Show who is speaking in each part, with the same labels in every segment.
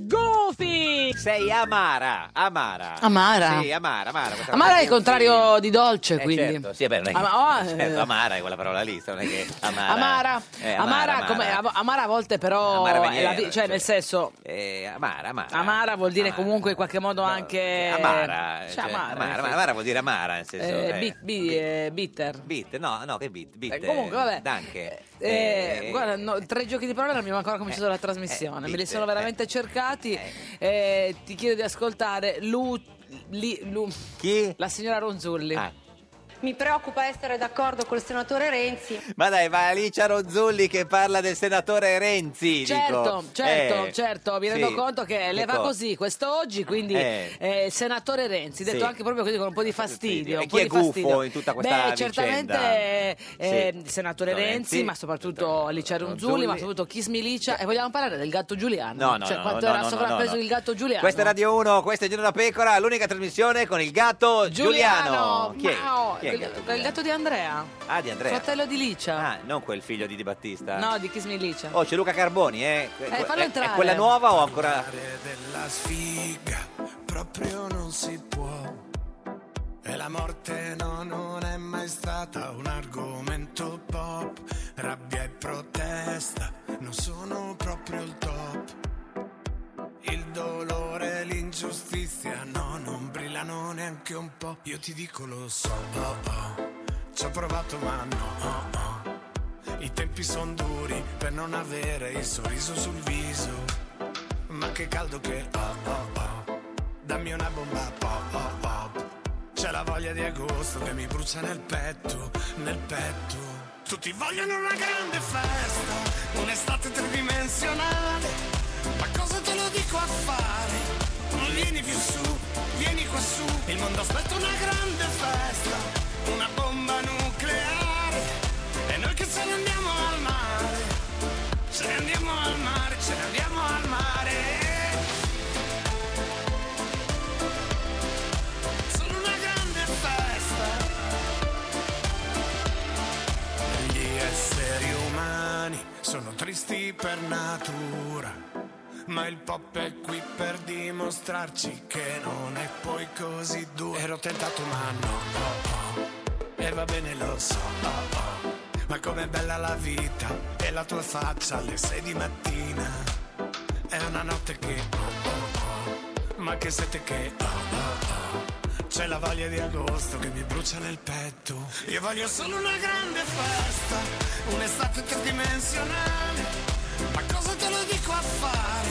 Speaker 1: Goofy!
Speaker 2: Sei amara, amara.
Speaker 1: Amara?
Speaker 2: Sì, amara, amara. questa
Speaker 1: Amara
Speaker 2: cosa
Speaker 1: è
Speaker 2: che-
Speaker 1: il contrario di dolce,
Speaker 2: Eh,
Speaker 1: quindi.
Speaker 2: certo, sì, vabbè, non è che-
Speaker 1: Ama- oh,
Speaker 2: certo,
Speaker 1: eh.
Speaker 2: amara è quella parola lì, non è che amara.
Speaker 1: Amara,
Speaker 2: Eh,
Speaker 1: amara,
Speaker 2: amara,
Speaker 1: come-
Speaker 2: amara.
Speaker 1: am- amara a volte però,
Speaker 2: Amara
Speaker 1: è la vi-
Speaker 2: Veniero,
Speaker 1: cioè,
Speaker 2: cioè.
Speaker 1: nel senso,
Speaker 2: Eh, amara, amara.
Speaker 1: amara vuol dire comunque in qualche modo anche...
Speaker 2: Amara,
Speaker 1: Cioè,
Speaker 2: cioè,
Speaker 1: amara,
Speaker 2: amara,
Speaker 1: nel
Speaker 2: amara,
Speaker 1: senso.
Speaker 2: amara vuol dire amara, nel senso.
Speaker 1: Eh,
Speaker 2: eh,
Speaker 1: bit- bi- eh, bitter.
Speaker 2: bit, no, no, che bit, bit.
Speaker 1: Eh, comunque, vabbè.
Speaker 2: Danke.
Speaker 1: Eh,
Speaker 2: Eh,
Speaker 1: guarda, no, tre giochi di parole non abbiamo ancora cominciato la trasmissione,
Speaker 2: eh,
Speaker 1: me li
Speaker 2: bitter,
Speaker 1: sono veramente cercati. Eh, ti chiedo di ascoltare Lu, Li- Lu-
Speaker 2: Chi?
Speaker 1: la signora Ronzulli.
Speaker 2: Ah.
Speaker 3: Mi preoccupa essere d'accordo col senatore Renzi.
Speaker 2: Ma dai, va Alicia Rozzulli che parla del senatore Renzi.
Speaker 1: Certo,
Speaker 2: dico.
Speaker 1: certo,
Speaker 2: Eh,
Speaker 1: certo, mi rendo
Speaker 2: sì. Ecco.
Speaker 1: conto che le
Speaker 2: Che
Speaker 1: va
Speaker 2: cosa?
Speaker 1: così quest'oggi, quindi
Speaker 2: Eh.
Speaker 1: eh, senatore Renzi, detto
Speaker 2: Sì.
Speaker 1: anche proprio così con un po' di fastidio.
Speaker 2: E
Speaker 1: un
Speaker 2: chi
Speaker 1: po'
Speaker 2: è
Speaker 1: di
Speaker 2: gufo
Speaker 1: fastidio.
Speaker 2: in tutta questa
Speaker 1: Beh, certamente
Speaker 2: vicenda?
Speaker 1: eh, eh,
Speaker 2: Sì.
Speaker 1: senatore
Speaker 2: Renzi,
Speaker 1: Renzi, ma soprattutto Alicia Ronzulli,
Speaker 2: Ronzulli.
Speaker 1: ma soprattutto Kiss Milicia e vogliamo parlare del gatto Giuliano,
Speaker 2: No, no,
Speaker 1: cioè
Speaker 2: no,
Speaker 1: quanto
Speaker 2: no,
Speaker 1: era
Speaker 2: no, no,
Speaker 1: sovrappeso
Speaker 2: no, no.
Speaker 1: il gatto Giuliano.
Speaker 2: Questa è Radio 1, questa è Giorno da Pecora, l'unica trasmissione con il gatto Giuliano. Chi è?
Speaker 1: Mao,
Speaker 2: Chi è il gatto
Speaker 1: quel- quel gatto di Andrea,
Speaker 2: Ah, di Andrea.
Speaker 1: fratello di Licia.
Speaker 2: Ah, non quel figlio di Di Battista.
Speaker 1: No, di Kiss Milicia.
Speaker 2: Oh, c'è Luca Carboni, eh. Que-
Speaker 1: Eh, fallo
Speaker 2: è- è,
Speaker 1: entrare.
Speaker 2: quella nuova o ancora...
Speaker 4: parlare della sfiga proprio non si può. E la morte no, non è mai stata un argomento pop. Rabbia e protesta non sono proprio il top. Il dolore e l'ingiustizia no, non brillano neanche un po'. Io ti dico lo so, oh, oh. ci ho provato ma no. oh, oh. I tempi son duri per non avere il sorriso sul viso. Ma che caldo che ho, oh, oh. Dammi una bomba pop, pop, pop. C'è la voglia di agosto che mi brucia nel petto, nel petto. Tutti vogliono una grande festa, un'estate tridimensionale. Ma cosa te lo dico a fare? Non vieni più su, vieni qua su. Il mondo aspetta una grande festa, una bomba nucleare. E noi che ce ne andiamo al mare, ce ne andiamo al mare, ce ne andiamo al mare. sono una grande festa. Gli esseri umani sono tristi per natura, ma il pop è qui per dimostrarci che non è poi così duro. Ero tentato ma no, oh, oh. e va bene lo so, oh, oh. ma com'è bella la vita e la tua faccia alle sei di mattina. È una notte che, oh, oh, oh. ma che sete che, oh, oh, oh. C'è la voglia di agosto che mi brucia nel petto. Io voglio solo una grande festa, un'estate tridimensionale. Ma cosa te lo dico a fare?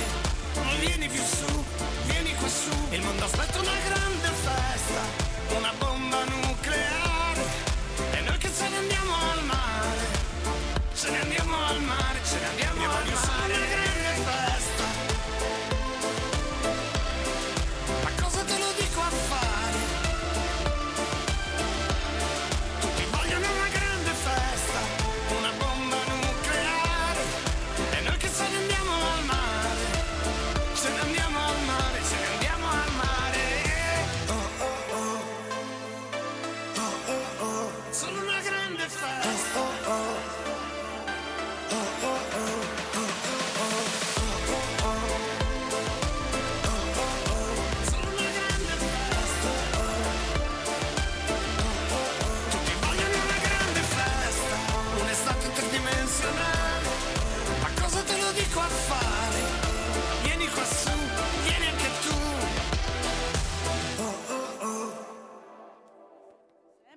Speaker 4: Non vieni più su, vieni qua su. Il mondo aspetta una grande festa, una bomba nucleare. E noi che ce ne andiamo al mare, ce ne andiamo al mare, ce ne andiamo al mare. Una grande festa. Ma cosa te lo dico a fare? Tutti vogliono una grande festa, una bomba nucleare. E noi che ce ne andiamo al mare, ce ne andiamo al mare, ce ne andiamo al mare. Oh oh oh, oh oh oh, sono una grande festa. Oh oh oh, oh oh oh. Sono una grande festa. Tutti vogliono una grande festa, oh. un'estate tridimensionale. Ma cosa te lo dico a fare? Vieni qua su, vieni anche tu. Oh,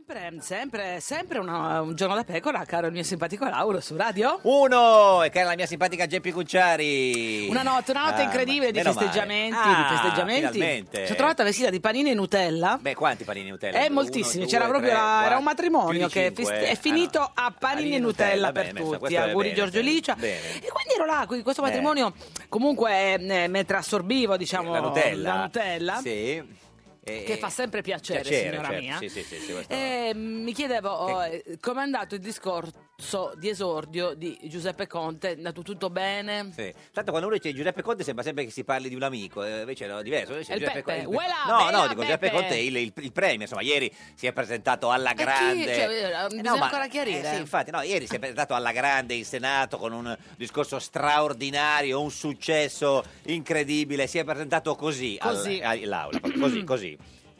Speaker 1: Sempre, sempre, sempre una- un giorno da pecora, caro il mio simpatico Lauro su radio.
Speaker 2: Uno! E cara la mia simpatica Geppi Cucciari.
Speaker 1: Una notte, una notte
Speaker 2: Ah,
Speaker 1: incredibile di
Speaker 2: meno male.
Speaker 1: festeggiamenti,
Speaker 2: Ah,
Speaker 1: di festeggiamenti.
Speaker 2: finalmente.
Speaker 1: Ci ho trovata vestita di panini e Nutella.
Speaker 2: Beh, quanti panini Nutella?
Speaker 1: Eh,
Speaker 2: Uno,
Speaker 1: moltissimi,
Speaker 2: due,
Speaker 1: c'era proprio
Speaker 2: tre,
Speaker 1: la- era
Speaker 2: quattro,
Speaker 1: un matrimonio
Speaker 2: più di
Speaker 1: che
Speaker 2: cinque,
Speaker 1: fest-
Speaker 2: eh. Ah,
Speaker 1: è
Speaker 2: no.
Speaker 1: finito a panini e Nutella per
Speaker 2: bene, messa,
Speaker 1: tutti.
Speaker 2: questo è
Speaker 1: Auguri
Speaker 2: bene,
Speaker 1: Giorgio
Speaker 2: bene,
Speaker 1: Licia.
Speaker 2: bene.
Speaker 1: E quindi ero là, qui- questo
Speaker 2: Eh.
Speaker 1: matrimonio comunque eh, mentre eh, assorbivo, diciamo,
Speaker 2: la Nutella.
Speaker 1: la Nutella,
Speaker 2: Sì. eh,
Speaker 1: Che fa sempre piacere, signora
Speaker 2: certo,
Speaker 1: mia.
Speaker 2: Sì, sì, sì, sì, questo-
Speaker 1: Eh, mi chiedevo oh, eh, com'è andato il discorso di esordio di Giuseppe Conte, è andato tutto bene?
Speaker 2: Sì. Tanto quando uno dice Giuseppe Conte sembra sempre che si parli di un amico, eh, invece no, è diverso. Invece
Speaker 1: È il
Speaker 2: Giuseppe
Speaker 1: Peppe.
Speaker 2: Conte- il-
Speaker 1: Uela,
Speaker 2: no,
Speaker 1: bella
Speaker 2: no, dico Giuseppe
Speaker 1: Peppe.
Speaker 2: Conte è il, il, il premio, insomma, ieri si è presentato alla
Speaker 1: chi?
Speaker 2: grande.
Speaker 1: Cioè, eh,
Speaker 2: Eh,
Speaker 1: bisogna ancora chiarire.
Speaker 2: eh, sì, infatti, no, ieri si è presentato alla grande in Senato con un discorso straordinario, un successo incredibile, si è presentato così, al-
Speaker 5: Così.
Speaker 2: all'aula, proprio così, così.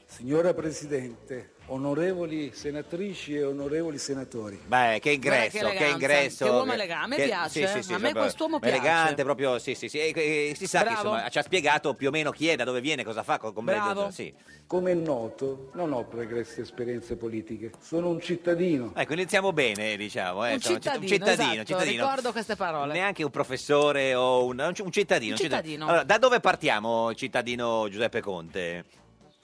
Speaker 5: Signora Presidente, onorevoli senatrici e onorevoli senatori.
Speaker 2: Beh, che ingresso,
Speaker 5: Guarda che
Speaker 2: che,
Speaker 5: eleganza,
Speaker 2: ingresso.
Speaker 5: che uomo elegante, a me piace, a me
Speaker 2: proprio
Speaker 5: quest'uomo
Speaker 2: Elegante
Speaker 5: piace.
Speaker 2: proprio, sì, sì, sì. E, e- e si sa
Speaker 5: Bravo.
Speaker 2: che insomma, ci ha spiegato più o meno chi è, da dove viene, cosa fa. co- Come,
Speaker 5: Bravo.
Speaker 2: Sì.
Speaker 5: Come è noto, non ho pregresse esperienze politiche. Sono un cittadino.
Speaker 2: Ecco, iniziamo bene, diciamo. eh,
Speaker 1: Un
Speaker 2: insomma,
Speaker 1: cittadino,
Speaker 2: un cittadino,
Speaker 1: esatto,
Speaker 2: cittadino.
Speaker 1: ricordo queste parole.
Speaker 2: Neanche un professore o un, un ci- un cittadino.
Speaker 1: Un cittadino.
Speaker 2: Allora, da dove partiamo, cittadino Giuseppe Conte?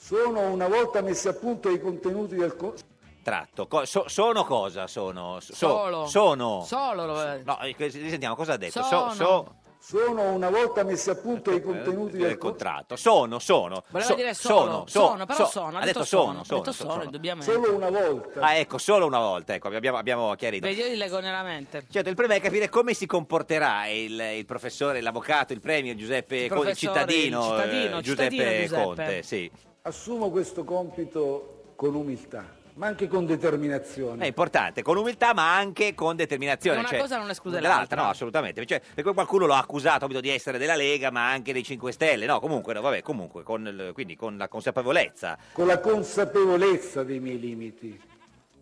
Speaker 5: Sono una volta messi a punto i contenuti del... co-
Speaker 2: Tratto. Co- so- sono cosa? Sono. so-
Speaker 5: Solo.
Speaker 2: Sono.
Speaker 1: Solo lo
Speaker 2: No, eh, risentiamo cosa ha detto.
Speaker 5: Sono.
Speaker 2: So- so-
Speaker 5: Sono una volta messi a punto i contenuti
Speaker 2: del
Speaker 5: del... co-
Speaker 2: contratto. Sono, sono.
Speaker 5: Ecco. Voleva dire
Speaker 2: sono,
Speaker 5: solo. Sono, però
Speaker 2: so-
Speaker 5: sono,
Speaker 2: Ha
Speaker 5: ha
Speaker 2: detto,
Speaker 5: detto
Speaker 2: sono,
Speaker 5: sono,
Speaker 2: sono,
Speaker 5: ha detto
Speaker 2: sono,
Speaker 1: solo,
Speaker 2: sono.
Speaker 1: indubbiamente.
Speaker 5: Solo una volta.
Speaker 2: Ah, ecco, solo una volta, ecco, abbiamo, abbiamo chiarito.
Speaker 1: Vedi, io li leggo nella mente.
Speaker 2: Certo, il problema è capire come si comporterà il, il professore, l'avvocato, il premio Giuseppe
Speaker 5: Il
Speaker 2: Conte, il
Speaker 5: professore,
Speaker 2: cittadino,
Speaker 5: il cittadino,
Speaker 2: eh,
Speaker 5: il
Speaker 2: Giuseppe,
Speaker 5: cittadino Giuseppe.
Speaker 2: Conte, sì.
Speaker 5: Assumo questo compito con umiltà, ma anche con determinazione.
Speaker 2: È importante, con umiltà ma anche con determinazione.
Speaker 5: Una
Speaker 2: cioè,
Speaker 5: cosa non esclude
Speaker 2: No,
Speaker 5: l'altra.
Speaker 2: assolutamente. Cioè, perché qualcuno lo ha accusato appunto, di essere della Lega ma anche dei 5 Stelle. No, comunque, no, vabbè, comunque, con, il- quindi con la consapevolezza.
Speaker 5: Con la consapevolezza dei miei limiti,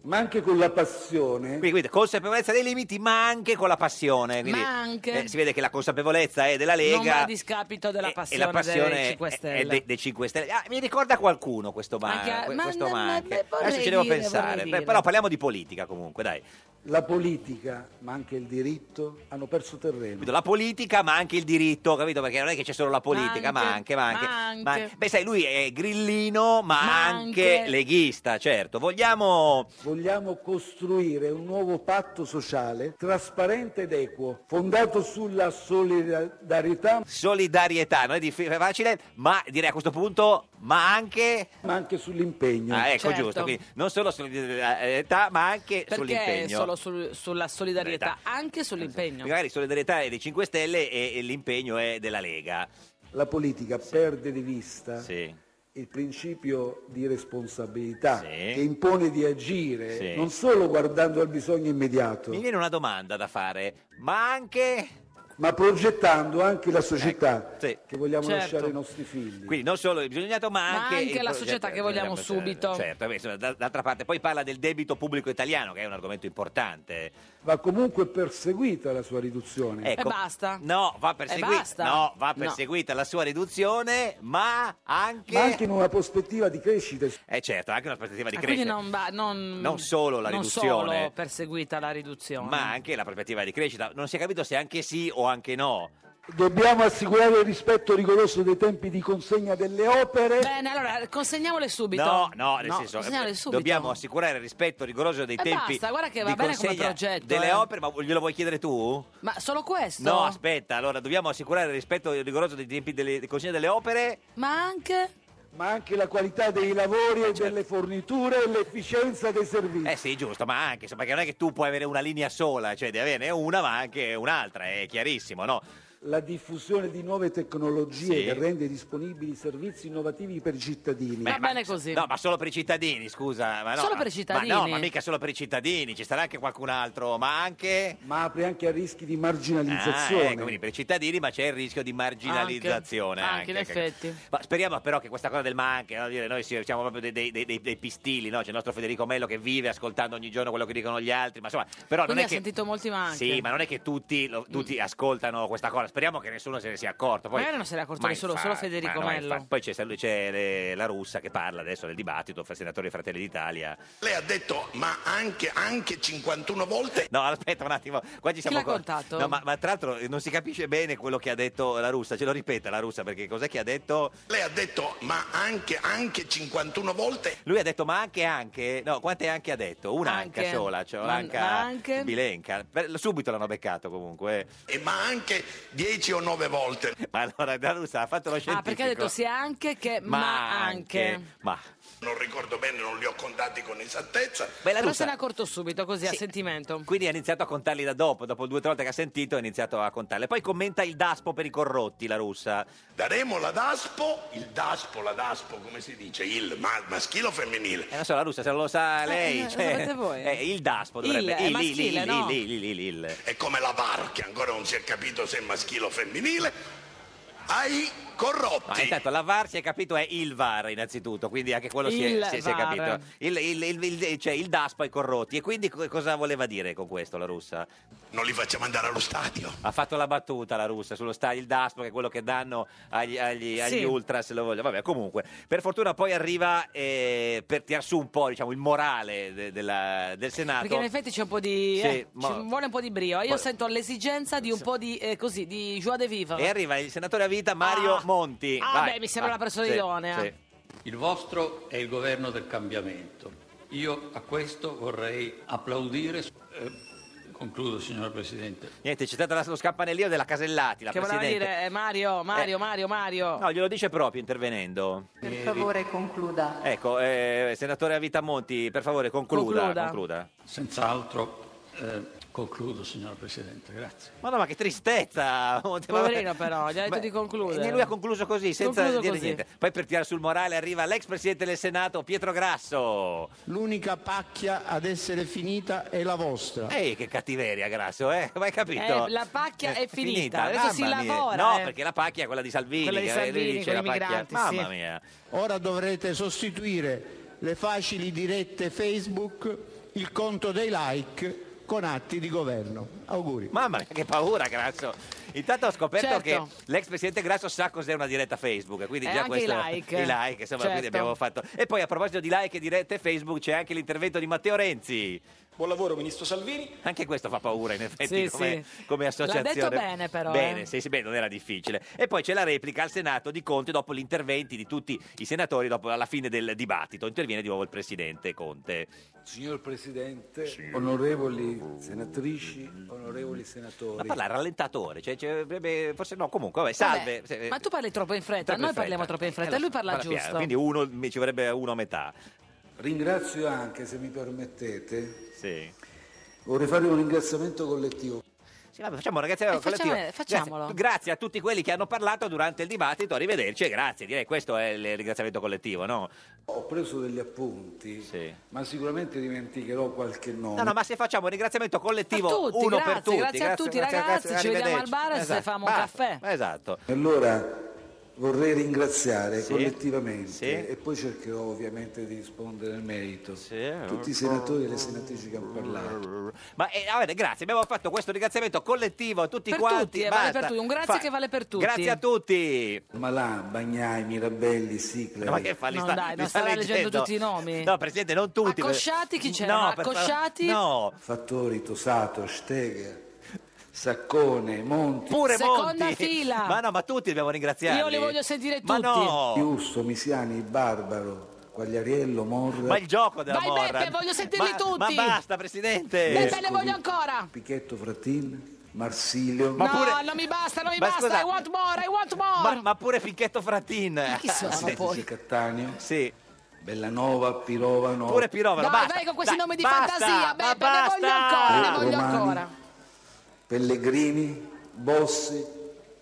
Speaker 5: ma anche con la passione.
Speaker 2: Quindi, quindi, consapevolezza dei limiti, ma anche con la passione. Quindi,
Speaker 1: Ma anche.
Speaker 2: eh, si vede che la consapevolezza è della
Speaker 1: non va
Speaker 2: Lega
Speaker 1: a discapito della
Speaker 2: e
Speaker 1: passione,
Speaker 2: la passione
Speaker 1: dei
Speaker 2: è-
Speaker 1: 5
Speaker 2: è,
Speaker 1: Stelle.
Speaker 2: de- dei 5 Stelle. Ah, mi ricorda qualcuno questo
Speaker 1: Anche
Speaker 2: ma,
Speaker 1: a-
Speaker 2: que-
Speaker 1: ma-
Speaker 2: questo
Speaker 1: ma-
Speaker 2: ma
Speaker 1: ma-
Speaker 2: anche.
Speaker 1: vorrei
Speaker 2: Adesso ci devo
Speaker 1: dire,
Speaker 2: pensare.
Speaker 1: vorrei
Speaker 2: Beh,
Speaker 1: dire.
Speaker 2: Però parliamo di politica comunque, dai.
Speaker 5: La politica, ma anche il diritto, hanno perso terreno.
Speaker 2: Capito? La politica, ma anche il diritto, capito? Perché non è che c'è solo la politica, ma anche, ma anche.
Speaker 5: ma anche.
Speaker 2: ma anche- Beh, sai, lui è grillino, ma,
Speaker 5: Ma
Speaker 2: anche,
Speaker 5: anche.
Speaker 2: leghista, certo. Vogliamo.
Speaker 5: Vogliamo costruire un nuovo patto sociale trasparente ed equo, fondato sulla solidarietà,
Speaker 2: Solidarietà, non è diffi- facile, ma direi a questo punto, ma anche.
Speaker 5: ma anche sull'impegno.
Speaker 2: Ah, ecco,
Speaker 1: Certo.
Speaker 2: giusto. Quindi non solo solidarietà, ma anche
Speaker 1: Perché
Speaker 2: sull'impegno.
Speaker 1: solo sul- sulla solidarietà,
Speaker 2: Solidarietà.
Speaker 1: anche sull'impegno.
Speaker 2: Magari solidarietà è dei 5 Stelle e, e l'impegno è della Lega.
Speaker 5: La politica perde di vista
Speaker 2: Sì.
Speaker 5: il principio di responsabilità che
Speaker 2: Sì.
Speaker 5: impone di agire
Speaker 2: Sì.
Speaker 5: non solo guardando al bisogno immediato,
Speaker 2: Mi viene una domanda da fare, ma anche...
Speaker 5: ma progettando anche la società
Speaker 2: sì.
Speaker 5: che vogliamo
Speaker 2: Certo.
Speaker 5: lasciare ai nostri figli.
Speaker 2: Quindi non solo il bisognato, ma
Speaker 1: Ma
Speaker 2: anche...
Speaker 1: anche
Speaker 2: il
Speaker 1: la
Speaker 2: progetto-
Speaker 1: società che vogliamo
Speaker 2: eh,
Speaker 1: subito.
Speaker 2: Certo, beh, insomma, da- d'altra parte poi parla del debito pubblico italiano, che è un argomento importante.
Speaker 5: Va comunque perseguita la sua riduzione.
Speaker 2: Ecco.
Speaker 1: basta.
Speaker 2: No, va perseguita,
Speaker 5: basta.
Speaker 2: no, va
Speaker 5: No.
Speaker 2: perseguita la sua riduzione, ma anche...
Speaker 5: Ma anche in una prospettiva di crescita.
Speaker 2: Eh certo, anche una prospettiva di
Speaker 1: Ah, quindi
Speaker 2: crescita.
Speaker 1: non, va- non-
Speaker 2: Non solo la
Speaker 1: non
Speaker 2: riduzione.
Speaker 1: solo perseguita la riduzione.
Speaker 2: Ma anche la prospettiva di crescita. Non si è capito se anche sì o anche no.
Speaker 5: Dobbiamo assicurare il rispetto rigoroso dei tempi di consegna delle opere.
Speaker 1: Bene, allora consegniamole subito.
Speaker 2: No, no, nel senso
Speaker 1: consegniamole
Speaker 2: eh,
Speaker 1: subito.
Speaker 2: dobbiamo assicurare il rispetto rigoroso dei
Speaker 1: E
Speaker 2: tempi.
Speaker 1: basta, guarda che va
Speaker 2: di
Speaker 1: bene come
Speaker 2: consegna
Speaker 1: progetto,
Speaker 2: Delle
Speaker 1: eh.
Speaker 2: opere, ma glielo vuoi chiedere tu?
Speaker 1: Ma solo questo?
Speaker 2: No, aspetta, allora dobbiamo assicurare il rispetto rigoroso dei tempi delle, di consegna delle opere.
Speaker 1: Ma anche
Speaker 5: Ma anche la qualità dei lavori e delle forniture e l'efficienza dei servizi.
Speaker 2: Eh sì, giusto, ma anche, insomma, perché non è che tu puoi avere una linea sola, cioè devi averne una ma anche un'altra, è chiarissimo, no?
Speaker 5: La diffusione di nuove tecnologie
Speaker 2: Sì.
Speaker 5: che rende disponibili servizi innovativi per i cittadini.
Speaker 2: Beh, ma- No, ma solo per i cittadini, scusa. Ma no,
Speaker 5: Solo
Speaker 2: ma-
Speaker 5: per i cittadini?
Speaker 2: Ma no, ma mica solo per i cittadini, ci sarà anche qualcun altro, ma anche...
Speaker 5: Ma apre anche a rischi di
Speaker 2: Ah,
Speaker 5: marginalizzazione.
Speaker 2: ecco, quindi per i cittadini, ma c'è il rischio di marginalizzazione.
Speaker 1: Anche,
Speaker 2: Anche,
Speaker 1: in
Speaker 2: ecco.
Speaker 1: effetti.
Speaker 2: Ma speriamo però che questa cosa del ma anche, no, dire, noi si- siamo proprio dei, dei- dei- dei- dei pistili, no? C'è il nostro Federico Mello che vive ascoltando ogni giorno quello che dicono gli altri, ma insomma, però
Speaker 1: Quindi ha
Speaker 2: non è che...
Speaker 1: sentito molti ma anche. Mm.
Speaker 2: Sì, ma non è che tutti, lo- tutti ascoltano questa cosa, speriamo che nessuno se ne sia accorto. Poi,
Speaker 1: Magari non se ne è accorto
Speaker 2: ma
Speaker 1: nessuno, solo Federico
Speaker 2: ma no,
Speaker 1: Mello.
Speaker 2: infatti. Poi c'è, salu- c'è le- la russa che parla adesso del dibattito, fra senatore e Fratelli d'Italia.
Speaker 6: Lei ha detto, ma anche, anche 51 volte.
Speaker 2: No, aspetta un attimo, qua ci siamo
Speaker 6: l'ha
Speaker 2: co-
Speaker 6: contato?
Speaker 2: No, ma, ma tra l'altro eh, non si capisce bene quello che ha detto la russa, ce lo ripeta la russa perché cos'è che ha detto?
Speaker 6: Lei ha detto, ma anche, anche 51 volte.
Speaker 2: Lui ha detto ma anche anche, no, quante anche ha detto? Una anche,
Speaker 6: Anche.
Speaker 2: sola, cioè
Speaker 6: Ma-
Speaker 2: l'anca
Speaker 6: ma anche?
Speaker 2: Bilenka. Per- subito l'hanno beccato comunque. eh.
Speaker 6: E ma anche 10 o 9 volte.
Speaker 2: Ma allora Danusa ha fatto lo scientifico.
Speaker 1: Ah, perché ha detto sia anche che ma, anche.
Speaker 2: Ma
Speaker 6: Non ricordo bene, non li ho contati con esattezza.
Speaker 2: Beh, la
Speaker 1: Però
Speaker 2: Russa-
Speaker 1: se ne ha accorto subito, così a sentimento.
Speaker 2: Quindi ha iniziato a contarli da dopo, dopo due o tre volte che ha sentito ha iniziato a contarle. Poi commenta il daspo per i corrotti, la russa.
Speaker 6: Daremo la DASPO, il DASPO, la DASPO, come si dice? Il ma- maschile o femminile?
Speaker 2: Eh, non so, la russa se lo sa lei.
Speaker 6: eh,
Speaker 2: cioè,
Speaker 6: sapete voi.
Speaker 2: eh, il daspo dovrebbe...
Speaker 6: Il, è maschile, no?
Speaker 2: il, il, il, il.
Speaker 6: È come la VAR, che ancora non si è capito se è maschile o femminile. Ai corrotti.
Speaker 2: Ma intanto la VAR si è capito è il VAR innanzitutto, quindi anche quello si
Speaker 6: Il
Speaker 2: è, si- si è
Speaker 6: VAR.
Speaker 2: capito. Il, il, il- il- cioè il DASPO ai corrotti. E quindi co- cosa voleva dire con questo la russa?
Speaker 6: Non li facciamo andare allo stadio.
Speaker 2: Ha fatto la battuta la russa sullo stadio, il DASPO che è quello che danno agli, agli, agli
Speaker 6: Sì.
Speaker 2: ultra se lo vogliono. Vabbè, comunque, per fortuna poi arriva eh, per tirar su un po' diciamo, il morale de- della- del Senato.
Speaker 1: Perché in effetti c'è un po' di.
Speaker 2: Sì,
Speaker 1: eh,
Speaker 2: ma-
Speaker 1: ci vuole un po' di brio. Io
Speaker 2: Poi-
Speaker 1: sento l'esigenza di un po' di eh, così, di joie de vivre.
Speaker 2: E arriva il senatore a vita Mario
Speaker 1: Ah.
Speaker 2: Monti.
Speaker 1: Ah,
Speaker 2: Vai,
Speaker 1: beh, mi sembra
Speaker 2: vai.
Speaker 1: la persona
Speaker 2: Sì,
Speaker 1: idonea.
Speaker 2: sì.
Speaker 7: Il vostro è il governo del cambiamento. Io a questo vorrei applaudire. Eh, concludo, signor Presidente.
Speaker 2: Niente, c'è stato la- lo scampanellio della Casellati, la
Speaker 1: che voleva
Speaker 2: Presidente.
Speaker 1: dire eh, Mario, Mario,
Speaker 2: Eh.
Speaker 1: Mario, Mario.
Speaker 2: No, glielo dice proprio intervenendo.
Speaker 8: Per favore concluda.
Speaker 2: Ecco, eh, senatore Avitamonti, per favore concluda.
Speaker 8: Concluda.
Speaker 2: concluda.
Speaker 7: Senz'altro eh, concludo, signor Presidente. Grazie.
Speaker 2: Madonna, ma che tristezza! Monti, ma-
Speaker 1: Poverino però, gli ha detto
Speaker 2: Ma-
Speaker 1: di concludere.
Speaker 2: E lui ha concluso così, senza
Speaker 1: Concluso
Speaker 2: dire
Speaker 1: così.
Speaker 2: niente. Poi per tirare sul morale arriva l'ex presidente del Senato, Pietro Grasso.
Speaker 9: L'unica pacchia ad essere finita è la vostra.
Speaker 10: Eh.
Speaker 2: Ehi, che cattiveria, Grasso, eh? Ma hai capito?
Speaker 1: Eh, la pacchia è finita, adesso
Speaker 2: mamma
Speaker 1: si
Speaker 2: mia.
Speaker 1: lavora,
Speaker 2: No,
Speaker 1: eh.
Speaker 2: perché la pacchia è quella di Salvini.
Speaker 1: Quella di
Speaker 2: che eh,
Speaker 1: Salvini,
Speaker 2: lui dice
Speaker 1: con
Speaker 2: la
Speaker 1: i
Speaker 2: pacchia.
Speaker 1: migranti, sì.
Speaker 2: Mamma mia.
Speaker 9: Ora dovrete sostituire le facili dirette Facebook, il conto dei like con atti di governo. Auguri.
Speaker 2: Mamma mia, che paura, Grasso. Intanto ho scoperto
Speaker 9: Certo.
Speaker 2: che l'ex presidente Grasso sa cos'è una diretta Facebook, quindi
Speaker 9: E
Speaker 2: già
Speaker 9: anche i
Speaker 2: questo
Speaker 9: like.
Speaker 2: i like, insomma,
Speaker 9: Certo.
Speaker 2: quindi abbiamo fatto. E poi a proposito di like e dirette Facebook c'è anche l'intervento di Matteo Renzi.
Speaker 11: Buon lavoro, ministro Salvini.
Speaker 2: Anche questo fa paura in effetti
Speaker 11: Sì,
Speaker 2: come,
Speaker 11: sì.
Speaker 2: come
Speaker 11: L'ha
Speaker 2: associazione.
Speaker 11: detto bene, però,
Speaker 2: Bene,
Speaker 11: eh.
Speaker 2: sì, sì, beh, non era difficile. E poi c'è la replica al Senato di Conte dopo gli interventi di tutti i senatori dopo, alla fine del dibattito. Interviene di nuovo il presidente Conte.
Speaker 5: Signor Presidente, onorevoli senatrici, onorevoli senatori.
Speaker 2: Ma parla a rallentatore, cioè, cioè, beh, forse no, comunque, vabbè, salve.
Speaker 1: Vabbè,
Speaker 2: Se- eh,
Speaker 1: Ma tu parli troppo in fretta,
Speaker 2: Troppo
Speaker 1: noi
Speaker 2: in
Speaker 1: parliamo
Speaker 2: fretta.
Speaker 1: troppo in fretta,
Speaker 2: Eh, lo
Speaker 1: lui
Speaker 2: so,
Speaker 1: parla
Speaker 2: piano,
Speaker 1: giusto.
Speaker 2: quindi uno, mi ci vorrebbe uno a metà.
Speaker 5: Ringrazio anche, se mi permettete,
Speaker 2: Sì.
Speaker 5: vorrei fare un ringraziamento collettivo.
Speaker 2: Sì, vabbè, facciamo ragazzi,
Speaker 5: facciamo-
Speaker 2: collettivo.
Speaker 5: facciamolo.
Speaker 2: Grazie, grazie a tutti quelli che hanno parlato durante il dibattito, arrivederci e grazie. Direi questo è il ringraziamento collettivo, no?
Speaker 5: Ho preso degli appunti, ma sicuramente dimenticherò qualche nome.
Speaker 2: No, no, ma se facciamo un ringraziamento collettivo
Speaker 5: A tutti,
Speaker 2: uno
Speaker 5: grazie,
Speaker 2: per tutti,
Speaker 5: grazie a tutti, ragazzi, ci vediamo
Speaker 2: arrivederci.
Speaker 5: al bar e se
Speaker 2: Esatto,
Speaker 5: famo un
Speaker 2: basta,
Speaker 5: caffè.
Speaker 2: Esatto.
Speaker 5: Allora vorrei ringraziare
Speaker 2: Sì.
Speaker 5: collettivamente
Speaker 2: Sì.
Speaker 5: e poi cercherò ovviamente di rispondere nel merito tutti i senatori e le senatrici che hanno parlato.
Speaker 2: Ma eh, vabbè, grazie, abbiamo fatto questo ringraziamento collettivo a tutti
Speaker 1: Per
Speaker 2: quanti.
Speaker 1: tutti, eh, vale per
Speaker 2: basta.
Speaker 1: tutti, un grazie
Speaker 2: Fa-
Speaker 1: che vale per tutti.
Speaker 2: Grazie a tutti.
Speaker 5: Malà, Bagnai, Mirabelli, Siclari.
Speaker 2: No, ma che fa? Li
Speaker 1: No,
Speaker 2: sta,
Speaker 1: dai,
Speaker 2: li
Speaker 1: non
Speaker 2: sta
Speaker 1: stava leggendo tutti i nomi.
Speaker 2: No, Presidente, non tutti.
Speaker 1: Accosciati chi c'era?
Speaker 2: No, per fa-
Speaker 1: Accosciati?
Speaker 2: No.
Speaker 5: Fattori, Tosato, Steger, Saccone, Monti.
Speaker 2: Pure
Speaker 1: Seconda
Speaker 2: Monti.
Speaker 1: fila.
Speaker 2: Ma no, ma tutti dobbiamo ringraziarli.
Speaker 1: Io li voglio sentire
Speaker 2: Ma
Speaker 1: tutti.
Speaker 2: no.
Speaker 5: Giusto, Misiani, Barbaro, Quagliariello, Morra.
Speaker 2: Ma il gioco della
Speaker 1: Vai
Speaker 2: morra.
Speaker 1: Beppe, voglio sentirli
Speaker 2: Ma-
Speaker 1: tutti.
Speaker 2: Ma basta, Presidente.
Speaker 1: Beppe, ne voglio ancora.
Speaker 5: Pichetto Fratin, Marsilio.
Speaker 1: no, non mi basta, non mi
Speaker 2: Ma
Speaker 1: basta,
Speaker 2: scusa-
Speaker 1: I want more, I want more.
Speaker 2: Ma, ma pure Picchetto Fratin.
Speaker 1: chi sono
Speaker 2: Sì.
Speaker 1: poi?
Speaker 5: Cattaneo.
Speaker 2: Sì.
Speaker 5: Bellanova, Pirovano.
Speaker 2: Pure Pirovano,
Speaker 1: Dai,
Speaker 2: basta.
Speaker 1: vai con questi
Speaker 2: Dai,
Speaker 1: nomi di
Speaker 2: basta,
Speaker 1: fantasia,
Speaker 2: ma
Speaker 1: Beppe, ne voglio
Speaker 2: basta.
Speaker 1: ancora, ne
Speaker 5: Eh,
Speaker 1: voglio
Speaker 5: Romani.
Speaker 1: ancora.
Speaker 5: Pellegrini, Bossi,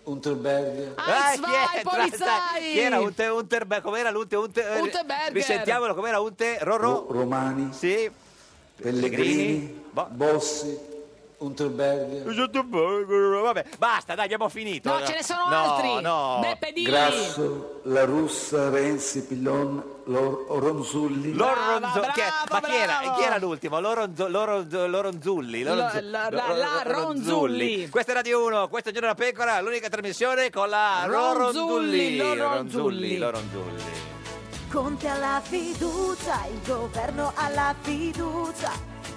Speaker 5: Unterberger.
Speaker 2: Ah,
Speaker 1: Eis, vai,
Speaker 2: Dai, dai,
Speaker 1: Polizai.
Speaker 2: Chi era Unte, Unter, beh, com'era l'Unte, Unte, eh,
Speaker 1: Unterberger.
Speaker 2: Risentiamolo, com'era Unte, Rorò?
Speaker 5: Romani,
Speaker 2: sì.
Speaker 5: Pellegrini, Bossi, Unterberger.
Speaker 2: Vabbè, basta, dai, abbiamo finito.
Speaker 1: No, ce ne sono
Speaker 2: No,
Speaker 1: altri.
Speaker 2: No.
Speaker 1: Beppe, dilli.
Speaker 5: Grasso, La Russa, Renzi, Pillon, Lor- Ronzulli.
Speaker 2: Loronzo- chi è- ma chi era, chi era l'ultimo? Loronzo, Loronzo- Loronzulli.
Speaker 1: Lo-
Speaker 2: Loronzo-
Speaker 1: la- la- la Ronzulli.
Speaker 2: Questa è Radio 1, questo è Giorno da Pecora, l'unica trasmissione con la
Speaker 12: Ronzulli, Loronzulli.
Speaker 2: Loronzulli. Loronzulli.
Speaker 12: Conte alla fiducia, il governo alla fiducia.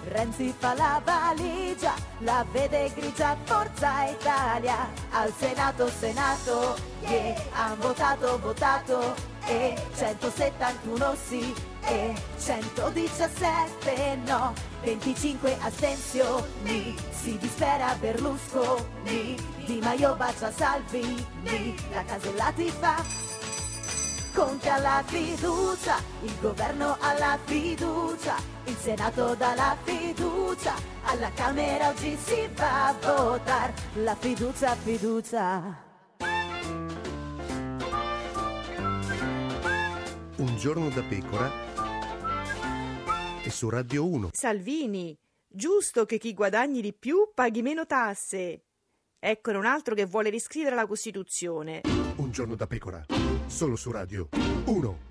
Speaker 12: Renzi fa la valigia, la vede grigia Forza Italia. Al Senato, Senato, che han votato, votato e 171 sì e 117 no, 25 astensioni, si dispera Berlusconi, Di Maio bacia Salvini, la Casellati fa Conte alla fiducia, il governo alla fiducia, il Senato dà la fiducia, alla Camera oggi si va a votare, la fiducia, fiducia.
Speaker 13: Un giorno da pecora e su Radio 1.
Speaker 14: Salvini, giusto che chi guadagni di più paghi meno tasse. Eccone un altro che vuole riscrivere la Costituzione.
Speaker 13: Un giorno da pecora, solo su Radio 1.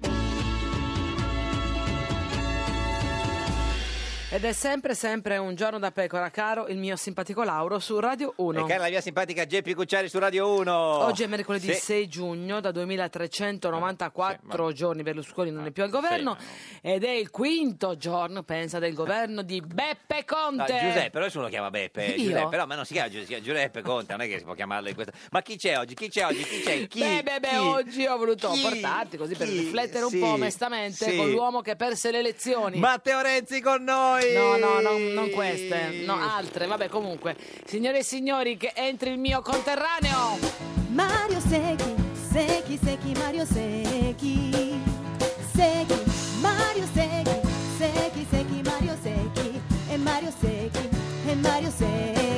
Speaker 1: Ed è sempre, sempre un giorno da pecora, caro il mio simpatico Lauro su Radio 1.
Speaker 2: E cara la mia simpatica Geppi Cucciari su Radio 1.
Speaker 1: Oggi è mercoledì
Speaker 2: Sì.
Speaker 1: 6 giugno, da 2394 giorni Berlusconi non è più al governo ed è il quinto giorno, pensa, del governo di Beppe
Speaker 2: No,
Speaker 1: Conte.
Speaker 2: Giuseppe, però nessuno lo chiama Beppe.
Speaker 1: Io?
Speaker 2: Giuseppe, però, ma non si chiama Giuseppe, Giuseppe Conte, non è che si può chiamarlo in questo. Ma chi c'è oggi? Chi c'è oggi? Chi c'è? cioè, Chi?
Speaker 1: beh, beh, beh,
Speaker 2: Chi?
Speaker 1: oggi ho voluto portarti così per riflettere un po' onestamente con l'uomo che perse le elezioni.
Speaker 2: Matteo Renzi con noi!
Speaker 1: No, no, no, non queste, no, ah, altre. Vabbè, comunque, signore e signori, che entri il mio conterraneo.
Speaker 12: Mario Secchi, Secchi, Secchi, Mario Secchi. Secchi, Mario Secchi, Secchi, Secchi, Mario Secchi. E Mario Secchi, e Mario Secchi.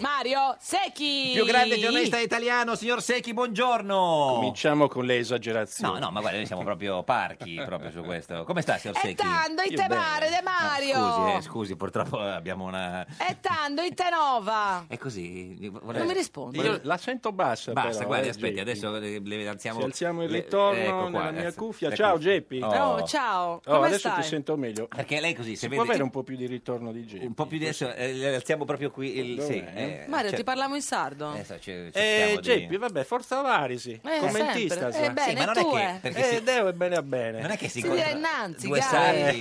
Speaker 1: Mario Secchi!
Speaker 2: Più grande giornalista italiano, signor Secchi, buongiorno.
Speaker 10: Cominciamo con le esagerazioni.
Speaker 2: No, no, ma guarda, noi siamo proprio parchi proprio su questo. Come sta, signor Secchi?
Speaker 1: Tando Eh, in te mare de Mario!
Speaker 2: ah, Scusi, eh, scusi, purtroppo abbiamo una.
Speaker 1: E tanto in te nova!
Speaker 2: È così.
Speaker 1: Non mi risponde.
Speaker 10: Io la sento bassa.
Speaker 2: Basta,
Speaker 10: però,
Speaker 2: guardi,
Speaker 10: eh,
Speaker 2: aspetti,
Speaker 10: Geppi.
Speaker 2: adesso le, le alziamo.
Speaker 10: Se alziamo il
Speaker 2: le-
Speaker 10: ritorno
Speaker 2: ecco qua,
Speaker 10: nella mia
Speaker 2: alza-
Speaker 10: cuffia.
Speaker 2: le
Speaker 10: Ciao
Speaker 2: cuffie.
Speaker 10: Geppi.
Speaker 1: Oh, ciao,
Speaker 10: Oh,
Speaker 1: come
Speaker 10: adesso
Speaker 1: stai?
Speaker 10: ti sento meglio.
Speaker 2: Perché lei così,
Speaker 10: Si
Speaker 2: se
Speaker 10: può
Speaker 2: vede-
Speaker 10: avere un po' più di ritorno di Geppi?
Speaker 2: Un po' più di adesso, eh, le alziamo proprio qui. Il, sì, eh,
Speaker 1: Mario,
Speaker 2: cioè-
Speaker 1: ti parlavo in sardo?
Speaker 2: Adesso ci-
Speaker 10: Eh,
Speaker 2: cioè, cerchiamo di-
Speaker 10: Geppi, vabbè, forza Varisi,
Speaker 1: Eh, sempre.
Speaker 10: commentista. sa.
Speaker 1: Eh, bene, Sì, ma non è tu, che- eh. perché
Speaker 10: Eh,
Speaker 1: si-
Speaker 10: Deo è bene a bene. Eh,
Speaker 2: Non è che si
Speaker 1: Si
Speaker 2: incontra-
Speaker 1: dirà innanzi,
Speaker 2: due
Speaker 1: dai.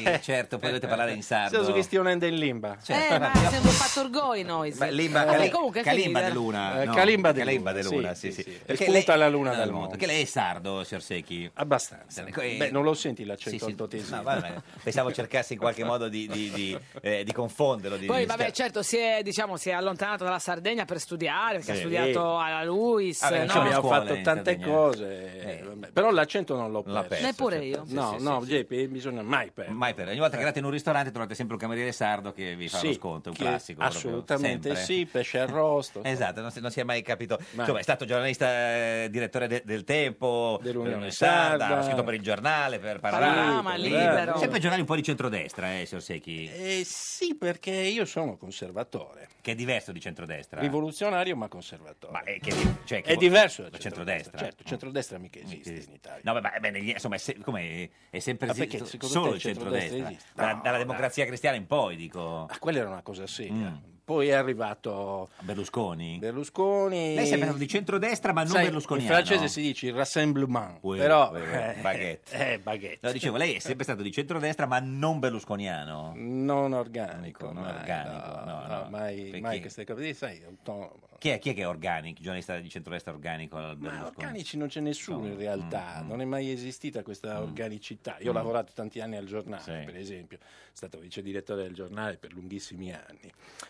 Speaker 2: sardi, certo, poi dovete parlare in sardo. Cioè,
Speaker 10: Stiamo questionando in limba.
Speaker 1: Eh, ma siamo un fatto orgoi noi. sì.
Speaker 2: certo. Ma Limba,
Speaker 1: Vabbè,
Speaker 2: Cali-
Speaker 1: Eh, comunque è
Speaker 2: Calimba
Speaker 1: finita.
Speaker 2: de Luna,
Speaker 10: Eh,
Speaker 2: no,
Speaker 10: Calimba de
Speaker 2: de
Speaker 10: Luna,
Speaker 2: Luna,
Speaker 10: sì,
Speaker 2: sì,
Speaker 10: sì,
Speaker 2: sì.
Speaker 10: sì.
Speaker 2: Perché
Speaker 10: Spunta
Speaker 2: lei-
Speaker 10: la luna dal mondo.
Speaker 2: Perché lei è sardo, signor Secchi?
Speaker 10: Abbastanza.
Speaker 2: Eh,
Speaker 10: Beh, non lo senti l'accento
Speaker 2: sì,
Speaker 10: altoatesino.
Speaker 2: no, vabbè, pensavo cercasse in qualche modo di, di, di, eh, di confonderlo. Di,
Speaker 1: Poi,
Speaker 2: di-
Speaker 1: vabbè, certo, si è, diciamo, si è allontanato dalla Sardegna per studiare, perché
Speaker 2: Sì.
Speaker 1: ha studiato alla Luis,
Speaker 10: Vabbè,
Speaker 1: no?
Speaker 10: cioè, Eh. abbiamo
Speaker 2: scuola
Speaker 10: fatto
Speaker 2: in
Speaker 10: tante
Speaker 2: Sardegna.
Speaker 10: cose, vabbè, però l'accento non l'ho perso.
Speaker 2: perso,
Speaker 1: Neppure io.
Speaker 10: No,
Speaker 2: Sì, sì,
Speaker 10: no, Geppi, bisogna mai perdere. Eh.
Speaker 2: Mai per ogni volta che andate in un ristorante trovate sempre un cameriere sardo che vi fa lo
Speaker 10: Sì,
Speaker 2: sconto, un
Speaker 10: che-
Speaker 2: classico. proprio,
Speaker 10: Assolutamente
Speaker 2: sempre.
Speaker 10: sì, pesce arrosto.
Speaker 2: Esatto, non si, non si è mai capito. Insomma, è stato giornalista, eh, direttore de- del Tempo, dell'Unione Sarda,
Speaker 10: Sarda.
Speaker 2: ha scritto per il giornale, per
Speaker 10: Panorama,
Speaker 2: Panorama,
Speaker 10: Libero.
Speaker 2: Sempre giornali un po' di centrodestra, eh, signor Secchi,
Speaker 10: Eh, sì, perché io sono conservatore,
Speaker 2: che è diverso di centrodestra.
Speaker 10: rivoluzionario ma conservatore.
Speaker 2: Ma è, che, cioè, che
Speaker 10: È
Speaker 2: vo-
Speaker 10: diverso dal
Speaker 2: dal centrodestra. ecco. Mm.
Speaker 10: Certo, centrodestra mica esiste.
Speaker 2: Sì. No, beh, ma- beh, negli- insomma, è, se- com'è? È sempre
Speaker 10: Ma
Speaker 2: esistito
Speaker 10: perché, secondo
Speaker 2: solo
Speaker 10: te
Speaker 2: il
Speaker 10: il centrodestra
Speaker 2: centrodestra,
Speaker 10: esiste?
Speaker 2: dalla,
Speaker 10: No,
Speaker 2: dalla
Speaker 10: dai.
Speaker 2: democrazia cristiana in poi, dico.
Speaker 10: Ah, quella era una cosa seria. Poi è arrivato
Speaker 2: Mm. Berlusconi.
Speaker 10: Berlusconi.
Speaker 2: Lei è sempre stato di centrodestra, ma non
Speaker 10: Sai,
Speaker 2: berlusconiano.
Speaker 10: In francese si dice il rassemblement,
Speaker 2: Uè,
Speaker 10: però
Speaker 2: uè, uè,
Speaker 10: eh,
Speaker 2: baguette.
Speaker 10: eh, baguette.
Speaker 2: No, dicevo, lei è sempre stato di centrodestra, ma non berlusconiano. Ecco,
Speaker 10: non organico,
Speaker 2: Non
Speaker 10: mai,
Speaker 2: organico, no, no.
Speaker 10: mai,
Speaker 2: Perché-
Speaker 10: mai queste cose, lì, sai, autonomo.
Speaker 2: Chi è, chi è che è organico, giornalista di centrodestra organico al
Speaker 10: Ma
Speaker 2: Berlusconi?
Speaker 10: organici non c'è nessuno in realtà, non è mai esistita questa organicità. Io ho
Speaker 2: Mm.
Speaker 10: lavorato tanti anni al giornale,
Speaker 2: Sì.
Speaker 10: per esempio, sono stato vice direttore del giornale per lunghissimi anni.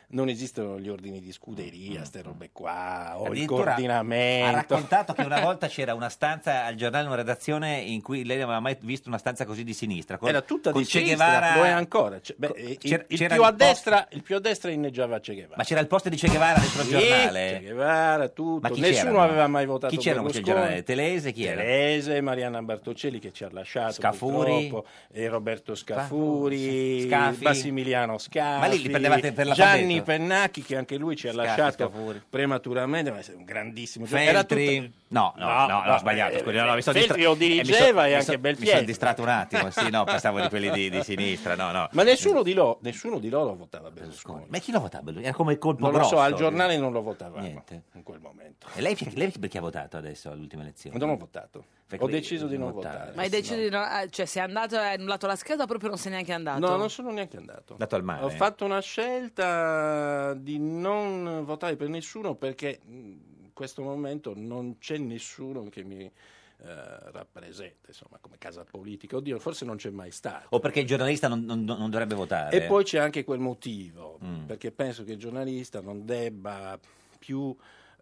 Speaker 10: Non esistono gli ordini di scuderia, ste robe qua, o il
Speaker 2: Mm, Addirittura Ha
Speaker 10: coordinamento.
Speaker 2: raccontato che una volta c'era una stanza al giornale, una redazione in cui lei non aveva mai visto una stanza così di sinistra. con-
Speaker 10: Era tutta
Speaker 2: con
Speaker 10: di
Speaker 2: Che
Speaker 10: sinistra,
Speaker 2: Guevara-
Speaker 10: lo è ancora. Cioè, beh,
Speaker 2: co-
Speaker 10: il,
Speaker 2: c'era-
Speaker 10: il
Speaker 2: c'era
Speaker 10: più a
Speaker 2: il post-
Speaker 10: destra, il più a destra inneggiava Che Guevara.
Speaker 2: Ma c'era il posto di Che Guevara dentro il
Speaker 10: Sì,
Speaker 2: giornale?
Speaker 10: Che Guevara, tutto.
Speaker 2: Ma chi
Speaker 10: Nessuno
Speaker 2: c'erano?
Speaker 10: aveva mai votato
Speaker 2: Chi c'erano questo
Speaker 10: Berlusconi.
Speaker 2: giornale? Telese, chi era?
Speaker 10: Telese, Mariana Bartocelli che ci ha lasciato
Speaker 2: Scafuri?
Speaker 10: purtroppo, e Roberto Scafuri,
Speaker 2: Scafi?
Speaker 10: Massimiliano Scafi,
Speaker 2: Ma lì li prendevate per l'alfabeto?
Speaker 10: Gianni Pennacchi che anche lui ci ha
Speaker 2: Scafi,
Speaker 10: lasciato
Speaker 2: Scafuri.
Speaker 10: prematuramente, ma è un grandissimo Cioè, Era
Speaker 2: Feltri?
Speaker 10: tutto-
Speaker 2: No, no, no, no,
Speaker 10: no,
Speaker 2: ho sbagliato.
Speaker 10: eh,
Speaker 2: scusi, no, no, mi sono
Speaker 10: Feltri
Speaker 2: distra-
Speaker 10: lo dirigeva
Speaker 2: eh,
Speaker 10: e anche
Speaker 2: mi so- Mi sono
Speaker 10: Belpietro.
Speaker 2: distratto un attimo, sì, no, pensavo di quelli di, di sinistra, no, no.
Speaker 10: Ma nessuno di, loro, nessuno di loro votava Berlusconi.
Speaker 2: Ma chi lo votava? Berlusconi? Era come il colpo
Speaker 10: Non lo
Speaker 2: grosso. eh.
Speaker 10: so, al giornale non lo votavamo
Speaker 2: Niente.
Speaker 10: in quel momento.
Speaker 2: E lei, lei perché ha votato adesso all'ultima elezione?
Speaker 10: Non ho votato.
Speaker 2: Perché
Speaker 10: Ho
Speaker 2: lei-
Speaker 10: deciso di non votare.
Speaker 1: Ma hai deciso di no, eh, cioè sei andato e hai annullato la scheda o proprio non sei neanche andato?
Speaker 10: No, non sono neanche andato.
Speaker 2: Dato al mare.
Speaker 10: Ho fatto una scelta di non votare per nessuno perché mh, in questo momento non c'è nessuno che mi eh, rappresenta, insomma, come casa politica. Oddio, forse non c'è mai stato.
Speaker 2: O perché il giornalista non, non- non dovrebbe votare.
Speaker 10: E poi c'è anche quel motivo,
Speaker 2: Mm.
Speaker 10: perché penso che il giornalista non debba più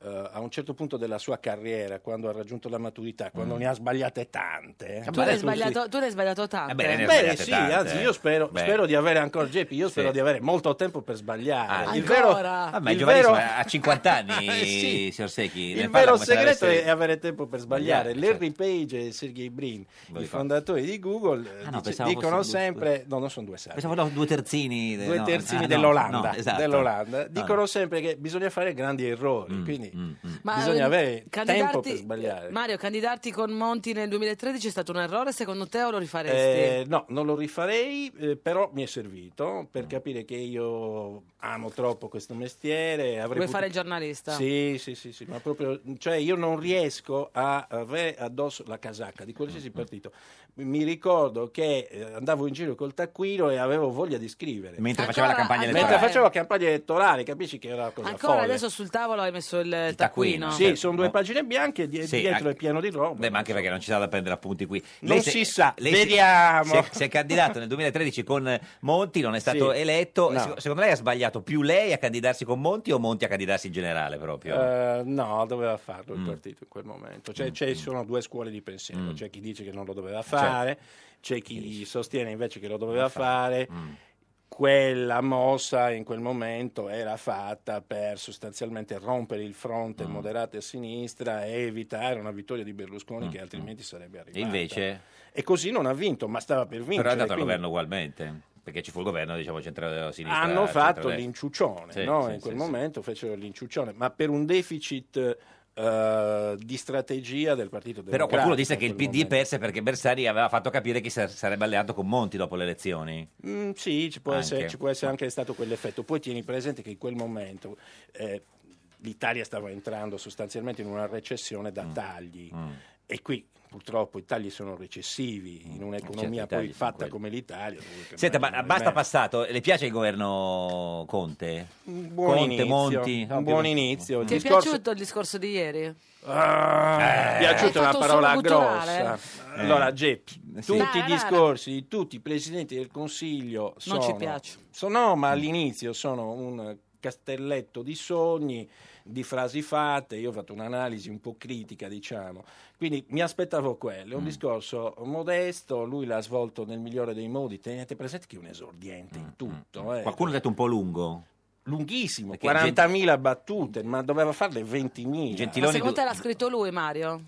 Speaker 10: eh, a un certo punto della sua carriera, quando ha raggiunto la maturità, quando
Speaker 1: Mm. Cioè,
Speaker 10: ne ha sbagliate
Speaker 2: Eh,
Speaker 10: tante. eh.
Speaker 1: Tu ne hai sbagliato, tu ne hai sbagliato eh. tanto.
Speaker 10: Bene, sì, anzi io spero,
Speaker 2: Beh.
Speaker 10: spero di avere ancora Geppi, io spero
Speaker 2: Sì.
Speaker 10: di avere molto tempo per sbagliare.
Speaker 1: Ah,
Speaker 10: il vero,
Speaker 1: ancora?
Speaker 2: Vabbè,
Speaker 10: il
Speaker 2: giovanissimo,
Speaker 10: vero- Eh,
Speaker 2: ha 50 anni,
Speaker 10: Sì.
Speaker 2: signor Secchi. ne
Speaker 10: il
Speaker 2: parla
Speaker 10: vero
Speaker 2: come se
Speaker 10: segreto
Speaker 2: l'avesse-
Speaker 10: è avere tempo per sbagliare.
Speaker 2: Sbagliare,
Speaker 10: Larry Page e Sergey Brin,
Speaker 2: Voi
Speaker 10: i
Speaker 2: fa-
Speaker 10: fondatori di Google, eh,
Speaker 2: Ah, no,
Speaker 10: dice-
Speaker 2: pensavo
Speaker 10: dicono
Speaker 2: fossero due-
Speaker 10: sempre: no, non sono due serbi.
Speaker 2: Pensavo no, due terzini. de-
Speaker 10: due
Speaker 2: no,
Speaker 10: terzini
Speaker 2: ah, no,
Speaker 10: dell'Olanda,
Speaker 2: no, esatto.
Speaker 10: dell'Olanda.
Speaker 2: No, Mm,
Speaker 10: dicono sempre che bisogna fare grandi errori, quindi
Speaker 1: Ma,
Speaker 10: bisogna
Speaker 1: ehm,
Speaker 10: avere tempo
Speaker 1: candidarti-
Speaker 10: per sbagliare.
Speaker 1: Mario, candidarti con Monti nel 2013 è stato un errore, secondo te o lo rifaresti?
Speaker 10: Eh, no, non lo rifarei, eh, però mi è servito
Speaker 1: Mm.
Speaker 10: per capire che io amo troppo questo mestiere.
Speaker 1: Vuoi
Speaker 10: avrei potuto-
Speaker 1: fare il giornalista?
Speaker 10: Sì, sì, sì, sì, ma proprio, cioè io non riesco a avere addosso la casacca di
Speaker 1: Mm-hmm.
Speaker 10: qualsiasi partito. Mi ricordo che eh, andavo in giro col taccuino e avevo voglia di scrivere.
Speaker 2: Mentre faceva la Ancora- campagna
Speaker 10: Mentre
Speaker 2: elettorale.
Speaker 10: facevo la campagna elettorale, capisci che era una cosa
Speaker 1: Ancora
Speaker 10: folle.
Speaker 1: adesso sul tavolo hai messo il, taccuino.
Speaker 10: Sì, sono due pagine bianche e die-
Speaker 2: Certo, Sì,
Speaker 10: dietro
Speaker 2: anche-
Speaker 10: è pieno di roba.
Speaker 2: Beh, ma anche perché non ci sarà da prendere appunti qui.
Speaker 10: Non
Speaker 2: Lei se-
Speaker 10: si sa,
Speaker 2: lei si-
Speaker 10: vediamo.
Speaker 2: Si è, si è candidato nel 2013 con eh, Monti, non è stato
Speaker 10: Sì.
Speaker 2: eletto.
Speaker 10: No.
Speaker 2: Se- Secondo lei ha sbagliato più lei a candidarsi con Monti o Monti a candidarsi in generale proprio?
Speaker 10: Eh, no, doveva farlo il
Speaker 2: Mm.
Speaker 10: partito in quel momento. Cioè, ci sono due scuole di pensiero:
Speaker 2: Mm. Certo.
Speaker 10: c'è chi dice che non lo doveva fare, c'è chi sostiene invece che lo doveva fare.
Speaker 2: Mm.
Speaker 10: Quella mossa in quel momento era fatta per sostanzialmente rompere il fronte
Speaker 2: Mm.
Speaker 10: moderato a sinistra e evitare una vittoria di
Speaker 2: Mm,
Speaker 10: Berlusconi che altrimenti sarebbe
Speaker 2: e
Speaker 10: arrivata.
Speaker 2: invece?
Speaker 10: E così non ha vinto, ma stava per vincere.
Speaker 2: Però è andato al
Speaker 10: quindi-
Speaker 2: governo ugualmente, perché ci fu il governo, diciamo, centro-sinistra.
Speaker 10: hanno fatto
Speaker 2: centrodestra.
Speaker 10: l'inciuccione
Speaker 2: Sì,
Speaker 10: no?
Speaker 2: sì,
Speaker 10: in
Speaker 2: sì,
Speaker 10: quel
Speaker 2: sì.
Speaker 10: momento fecero l'inciuccione ma per un deficit eh, di strategia del Partito Democratico
Speaker 2: Però qualcuno disse
Speaker 10: in
Speaker 2: che il PD
Speaker 10: quel momento.
Speaker 2: perse perché Bersani aveva fatto capire che si sarebbe alleato con Monti dopo le elezioni.
Speaker 10: Mm, sì, ci può,
Speaker 2: Anche.
Speaker 10: essere, ci può essere anche stato quell'effetto. Poi tieni presente che in quel momento eh, l'Italia stava entrando sostanzialmente in una recessione
Speaker 2: Mm.
Speaker 10: da tagli e qui purtroppo i tagli sono recessivi in un'economia
Speaker 2: Certo, i
Speaker 10: poi
Speaker 2: tagli sono
Speaker 10: fatta
Speaker 2: quelli.
Speaker 10: come l'Italia. dove-
Speaker 2: Senta, ma basta
Speaker 10: ormai-
Speaker 2: passato, le piace il governo Conte?
Speaker 10: Un buon
Speaker 2: Conte,
Speaker 10: inizio,
Speaker 2: Monti?
Speaker 10: un buon inizio.
Speaker 1: Ti è
Speaker 10: discorso-
Speaker 1: piaciuto il discorso di ieri?
Speaker 10: Ah,
Speaker 2: Eh.
Speaker 10: piaciuta
Speaker 1: Hai
Speaker 10: è una
Speaker 1: fatto un
Speaker 10: parola
Speaker 1: solo gutturale?
Speaker 10: grossa.
Speaker 2: Eh.
Speaker 10: Allora, Geppi,
Speaker 2: Sì.
Speaker 10: tutti
Speaker 2: Dai,
Speaker 10: i
Speaker 2: dai,
Speaker 10: discorsi di tutti i presidenti del Consiglio sono,
Speaker 1: Non ci piacciono.
Speaker 10: sono- no, ma all'inizio sono un castelletto di sogni, di frasi fatte. Io ho fatto un'analisi un po' critica, diciamo. Quindi mi aspettavo quello.
Speaker 1: Mm.
Speaker 10: È un discorso modesto. Lui l'ha svolto nel migliore dei modi. Tenete presente che è un esordiente
Speaker 1: Mm,
Speaker 10: in tutto. eh.
Speaker 2: Qualcuno ha detto un po' lungo.
Speaker 10: Lunghissimo,
Speaker 2: Perché
Speaker 10: 40.000 battute, ma doveva farle 20.000.
Speaker 1: Ma secondo te l'ha scritto lui, Mario?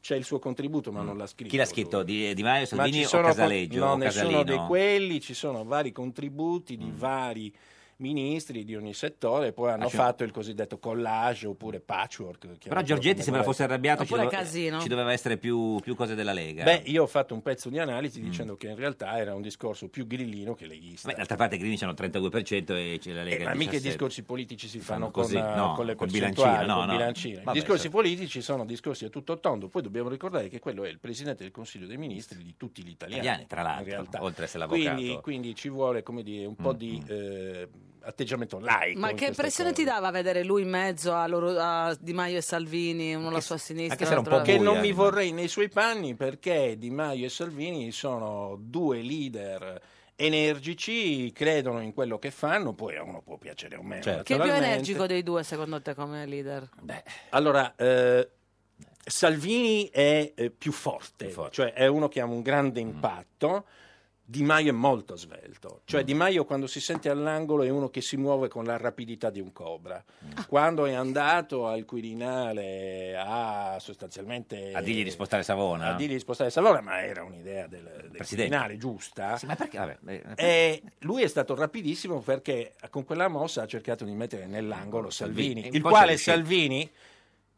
Speaker 10: c'è il suo contributo,
Speaker 1: Mm.
Speaker 10: ma non l'ha scritto.
Speaker 2: Chi l'ha scritto? Di, Di Maio,
Speaker 10: Ma ci
Speaker 2: Salvini o
Speaker 10: sono
Speaker 2: Casaleggio?
Speaker 10: no,
Speaker 2: o
Speaker 10: nessuno
Speaker 2: Casalino?
Speaker 10: di quelli, ci sono vari contributi di vari ministri di ogni settore, poi hanno
Speaker 2: Ah, c'è-
Speaker 10: fatto il cosiddetto collage oppure patchwork.
Speaker 2: Però Giorgetti sembra fosse arrabbiato, ci,
Speaker 10: Oppure
Speaker 2: dove-
Speaker 10: Casino.
Speaker 2: ci doveva essere più, più cose della Lega.
Speaker 10: Beh, io ho fatto un pezzo di
Speaker 2: Mm.
Speaker 10: analisi dicendo che in realtà era un discorso più grillino che leghista.
Speaker 2: Beh, d'altra parte Grini c'hanno il 32% e c'è la Lega
Speaker 10: Eh, ma
Speaker 2: il
Speaker 10: mica i
Speaker 2: 17.
Speaker 10: discorsi politici si fanno,
Speaker 2: fanno così,
Speaker 10: con, eh,
Speaker 2: no,
Speaker 10: con le
Speaker 2: col
Speaker 10: percentuali,
Speaker 2: bilancino, no,
Speaker 10: col
Speaker 2: no.
Speaker 10: bilancino.
Speaker 2: Vabbè,
Speaker 10: I discorsi
Speaker 2: certo.
Speaker 10: politici sono discorsi a tutto tondo, poi dobbiamo ricordare che quello è il Presidente del Consiglio dei Ministri di tutti gli italiani,
Speaker 2: Italiani, tra l'altro,
Speaker 10: in realtà.
Speaker 2: oltre a essere l'avvocato.
Speaker 10: Quindi, quindi ci vuole come dire, un po' di eh, atteggiamento laico.
Speaker 1: Ma
Speaker 10: in
Speaker 1: che
Speaker 10: queste
Speaker 1: impressione ti
Speaker 10: cose.
Speaker 1: dava vedere lui in mezzo a, loro- a Di Maio e Salvini, uno alla sua sinistra? l'altro alla
Speaker 10: che
Speaker 1: destra?
Speaker 10: non mi vorrei nei suoi panni perché Di Maio e Salvini sono due leader energici, credono in quello che fanno, poi a uno può piacere o meno. certo.
Speaker 1: Chi è più
Speaker 10: naturalmente.
Speaker 1: energico dei due, secondo te, come leader?
Speaker 10: Allora, eh, Salvini è eh, più, forte, cioè è uno che ha un grande
Speaker 2: Mm.
Speaker 10: impatto. Di Maio è molto svelto, cioè
Speaker 2: Mm.
Speaker 10: Di Maio quando si sente all'angolo è uno che si muove con la rapidità di un cobra.
Speaker 2: Mm.
Speaker 10: Quando è andato al Quirinale a sostanzialmente
Speaker 2: A dirgli di spostare
Speaker 10: eh,
Speaker 2: Savona?
Speaker 10: a dirgli di spostare Savona, ma era un'idea del, del
Speaker 2: Presidente.
Speaker 10: Quirinale giusta.
Speaker 2: Sì, ma perché? Vabbè, eh,
Speaker 10: E lui è stato rapidissimo perché con quella mossa ha cercato di mettere nell'angolo
Speaker 2: Salvini.
Speaker 10: Salvini,
Speaker 2: E
Speaker 10: il
Speaker 2: poi
Speaker 10: quale
Speaker 2: ci è riuscito.
Speaker 10: Salvini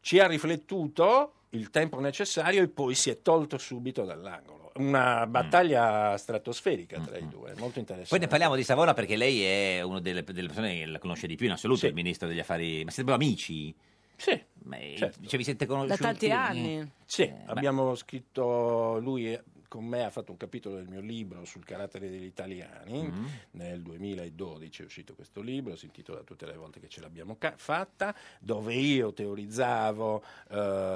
Speaker 10: ci ha riflettuto il tempo necessario e poi si è tolto subito dall'angolo. Una battaglia stratosferica tra i due, molto interessante.
Speaker 2: Poi ne parliamo di Savona perché lei è una delle, delle persone che la conosce di più in assoluto, il ministro degli affari... Ma siete proprio amici?
Speaker 10: Sì. certo.
Speaker 2: Ma, eh, cioè, vi siete conosciuti?
Speaker 1: Da tanti anni.
Speaker 10: Sì, abbiamo scritto lui con me ha fatto un capitolo del mio libro sul carattere degli italiani.
Speaker 15: Mm.
Speaker 10: Nel 2012 è uscito questo libro, si intitola Tutte le volte che ce l'abbiamo ca- fatta, dove io teorizzavo eh,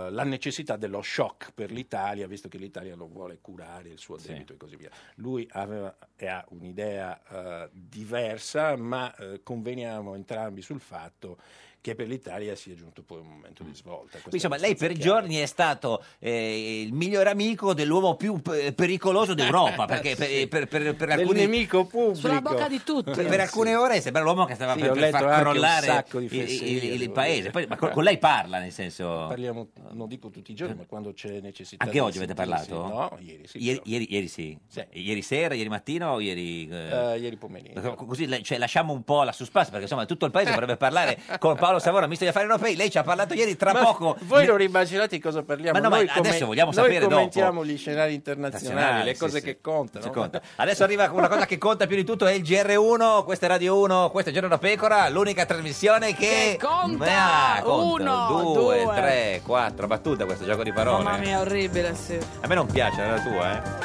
Speaker 10: la necessità dello shock per l'Italia, visto che l'Italia non vuole curare il suo debito e così via. Lui aveva e ha un'idea eh, diversa, ma eh, conveniamo entrambi sul fatto che per l'Italia sia giunto poi un momento di svolta. Questo
Speaker 2: Quindi, Insomma,
Speaker 10: è
Speaker 2: lei per
Speaker 10: abbastanza
Speaker 2: giorni è stato eh, il miglior amico dell'uomo più pe- pericoloso d'Europa, perché per, eh,
Speaker 10: Sì.
Speaker 2: per- per- per
Speaker 10: Del
Speaker 2: alcuni...
Speaker 10: nemico pubblico.
Speaker 1: Sulla bocca di tutti.
Speaker 2: Per, per alcune ore sembra l'uomo che stava
Speaker 10: Sì,
Speaker 2: per,
Speaker 10: ho
Speaker 2: per
Speaker 10: letto anche
Speaker 2: far
Speaker 10: un
Speaker 2: crollare
Speaker 10: sacco
Speaker 2: il,
Speaker 10: di fesserie,
Speaker 2: il- il
Speaker 10: devo
Speaker 2: paese.
Speaker 10: dire.
Speaker 2: Poi, ma con, con lei parla, nel senso...
Speaker 10: Parliamo, non dico tutti i giorni, ma quando c'è necessità.
Speaker 2: Eh. Anche
Speaker 10: di
Speaker 2: oggi avete
Speaker 10: sentirsi,
Speaker 2: parlato? Eh.
Speaker 10: No, ieri sì.
Speaker 2: Ieri,
Speaker 10: però.
Speaker 2: ieri- ieri sì.
Speaker 10: Sì.
Speaker 2: Ieri sera, ieri mattina o ieri... eh?
Speaker 10: Eh, ieri pomeriggio.
Speaker 2: Perché co- Così le- cioè, lasciamo un po' la suspense perché insomma tutto il paese dovrebbe parlare con Paolo Savona, ministro degli affari europei. Lei ci ha parlato ieri, tra
Speaker 10: Ma
Speaker 2: poco
Speaker 10: Voi non immaginate di cosa parliamo?
Speaker 2: Ma no, ma
Speaker 10: noi come-
Speaker 2: adesso vogliamo
Speaker 10: noi
Speaker 2: sapere dopo.
Speaker 10: commentiamo gli scenari internazionali,
Speaker 2: Nazionali,
Speaker 10: le
Speaker 2: sì,
Speaker 10: cose
Speaker 2: sì.
Speaker 10: che contano.
Speaker 2: Ci conta. Adesso arriva una cosa che conta più di tutto, è il GR1, questa è Radio 1, questa è Giorno da Pecora, l'unica trasmissione
Speaker 1: Che
Speaker 2: che...
Speaker 1: conta!
Speaker 2: Ah, conta!
Speaker 1: Uno,
Speaker 2: due,
Speaker 1: due.
Speaker 2: tre, quattro, battuta questo gioco di parole.
Speaker 1: Mamma mia, orribile, sì.
Speaker 2: A me non piace, è la tua,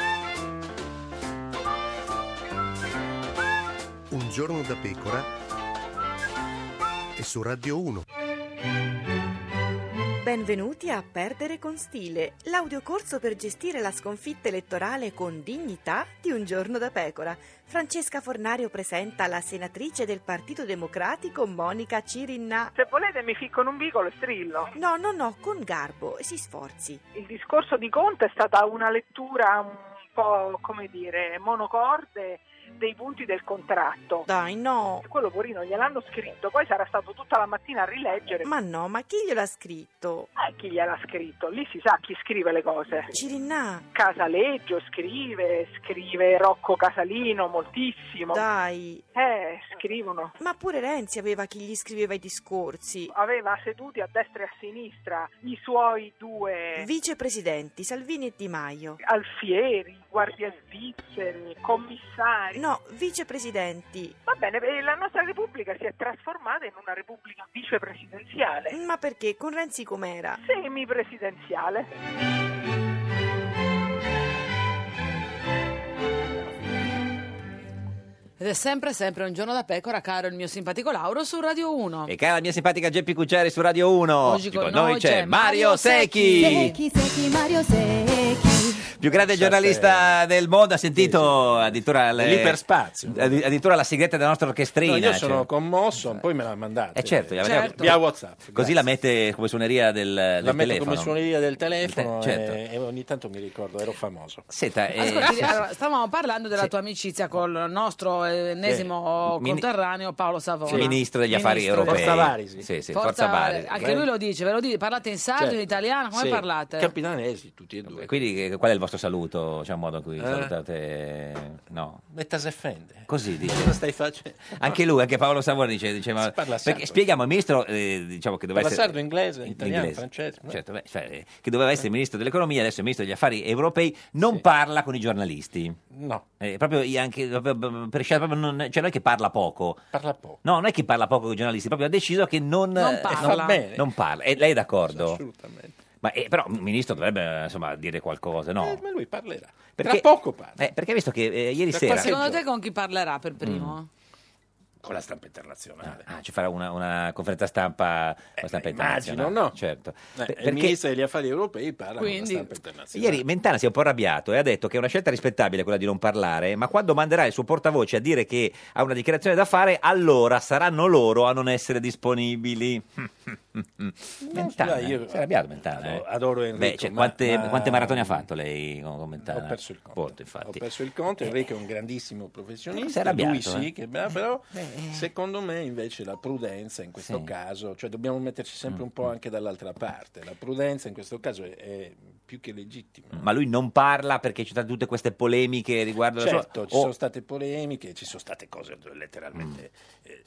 Speaker 2: eh.
Speaker 13: Un giorno da pecora e su Radio 1.
Speaker 14: Benvenuti a Perdere con Stile, l'audiocorso per gestire la sconfitta elettorale con dignità di un giorno da pecora. Francesca Fornario presenta la senatrice del Partito Democratico Monica Cirinna.
Speaker 16: Se volete mi ficco in un vico e strillo.
Speaker 14: No, no, no, con garbo e si sforzi.
Speaker 16: Il discorso di Conte è stata una lettura un po', come dire, monocorde dei punti del contratto.
Speaker 14: Dai, no.
Speaker 16: Quello Porino gliel'hanno scritto, poi sarà stato tutta la mattina a rileggere.
Speaker 14: Ma no, ma chi glielo ha scritto?
Speaker 16: Eh, chi gliel'ha scritto? Lì si sa chi scrive le cose.
Speaker 14: Cirinna,
Speaker 16: Casaleggio scrive, scrive Rocco Casalino moltissimo.
Speaker 14: dai.
Speaker 16: Eh, scrivono.
Speaker 14: Ma pure Renzi aveva chi gli scriveva i discorsi.
Speaker 16: Aveva seduti a destra e a sinistra i suoi due
Speaker 14: Vicepresidenti Salvini e Di Maio.
Speaker 16: alfieri, guardia svizzeri, commissari.
Speaker 14: No, vicepresidenti.
Speaker 16: Va bene, eh, la nostra Repubblica si è trasformata in una Repubblica vicepresidenziale,
Speaker 14: Ma perché con Renzi com'era?
Speaker 16: semipresidenziale.
Speaker 1: Ed è sempre, sempre un giorno da pecora, caro il mio simpatico Lauro su Radio 1.
Speaker 2: E cara la mia simpatica Geppi Cucciari su Radio 1.
Speaker 1: Oggi con noi c'è Mario
Speaker 2: Secchi.
Speaker 12: Secchi, secchi, Mario Secchi.
Speaker 2: Più grande giornalista del mondo, ha sentito addirittura le-
Speaker 10: Dell'iperspazio.
Speaker 2: addi- addirittura la sigletta della nostra orchestrina.
Speaker 10: No, io
Speaker 2: cioè.
Speaker 10: sono commosso, poi me l'ha mandata.
Speaker 2: Eh, certo, gli avete-
Speaker 10: via WhatsApp.
Speaker 2: Così la mette come suoneria del, del
Speaker 10: La metto
Speaker 2: telefono.
Speaker 10: come suoneria del telefono
Speaker 2: Il te- certo.
Speaker 10: e, e ogni tanto mi ricordo, ero famoso.
Speaker 2: Senta, eh,
Speaker 1: Ascolti,
Speaker 2: sì,
Speaker 1: allora, stavamo parlando della tua amicizia col nostro eh, ennesimo
Speaker 2: Sì. Mini-
Speaker 1: conterraneo Paolo Savona.
Speaker 2: sì, ministro degli affari
Speaker 1: Ministro
Speaker 2: europei.
Speaker 10: Forza Varisi.
Speaker 2: Sì, sì,
Speaker 1: Forza-
Speaker 2: Forza Varisi.
Speaker 1: Anche lui lo dice, ve lo dite, parlate in sardo,
Speaker 2: Certo.
Speaker 1: in italiano, come
Speaker 2: Sì.
Speaker 1: parlate?
Speaker 10: Campidanesi, tutti e due.
Speaker 2: Quindi eh, qual è il vostro saluto? C'è un modo in cui
Speaker 10: Eh?
Speaker 2: salutate... No.
Speaker 10: Metta se fende.
Speaker 2: Così
Speaker 10: Cosa
Speaker 2: dice.
Speaker 10: stai facendo?
Speaker 2: Anche lui, anche Paolo Savona dice... diceva-
Speaker 10: parla
Speaker 2: perché
Speaker 10: sardo.
Speaker 2: spieghiamo al ministro, eh, diciamo che doveva
Speaker 10: Parla eh? sardo,
Speaker 2: essere...
Speaker 10: inglese,
Speaker 2: in-
Speaker 10: italiano,
Speaker 2: inglese.
Speaker 10: francese. no?
Speaker 2: Certo, beh, cioè, che doveva
Speaker 10: Eh.
Speaker 2: essere ministro dell'economia, adesso è ministro degli affari europei, non parla con i giornalisti.
Speaker 10: No,
Speaker 2: Eh, proprio i- anche per scelta, proprio non, cioè non è che parla poco.
Speaker 10: parla poco.
Speaker 2: No, non è che parla poco con i giornalisti, proprio ha deciso che non,
Speaker 10: Non parla.
Speaker 2: eh,
Speaker 10: Fa bene.
Speaker 2: non parla. E lei è d'accordo?
Speaker 10: Assolutamente.
Speaker 2: Ma, eh, però il ministro dovrebbe insomma, dire qualcosa, no?
Speaker 10: Eh, ma lui parlerà.
Speaker 2: Perché-
Speaker 10: Tra poco parla.
Speaker 2: Eh, perché visto che eh, ieri
Speaker 10: Tra
Speaker 2: sera Mm.
Speaker 10: qualche
Speaker 1: Secondo te con chi parlerà per primo?
Speaker 10: Con la stampa internazionale.
Speaker 2: Ah, ci farà una, una conferenza stampa, con stampa internazionale.
Speaker 10: Eh, immagino, no?
Speaker 2: Certo.
Speaker 10: Eh,
Speaker 2: Per-
Speaker 10: Il
Speaker 2: perché
Speaker 10: ministro degli affari europei parla
Speaker 1: Quindi-
Speaker 10: con la stampa internazionale.
Speaker 2: ieri Mentana si è un po' arrabbiato e ha detto che è una scelta rispettabile quella di non parlare, ma quando manderà il suo portavoce a dire che ha una dichiarazione da fare, allora saranno loro a non essere disponibili. Mentana,
Speaker 10: scusa, io-
Speaker 2: si è arrabbiato Mentana.
Speaker 10: Adoro-
Speaker 2: eh?
Speaker 10: adoro Enrico,
Speaker 2: Beh, cioè,
Speaker 10: ma-
Speaker 2: quante,
Speaker 10: ma-
Speaker 2: quante maratone ha fatto lei con con Mentana?
Speaker 10: Ho perso il conto.
Speaker 2: Molto, infatti.
Speaker 10: Ho perso il conto, Enrico è un grandissimo
Speaker 2: Eh, si è
Speaker 10: professionista,
Speaker 2: arrabbiato,
Speaker 10: lui sì,
Speaker 2: eh.
Speaker 10: che bravo, però secondo me invece la prudenza in questo
Speaker 2: Sì. Mm,
Speaker 10: caso, cioè dobbiamo metterci sempre un po' anche dall'altra parte, la prudenza in questo caso è, è più che legittima.
Speaker 2: Ma lui non parla perché ci sono tutte queste polemiche riguardo la sua-
Speaker 10: Certo, ci
Speaker 2: o-
Speaker 10: sono state polemiche, ci sono state
Speaker 2: Mm.
Speaker 10: cose letteralmente eh,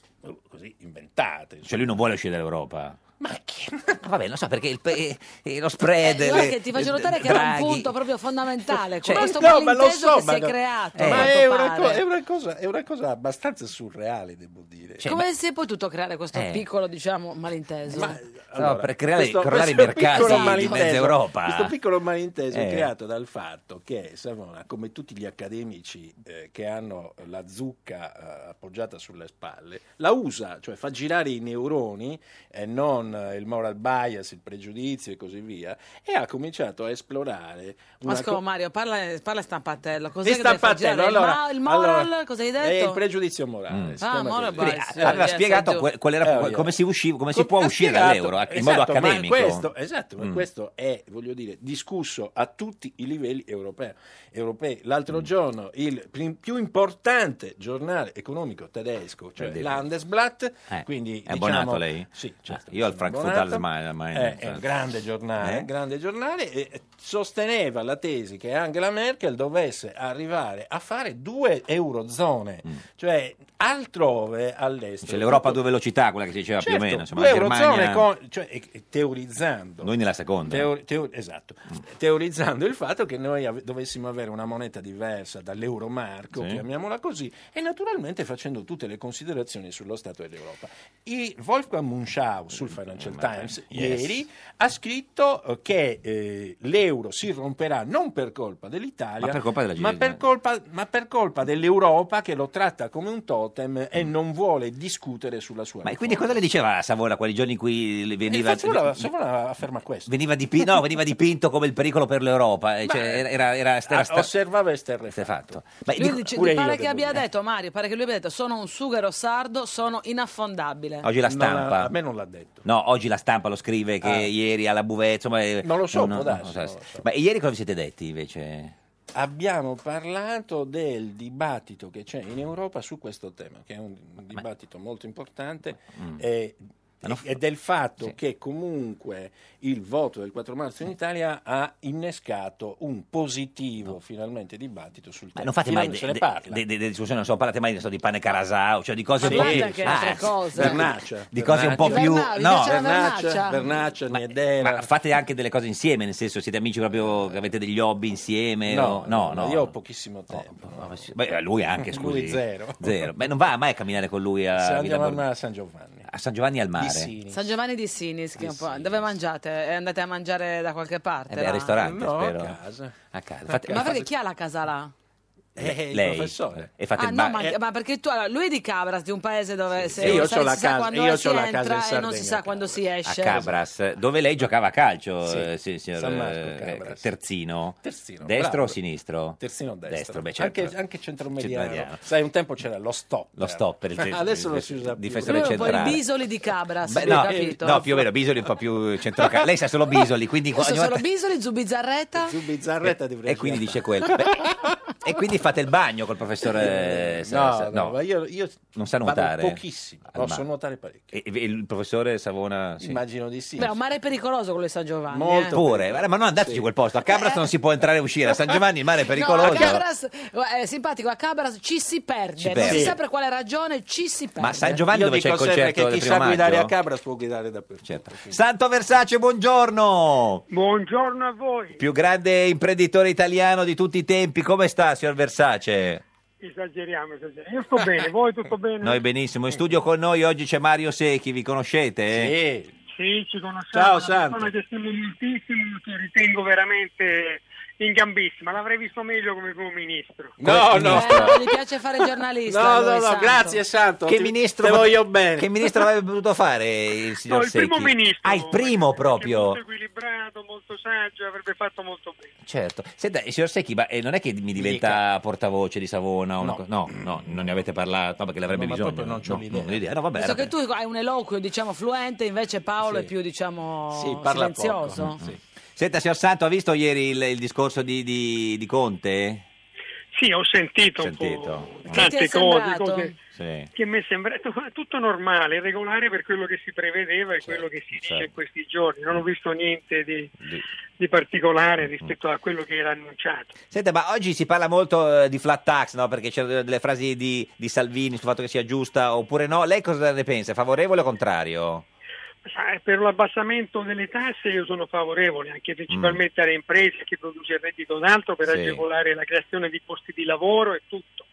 Speaker 10: così inventate.
Speaker 2: Cioè lui non vuole uscire dall'Europa.
Speaker 10: Ma
Speaker 2: vecchie. Vabbè, non so perché il pe- eh, eh, lo spread.
Speaker 1: Guarda
Speaker 2: le-
Speaker 1: che ti faccio
Speaker 2: eh,
Speaker 1: notare che era
Speaker 2: Draghi.
Speaker 1: un punto proprio fondamentale,
Speaker 2: Cioè- Eh,
Speaker 1: questo
Speaker 2: No, ma lo
Speaker 1: malinteso
Speaker 2: so,
Speaker 1: che si
Speaker 2: ma
Speaker 1: è
Speaker 2: no.
Speaker 1: creato. a
Speaker 10: Ma
Speaker 1: quanto
Speaker 10: è una,
Speaker 1: pare.
Speaker 10: co- è una cosa, è una cosa abbastanza surreale, devo dire.
Speaker 2: cioè,
Speaker 1: Come si è potuto creare questo
Speaker 10: Eh.
Speaker 1: piccolo, diciamo, malinteso?
Speaker 2: No, per creare- crollare i mercati
Speaker 10: piccolo
Speaker 2: di
Speaker 10: malinteso-
Speaker 2: mezza Europa.
Speaker 10: Questo piccolo malinteso
Speaker 2: Eh.
Speaker 10: è creato dal fatto che Savona, come tutti gli accademici eh, che hanno la zucca eh, appoggiata sulle spalle, la usa, cioè fa girare i neuroni e non eh, il moral bias, il pregiudizio e così via, e ha cominciato a esplorare
Speaker 1: Ma
Speaker 10: una
Speaker 1: scusa
Speaker 10: co-
Speaker 1: Mario, parla, parla stampatello. Cos'è
Speaker 10: Di
Speaker 1: che deve far girare?
Speaker 10: stampatello,
Speaker 1: Il
Speaker 10: allora-
Speaker 1: ma- il moral,
Speaker 10: allora,
Speaker 1: cosa hai
Speaker 2: eh,
Speaker 10: è il
Speaker 1: detto?
Speaker 10: pregiudizio morale. si
Speaker 1: Ah,
Speaker 10: chiama
Speaker 1: moral
Speaker 10: così.
Speaker 1: bias,
Speaker 2: Quindi, Mm. Eh, aveva spiegato que- qual era-
Speaker 10: Eh,
Speaker 2: come si, usciva, come si
Speaker 10: Co-
Speaker 2: può
Speaker 10: ha
Speaker 2: uscire
Speaker 10: spiegato,
Speaker 2: dall'euro a- in
Speaker 10: esatto,
Speaker 2: modo
Speaker 10: ma
Speaker 2: accademico.
Speaker 10: questo, esatto, ma
Speaker 2: Mm.
Speaker 10: questo è, voglio dire, discusso a tutti i livelli europeo- europei. L'altro
Speaker 2: Mm.
Speaker 10: giorno il pri- più importante giornale economico tedesco, cioè
Speaker 2: Vedi.
Speaker 10: l'Handelsblatt,
Speaker 2: Eh,
Speaker 10: quindi
Speaker 2: è
Speaker 10: diciamo-
Speaker 2: abbonato lei?
Speaker 10: Sì,
Speaker 2: Ah, io al cioè, Frankfurt
Speaker 10: abbonato.
Speaker 2: Allgemeine.
Speaker 10: Eh, è un grande giornale,
Speaker 2: Eh?
Speaker 10: un grande giornale e sosteneva la tesi che Angela Merkel dovesse arrivare a fare due eurozone, cioè altrove all'estero.
Speaker 2: Cioè, Mm. l'Europa a due velocità, quella che si diceva più o
Speaker 10: Certo,
Speaker 2: meno. Insomma,
Speaker 10: due
Speaker 2: la
Speaker 10: eurozone
Speaker 2: Germania,
Speaker 10: con- cioè, e- e teorizzando.
Speaker 2: noi nella seconda.
Speaker 10: Teo- teo- esatto,
Speaker 2: Mm.
Speaker 10: teorizzando il fatto che noi ave- dovessimo avere una moneta diversa dall'euromarco,
Speaker 2: Sì.
Speaker 10: chiamiamola così, e naturalmente facendo tutte le considerazioni sullo Stato dell'Europa. I Wolfgang Munchau sul Financial Times
Speaker 2: Eh, yes.
Speaker 10: ieri ha scritto eh, che eh, l'euro si romperà non per colpa dell'Italia,
Speaker 2: Ma per colpa della
Speaker 10: ma per colpa- ma per colpa dell'Europa che lo tratta come un totem e non vuole discutere sulla sua
Speaker 2: Mm. Ma e quindi cosa le diceva a Savola quei giorni in cui
Speaker 1: Eh,
Speaker 2: le veniva,
Speaker 10: il Fazzola- Fazzola afferma questo.
Speaker 2: veniva dipi- no, veniva dipinto come il pericolo per l'Europa? eh,
Speaker 10: Ma-
Speaker 2: Cioè, era, era, era, era
Speaker 10: Ah, osservava esterrefatto.
Speaker 2: Ma
Speaker 1: Lui
Speaker 2: dico-
Speaker 1: dice-
Speaker 2: pure io eh."
Speaker 1: pare che
Speaker 2: devo
Speaker 1: abbia
Speaker 2: dire.
Speaker 1: detto, Mario, pare che lui abbia detto sono un sughero sardo, sono inaffondabile.
Speaker 2: Oggi la stampa.
Speaker 10: a me non l'ha detto.
Speaker 2: No, oggi la stampa lo scrive che
Speaker 10: Ah.
Speaker 2: ieri alla Buvè, insomma... eh,
Speaker 10: Non lo so, può darsi,
Speaker 2: non so
Speaker 10: non
Speaker 2: se-
Speaker 10: lo
Speaker 2: Ma ieri cosa vi siete detti invece?
Speaker 10: Abbiamo parlato del dibattito che c'è in Europa su questo tema, che è un dibattito molto importante.
Speaker 2: Mm.
Speaker 10: E, e del fatto che comunque il voto del 4 marzo in Italia ha innescato un positivo finalmente dibattito sul tema.
Speaker 2: Ma non fate mai
Speaker 10: Finalmente
Speaker 2: de-
Speaker 10: se ne
Speaker 2: de-
Speaker 10: parla.
Speaker 2: de- de- de- discussioni, non so, parlate mai non so, di pane Carasau, cioè di cose
Speaker 10: Sì,
Speaker 2: un po'
Speaker 10: sì,
Speaker 2: più... Ah,
Speaker 10: anche altre cose. Vernaccia,
Speaker 2: Di cose un po'
Speaker 10: Vernaccia.
Speaker 2: più...
Speaker 10: Vernaccia,
Speaker 2: No,
Speaker 10: piaceva Vernaccia, Vernaccia? Vernaccia,
Speaker 2: ma, ma fate anche delle cose insieme, nel senso siete amici proprio, che avete degli hobby insieme? o- no, no.
Speaker 10: io ho pochissimo tempo.
Speaker 2: Beh, lui anche, scusi.
Speaker 10: Lui zero.
Speaker 2: Zero. Beh, non va mai a camminare con lui
Speaker 10: Se
Speaker 2: a, Villa
Speaker 10: andiamo
Speaker 2: Borg-
Speaker 10: a San Giovanni.
Speaker 2: a San Giovanni al mare.
Speaker 1: San Giovanni di Sinis, che è un po'- dove mangiate? Eh, Andate a mangiare da qualche parte?
Speaker 2: Eh beh,
Speaker 1: là?
Speaker 2: al ristorante,
Speaker 10: No, a
Speaker 2: spero.
Speaker 10: casa.
Speaker 2: A casa. Fate-
Speaker 1: Ma
Speaker 2: fate-
Speaker 1: perché chi ha la casa là?
Speaker 10: Eh, il
Speaker 2: lei.
Speaker 10: professore.
Speaker 2: E fate
Speaker 1: ah,
Speaker 2: il
Speaker 1: no,
Speaker 2: bar.
Speaker 1: ma, ma perché tu, allora, lui è di Cabras, di un paese dove se
Speaker 2: sì. Eh. Io
Speaker 1: sai-
Speaker 2: c'ho la
Speaker 1: si sa
Speaker 2: casa-
Speaker 1: quando
Speaker 2: io
Speaker 1: si
Speaker 2: c'ho la casa
Speaker 1: entra
Speaker 2: in
Speaker 1: e non si
Speaker 2: Sardegna,
Speaker 1: sa quando si
Speaker 2: a
Speaker 1: esce.
Speaker 2: Cabras, dove lei giocava a calcio,
Speaker 10: Sì.
Speaker 2: eh, sì, signor
Speaker 10: San Marco,
Speaker 2: eh,
Speaker 10: Cabras.
Speaker 2: Terzino.
Speaker 10: Terzino,
Speaker 2: Destro
Speaker 10: bravo.
Speaker 2: o sinistro?
Speaker 10: Terzino destro.
Speaker 2: beh, certo.
Speaker 10: anche, anche centromediano.
Speaker 2: Centromediano.
Speaker 10: Sai, un tempo c'era lo stop.
Speaker 2: Lo stopper, il te-
Speaker 10: Adesso non
Speaker 2: il-
Speaker 10: si usa più.
Speaker 2: difensore
Speaker 1: Lui è un po' il
Speaker 2: centrale.
Speaker 1: bisoli di Cabras,
Speaker 2: Beh,
Speaker 1: ho
Speaker 2: no,
Speaker 1: capito.
Speaker 2: no, più o meno, Bisoli è un po' più centrocampo. Lei sa solo Bisoli, quindi
Speaker 1: Io so
Speaker 2: ogni
Speaker 1: solo
Speaker 2: volta-
Speaker 1: bisoli, Zubizzarreta.
Speaker 10: Zubizzarreta
Speaker 2: E quindi dice quello. Beh, e quindi fate il bagno col professore eh,
Speaker 10: No,
Speaker 2: sa- sa-
Speaker 10: no, ma io, io
Speaker 2: non sa
Speaker 10: parlo
Speaker 2: nuotare.
Speaker 10: pochissimo.
Speaker 2: Al
Speaker 10: Posso
Speaker 2: mare.
Speaker 10: nuotare parecchio.
Speaker 2: E, e il professore Savona sì.
Speaker 10: Immagino di sì.
Speaker 1: Beh, è un mare pericoloso quello di San Giovanni. eh.
Speaker 2: pure, guarda, ma non andateci a quel posto. A Cabras non si può entrare e uscire. A San Giovanni il mare è pericoloso.
Speaker 1: No, a Cabras, eh, è simpatico, a Cabras ci si perde,
Speaker 2: Ci
Speaker 1: non
Speaker 2: perde.
Speaker 1: si sa per quale ragione ci si perde.
Speaker 2: San Giovanni
Speaker 10: Io
Speaker 2: dove c'è
Speaker 10: dico
Speaker 2: il concerto
Speaker 10: sempre che
Speaker 2: del
Speaker 10: chi
Speaker 2: primo
Speaker 10: sa guidare
Speaker 2: maggio?
Speaker 10: a Cabras può guidare dappertutto.
Speaker 2: Certo. Santo Versace, buongiorno.
Speaker 15: Buongiorno a voi,
Speaker 2: Più grande imprenditore italiano di tutti i tempi. Come sta, signor Versace?
Speaker 15: esageriamo, esageriamo. Io sto bene, voi tutto bene?
Speaker 2: Noi benissimo. In studio con noi oggi c'è Mario Secchi, vi conoscete?
Speaker 10: Sì.
Speaker 15: Sì, ci conosciamo.
Speaker 2: Ciao,
Speaker 15: è una
Speaker 2: Santo.
Speaker 15: persona che stimo moltissimo, che ritengo veramente in gambissima. L'avrei visto meglio come primo ministro.
Speaker 10: No, no.
Speaker 1: Eh, gli piace fare il giornalista. a
Speaker 10: No,
Speaker 1: lui,
Speaker 10: no, no,
Speaker 1: Santo.
Speaker 10: grazie Santo.
Speaker 2: Che
Speaker 10: ti-
Speaker 2: ministro,
Speaker 10: te
Speaker 2: pot-
Speaker 10: voglio bene.
Speaker 2: che ministro avrebbe potuto fare il signor
Speaker 15: No, il primo
Speaker 2: Secchi?
Speaker 15: ministro.
Speaker 2: Ah, il primo proprio.
Speaker 15: Equilibrato, molto saggio, avrebbe fatto molto bene.
Speaker 2: Certo. Senta, signor Secchi, ma eh, non è che mi diventa portavoce di Savona? o una co- No. no, non ne avete parlato, no, perché l'avrebbe
Speaker 10: No, ma
Speaker 2: bisogno.
Speaker 10: proprio non c'ho
Speaker 2: No,
Speaker 10: l'idea.
Speaker 2: non ho No, vabbè,
Speaker 1: Penso
Speaker 2: era
Speaker 1: che tu hai un eloquio, diciamo, fluente, invece Paolo è più, diciamo,
Speaker 2: Sì, parla poco.
Speaker 1: silenzioso.
Speaker 2: Senta, signor Santo, ha visto ieri il, il discorso di, di- di Conte?
Speaker 15: Sì, ho sentito,
Speaker 2: Sentito.
Speaker 15: un po' tante cose, cose
Speaker 2: Sì.
Speaker 15: che mi è sembrato tutto normale, regolare per quello che si prevedeva e quello che si dice
Speaker 10: Certo.
Speaker 15: in questi giorni. Non ho visto niente di, di particolare rispetto a quello che era annunciato.
Speaker 2: Senta, ma oggi si parla molto eh, di flat tax, no? Perché c'erano delle frasi di, di Salvini sul fatto che sia giusta oppure no. Lei cosa ne pensa? Favorevole o contrario?
Speaker 15: Sai, Cioè, Per l'abbassamento delle tasse io sono favorevole, anche principalmente alle imprese che produce il reddito d'altro per
Speaker 2: Mm. Sì.
Speaker 15: agevolare la creazione di posti di lavoro e tutto.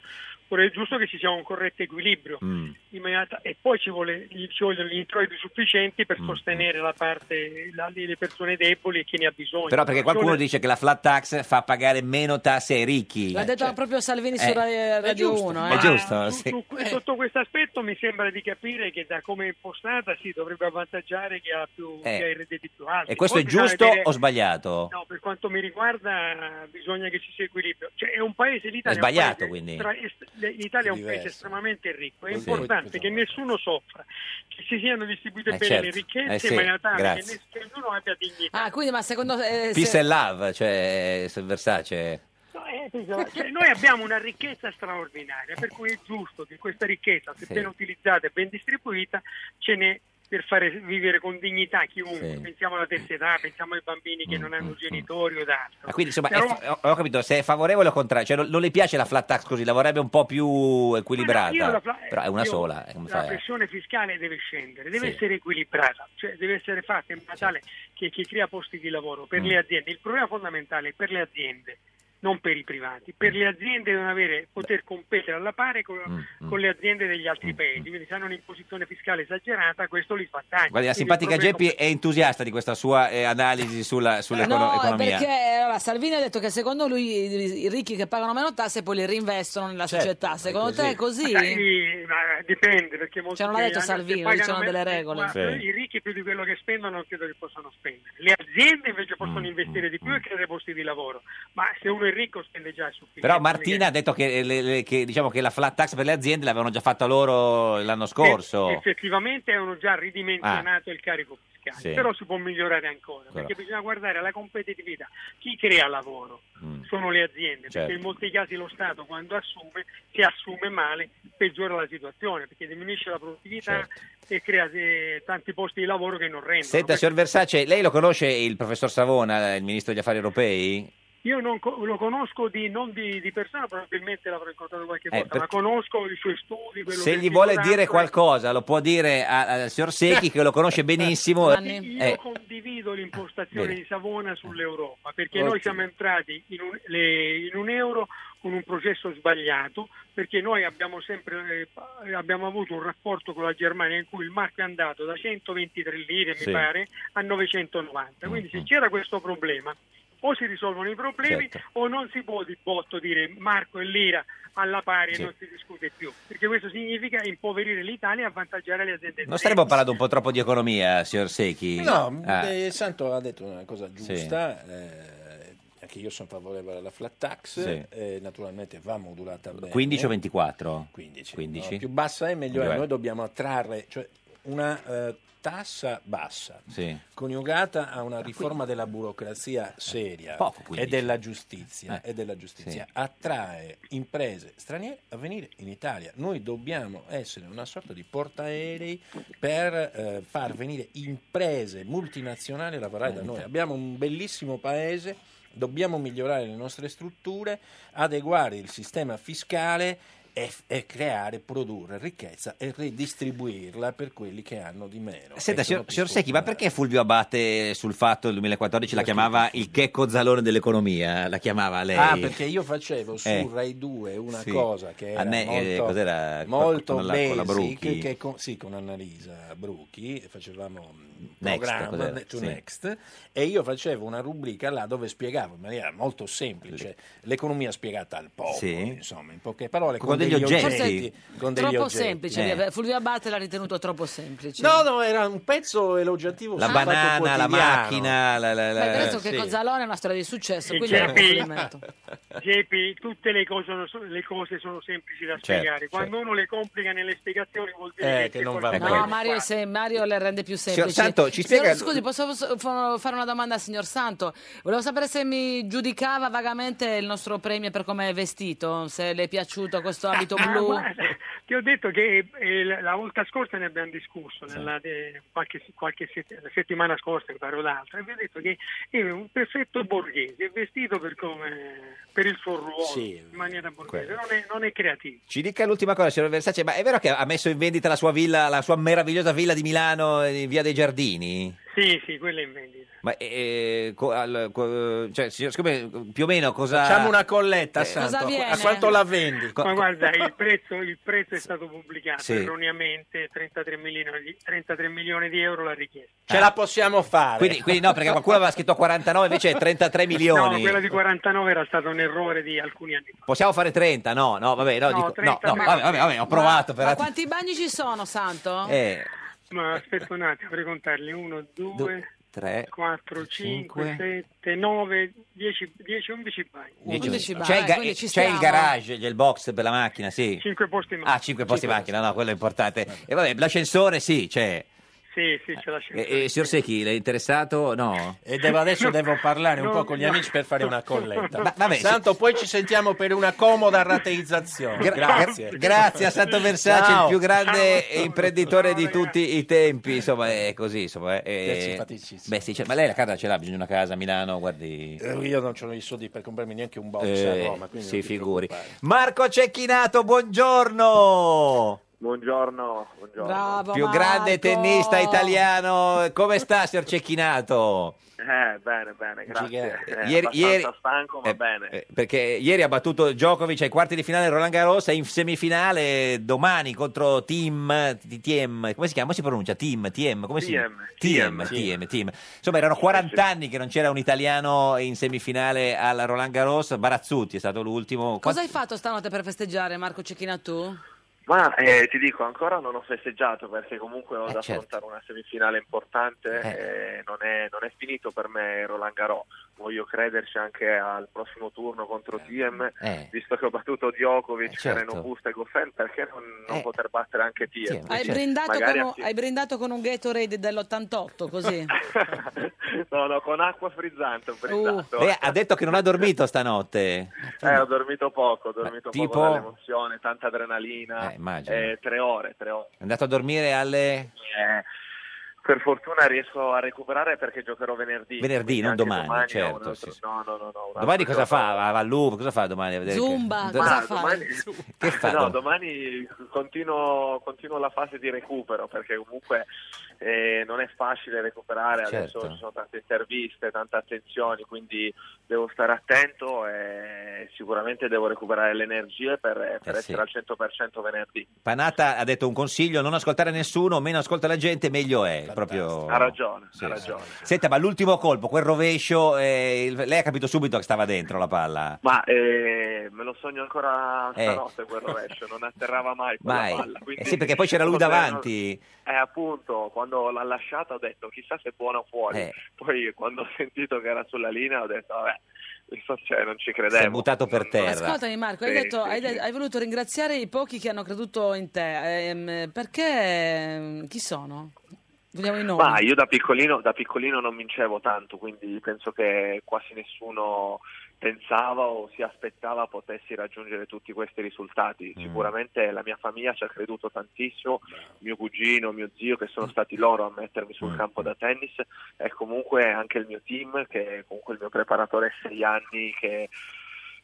Speaker 15: Ora è giusto che ci sia un corretto equilibrio
Speaker 2: Mm.
Speaker 15: in maniera- e poi ci, vuole- ci vogliono gli introiti sufficienti per
Speaker 2: Mm.
Speaker 15: sostenere la parte la- le persone deboli e chi ne ha bisogno.
Speaker 2: Però perché qualcuno dice che la flat tax fa pagare meno tasse ai ricchi.
Speaker 1: L'ha detto proprio Salvini
Speaker 2: Eh,
Speaker 1: su Ra- Radio 1.
Speaker 2: È giusto? sì.
Speaker 15: Su- Sotto questo aspetto mi sembra di capire che da come è impostata si dovrebbe avvantaggiare chi ha, più,
Speaker 2: Eh.
Speaker 15: chi ha i redditi più alti.
Speaker 2: E questo è
Speaker 15: Poi bisogna
Speaker 2: giusto
Speaker 15: vedere-
Speaker 2: o sbagliato?
Speaker 15: No, per quanto mi riguarda bisogna che ci sia equilibrio. Cioè, è un paese, l'Italia
Speaker 2: È sbagliato,
Speaker 15: un paese
Speaker 2: quindi.
Speaker 15: tra- est- le- l'Italia è un
Speaker 2: Diverso.
Speaker 15: paese estremamente ricco, è
Speaker 2: Sì. esatto.
Speaker 15: importante che nessuno soffra, che si siano distribuite
Speaker 2: Eh,
Speaker 15: bene le
Speaker 2: certo.
Speaker 15: ricchezze
Speaker 2: Eh, sì,
Speaker 15: in maniera tale
Speaker 2: grazie.
Speaker 15: che ness- che ognuno abbia dignità.
Speaker 1: Ah, quindi ma secondo eh,
Speaker 2: Peace
Speaker 1: se-
Speaker 2: and love, cioè se Versace.
Speaker 15: No, eh, bisogna- cioè, noi abbiamo una ricchezza straordinaria, per cui è giusto che questa ricchezza, se
Speaker 2: Sì.
Speaker 15: ben utilizzata e ben distribuita, ce n'è per fare vivere con dignità chiunque.
Speaker 2: Sì. Mm,
Speaker 15: Pensiamo alla terza età, pensiamo ai bambini che non hanno genitori o d'altro.
Speaker 2: Ma Ah, quindi insomma, è
Speaker 15: Però-
Speaker 2: fa- ho ho capito, se è favorevole o contrario, cioè non, non le piace la flat tax così, la vorrebbe un po' più equilibrata,
Speaker 15: Io la fla-
Speaker 2: però è una
Speaker 15: io-
Speaker 2: sola, eh, come
Speaker 15: La
Speaker 2: fai? a-
Speaker 15: pressione fiscale deve scendere, deve
Speaker 2: Sì.
Speaker 15: essere equilibrata, cioè deve essere fatta in modo tale che, che crea posti di lavoro per
Speaker 2: Mm.
Speaker 15: le aziende. Il problema fondamentale è per le aziende, non per i privati.
Speaker 2: Mm.
Speaker 15: Per le aziende devono avere, poter competere alla pari con,
Speaker 2: Mm,
Speaker 15: con le aziende degli altri paesi, quindi se hanno un'imposizione fiscale esagerata questo li svantaggia.
Speaker 2: Guardi, la
Speaker 15: Quindi il
Speaker 2: simpatica
Speaker 15: problema-
Speaker 2: Geppi è entusiasta di questa sua eh, analisi sulla,
Speaker 1: No,
Speaker 2: sull'economia.
Speaker 1: perché allora, Salvini ha detto che secondo lui i, i ricchi che pagano meno tasse poi li rinvestono nella
Speaker 15: Certo,
Speaker 1: società. Secondo te è così?
Speaker 15: Ma dai, Eh, ma dipende perché molti
Speaker 1: Cioè, non l'ha detto
Speaker 15: anche se
Speaker 1: Salvino,
Speaker 15: pagano
Speaker 1: ci sono
Speaker 15: meno-
Speaker 1: diciamo, delle regole.
Speaker 15: guarda,
Speaker 1: Sì.
Speaker 15: I ricchi più di quello che spendono non credo che possano spendere. Le aziende invece
Speaker 1: Mm,
Speaker 15: possono investire di più e creare posti di lavoro, ma se uno è ricco spende già a sufficienza.
Speaker 2: Però Martina ha detto che, le- le- che, diciamo che la flat tax per le aziende l'avevano già fatta loro l'anno
Speaker 15: Perché
Speaker 2: scorso.
Speaker 15: Eh, Effettivamente hanno già ridimensionato il carico fiscale,
Speaker 2: Ah. Sì.
Speaker 15: però si può migliorare ancora,
Speaker 2: Ancora.
Speaker 15: perché bisogna guardare alla competitività. Chi crea lavoro?
Speaker 2: Mm.
Speaker 15: Sono le aziende,
Speaker 2: Certo.
Speaker 15: perché in molti casi lo Stato quando assume, se assume male, peggiora la situazione, perché diminuisce la produttività e crea eh, tanti posti di lavoro che non rendono.
Speaker 2: Certo. Senta, signor Versace, lei lo conosce il professor Savona, il ministro degli affari europei?
Speaker 15: Io non co- lo conosco di, non di, di persona, probabilmente l'avrò incontrato qualche
Speaker 2: Eh,
Speaker 15: volta,
Speaker 2: per-
Speaker 15: ma conosco i suoi studi. quello
Speaker 2: Se
Speaker 15: che
Speaker 2: gli
Speaker 15: dico
Speaker 2: vuole
Speaker 15: tanto,
Speaker 2: dire
Speaker 15: e-
Speaker 2: qualcosa, lo può dire a- al signor Secchi, che lo conosce benissimo.
Speaker 15: Io
Speaker 2: Eh,
Speaker 15: condivido l'impostazione
Speaker 2: Bene.
Speaker 15: di Savona sull'Europa perché
Speaker 2: Ok.
Speaker 15: noi siamo entrati in un, le- in un euro con un processo sbagliato perché noi abbiamo sempre eh, pa- abbiamo avuto un rapporto con la Germania in cui il marco è andato da 123 lire
Speaker 2: Sì. Mm-hmm.
Speaker 15: mi pare a 990 quindi se c'era questo problema o si risolvono i problemi
Speaker 2: Certo.
Speaker 15: o non si può di botto dire Marco e Lira alla pari
Speaker 2: Sì.
Speaker 15: e non si discute più perché questo significa impoverire l'Italia e avvantaggiare le aziende
Speaker 2: non staremmo parlando un po' troppo di economia, signor Secchi?
Speaker 10: No,
Speaker 2: Ah,
Speaker 10: eh, Santo ha detto una cosa giusta. eh, anche io sono favorevole alla flat tax,
Speaker 2: Sì.
Speaker 10: eh, naturalmente va modulata bene.
Speaker 2: 15 o 24?
Speaker 10: 15.
Speaker 2: 15?
Speaker 10: eh, No, più bassa è meglio è.
Speaker 2: Meglio è.
Speaker 10: Noi dobbiamo attrarre cioè, una eh, tassa bassa
Speaker 2: Sì.
Speaker 10: coniugata a una riforma della burocrazia seria
Speaker 2: Ah, Poco,
Speaker 10: e
Speaker 2: 15.
Speaker 10: della giustizia,
Speaker 2: Eh.
Speaker 10: e della giustizia.
Speaker 2: Sì.
Speaker 10: attrae imprese straniere a venire in Italia. Noi dobbiamo essere una sorta di portaerei per eh, far venire imprese multinazionali a lavorare da noi. Abbiamo un bellissimo paese, dobbiamo migliorare le nostre strutture, adeguare il sistema fiscale e, e creare, produrre ricchezza e redistribuirla per quelli che hanno di meno.
Speaker 2: Senta,
Speaker 10: E sono
Speaker 2: signor,
Speaker 10: più
Speaker 2: signor Secchi, ma perché Fulvio Abate sul fatto del 2014 la chiamava il checco zalone dell'economia? La chiamava lei?
Speaker 10: Ah, perché io facevo su
Speaker 2: Eh.
Speaker 10: Rai 2 una
Speaker 2: Sì.
Speaker 10: cosa che era
Speaker 2: A me, eh,
Speaker 10: molto,
Speaker 2: cos'era?
Speaker 10: molto
Speaker 2: Con la- con la
Speaker 10: basic,
Speaker 2: Brucchi?
Speaker 10: che con, sì, con Annalisa Brucchi, facevamo un
Speaker 2: Next,
Speaker 10: programma
Speaker 2: cos'era?
Speaker 10: to
Speaker 2: Sì.
Speaker 10: Next, e io facevo una rubrica là dove spiegavo in maniera molto semplice l'economia spiegata al popolo,
Speaker 2: Sì.
Speaker 10: insomma, in poche parole,
Speaker 2: Con
Speaker 10: con,
Speaker 2: degli oggetti.
Speaker 10: con degli
Speaker 1: troppo
Speaker 10: oggetti.
Speaker 1: semplice. eh, Fulvio Abate l'ha ritenuto troppo semplice.
Speaker 10: No, no, era un pezzo elogiativo
Speaker 2: La
Speaker 10: sul Fatto
Speaker 2: banana, la
Speaker 10: Quotidiano.
Speaker 2: macchina, la, la- la-
Speaker 1: Beh, adesso che
Speaker 2: sì.
Speaker 1: Cozzalone è una storia di successo,
Speaker 15: Sì,
Speaker 1: quindi è un
Speaker 15: certo.
Speaker 1: complimento.
Speaker 15: JP, tutte le cose, sono, le cose sono semplici da spiegare.
Speaker 2: certo.
Speaker 15: Quando uno le complica nelle spiegazioni vuol dire
Speaker 2: Eh, che non
Speaker 15: qualcosa
Speaker 2: va
Speaker 15: non
Speaker 1: No, Mario, se- Mario le rende più semplici.
Speaker 2: Santo, ci
Speaker 1: Signor-
Speaker 2: spiega-
Speaker 1: Scusi, posso posso fa- fare una domanda al signor Santo? Volevo sapere se mi giudicava vagamente il nostro premio per come è vestito, se le è piaciuto questo abito
Speaker 15: Ah,
Speaker 1: blu.
Speaker 15: guarda, Ti ho detto che eh, la la volta scorsa ne abbiamo discusso, nella, eh, qualche, qualche sett- la settimana scorsa, mi pare o l'altra, e vi ho detto che è un perfetto borghese, è vestito per, come- per il suo ruolo,
Speaker 2: Sì,
Speaker 15: in maniera borghese,
Speaker 2: quello.
Speaker 15: non è, non è creativo.
Speaker 2: Ci dica l'ultima cosa, signor Versace, ma è vero che ha messo in vendita la sua villa, la sua meravigliosa villa di Milano, eh, in Via dei Giardini?
Speaker 15: Sì, sì, quello è in vendita.
Speaker 2: Ma eh, co- al- co- cioè, signor, siccome, più o meno cosa...
Speaker 10: Facciamo una colletta,
Speaker 2: Eh,
Speaker 10: Santo. A quanto la vendi?
Speaker 15: Ma guarda, il prezzo, il prezzo è stato pubblicato
Speaker 10: Sì.
Speaker 15: erroneamente, 33 milioni, di- 33 milioni di euro la richiesta.
Speaker 10: Ce la possiamo fare.
Speaker 2: Quindi, quindi no, perché qualcuno aveva scritto 49, invece è 33
Speaker 15: No,
Speaker 2: milioni.
Speaker 15: quella di 49 era stato un errore di alcuni anni fa.
Speaker 2: Possiamo fare 30? No, no, vabbè, no,
Speaker 15: No,
Speaker 2: dico, no,
Speaker 15: 33.
Speaker 2: no, vabbè, vabbè, vabbè, ho provato per...
Speaker 1: Ma quanti bagni ci sono, Santo?
Speaker 2: Eh,
Speaker 15: Ma aspetta un attimo, vorrei contarli. 1, 2,
Speaker 2: 3,
Speaker 15: 4, 5, 7, 9, 10, 10 11 bagni.
Speaker 2: 10, c'è, il, ga- c'è il garage, c'è il box per la macchina, sì.
Speaker 15: 5 posti in
Speaker 2: Ah, 5 posti macchina, no, quello è importante. E vabbè, l'ascensore sì, c'è.
Speaker 15: Sì, sì, ce la scelta.
Speaker 2: E, e signor Secchi, l'è interessato? No.
Speaker 10: E devo- adesso devo parlare un po' con gli amici per fare una colletta. Santo, poi ci sentiamo per una comoda rateizzazione.
Speaker 2: Gra-
Speaker 10: grazie.
Speaker 2: gra- grazie a Santo Versace,
Speaker 10: Ciao.
Speaker 2: il più grande imprenditore di tutti i tempi. Insomma, è così. Insomma,
Speaker 10: È
Speaker 2: è,
Speaker 10: simpaticissimo.
Speaker 2: beh, sì, cioè, ma lei la casa ce l'ha, bisogna una casa a Milano, guardi.
Speaker 10: Eh, Io non ho i soldi per comprarmi neanche un box
Speaker 2: Eh,
Speaker 10: a Roma. quindi
Speaker 2: si
Speaker 10: non ti
Speaker 2: figuri.
Speaker 10: preoccupare.
Speaker 2: Marco Cecchinato, buongiorno.
Speaker 17: Buongiorno, buongiorno.
Speaker 1: Bravo,
Speaker 2: più grande tennista italiano. Come sta, signor Cecchinato?
Speaker 17: Eh, bene, bene, grazie.
Speaker 2: Gigante.
Speaker 17: Eh,
Speaker 2: Ieri-
Speaker 17: abbastanza
Speaker 2: ieri-
Speaker 17: stanco, ma
Speaker 2: eh,
Speaker 17: bene.
Speaker 2: eh, perché ieri ha battuto Djokovic ai quarti di finale in Roland Garros e in semifinale domani contro Team TM, come si chiama? Come si pronuncia? Team TM, come si
Speaker 17: TM.
Speaker 2: TM, TM, TM. Insomma, erano 40 anni che non c'era un italiano in semifinale al Roland Garros, Barazzutti è stato l'ultimo.
Speaker 1: Cosa hai fatto stanotte per festeggiare, Marco Cecchina, tu?
Speaker 17: Ma eh, ti dico, ancora non ho festeggiato perché comunque ho da
Speaker 2: certo.
Speaker 17: affrontare una semifinale importante
Speaker 2: Eh.
Speaker 17: e non è, non è finito per me il Roland Garros. Voglio crederci anche al prossimo turno contro TM,
Speaker 2: Eh.
Speaker 17: visto che ho battuto Djokovic,
Speaker 2: certo. Eh.
Speaker 17: Sereno Busta e Goffin, perché non, non poter battere anche TM?
Speaker 1: Hai,
Speaker 2: certo.
Speaker 1: brindato
Speaker 17: Cioè, Magari
Speaker 1: con,
Speaker 17: a-
Speaker 1: un- hai brindato con un Gatorade dell'88, così?
Speaker 17: No, no, con acqua frizzante ho
Speaker 1: Uh.
Speaker 17: brindato.
Speaker 2: Lei ha detto che non ha dormito stanotte.
Speaker 17: Eh, ho dormito poco, ho dormito
Speaker 2: tipo?
Speaker 17: poco dall'emozione, tanta adrenalina.
Speaker 2: Eh, immagino.
Speaker 17: Eh, tre ore, tre ore.
Speaker 2: È andato a dormire alle
Speaker 17: Eh, per fortuna riesco a recuperare perché giocherò venerdì. Quindi
Speaker 2: venerdì, non
Speaker 17: anche
Speaker 2: domani,
Speaker 17: ho un
Speaker 2: certo.
Speaker 17: altro-
Speaker 2: sì, sì.
Speaker 17: No, no, no, no, un
Speaker 2: Domani
Speaker 17: altro
Speaker 2: cosa
Speaker 17: gioco.
Speaker 2: fa? Va- Va al Louvre, cosa fa domani? A vedere che-
Speaker 1: Zumba,
Speaker 2: Do-
Speaker 1: cosa
Speaker 17: Ma
Speaker 1: fai?
Speaker 17: domani-
Speaker 2: Che fa?
Speaker 17: No,
Speaker 2: dom-
Speaker 17: domani continuo, continuo la fase di recupero perché comunque eh, non è facile recuperare,
Speaker 2: Certo.
Speaker 17: adesso ci sono tante interviste, tante attenzioni, quindi devo stare attento e sicuramente devo recuperare le energie per, per
Speaker 2: Eh sì.
Speaker 17: essere al 100% venerdì.
Speaker 2: Panata ha detto un consiglio, non ascoltare nessuno, meno ascolta la gente, meglio è. Proprio...
Speaker 17: Ha ragione,
Speaker 2: Oh, Sì,
Speaker 17: ha
Speaker 2: sì.
Speaker 17: ragione.
Speaker 2: Senta, ma l'ultimo colpo, quel rovescio, eh, il- lei ha capito subito che stava dentro la palla.
Speaker 17: Ma eh, me lo sogno ancora
Speaker 2: Eh.
Speaker 17: stanotte quel rovescio, non atterrava mai quella
Speaker 2: Mai.
Speaker 17: palla. quindi-
Speaker 2: Eh sì, perché poi c'era lui
Speaker 17: Vabbè,
Speaker 2: davanti.
Speaker 17: Eh, appunto, quando l'ha lasciata ho detto chissà se è buona o fuori.
Speaker 2: Eh.
Speaker 17: Poi quando ho sentito che era sulla linea ho detto vabbè, questo c'è, non ci
Speaker 2: Si è
Speaker 17: credevo.
Speaker 2: buttato per terra.
Speaker 1: Ascoltami Marco, hai,
Speaker 17: Sì,
Speaker 1: detto-
Speaker 17: sì,
Speaker 1: hai,
Speaker 17: sì.
Speaker 1: de- hai voluto ringraziare i pochi che hanno creduto in te, ehm, perché ehm, chi sono? Vogliamo i nomi?
Speaker 17: Ma io da piccolino, da piccolino non vincevo tanto, quindi penso che quasi nessuno pensava o si aspettava potessi raggiungere tutti questi risultati. Sicuramente la mia famiglia ci ha creduto tantissimo, mio cugino, mio zio, che sono stati loro a mettermi sul campo da tennis e comunque anche il mio team, che è comunque il mio preparatore a sei anni che-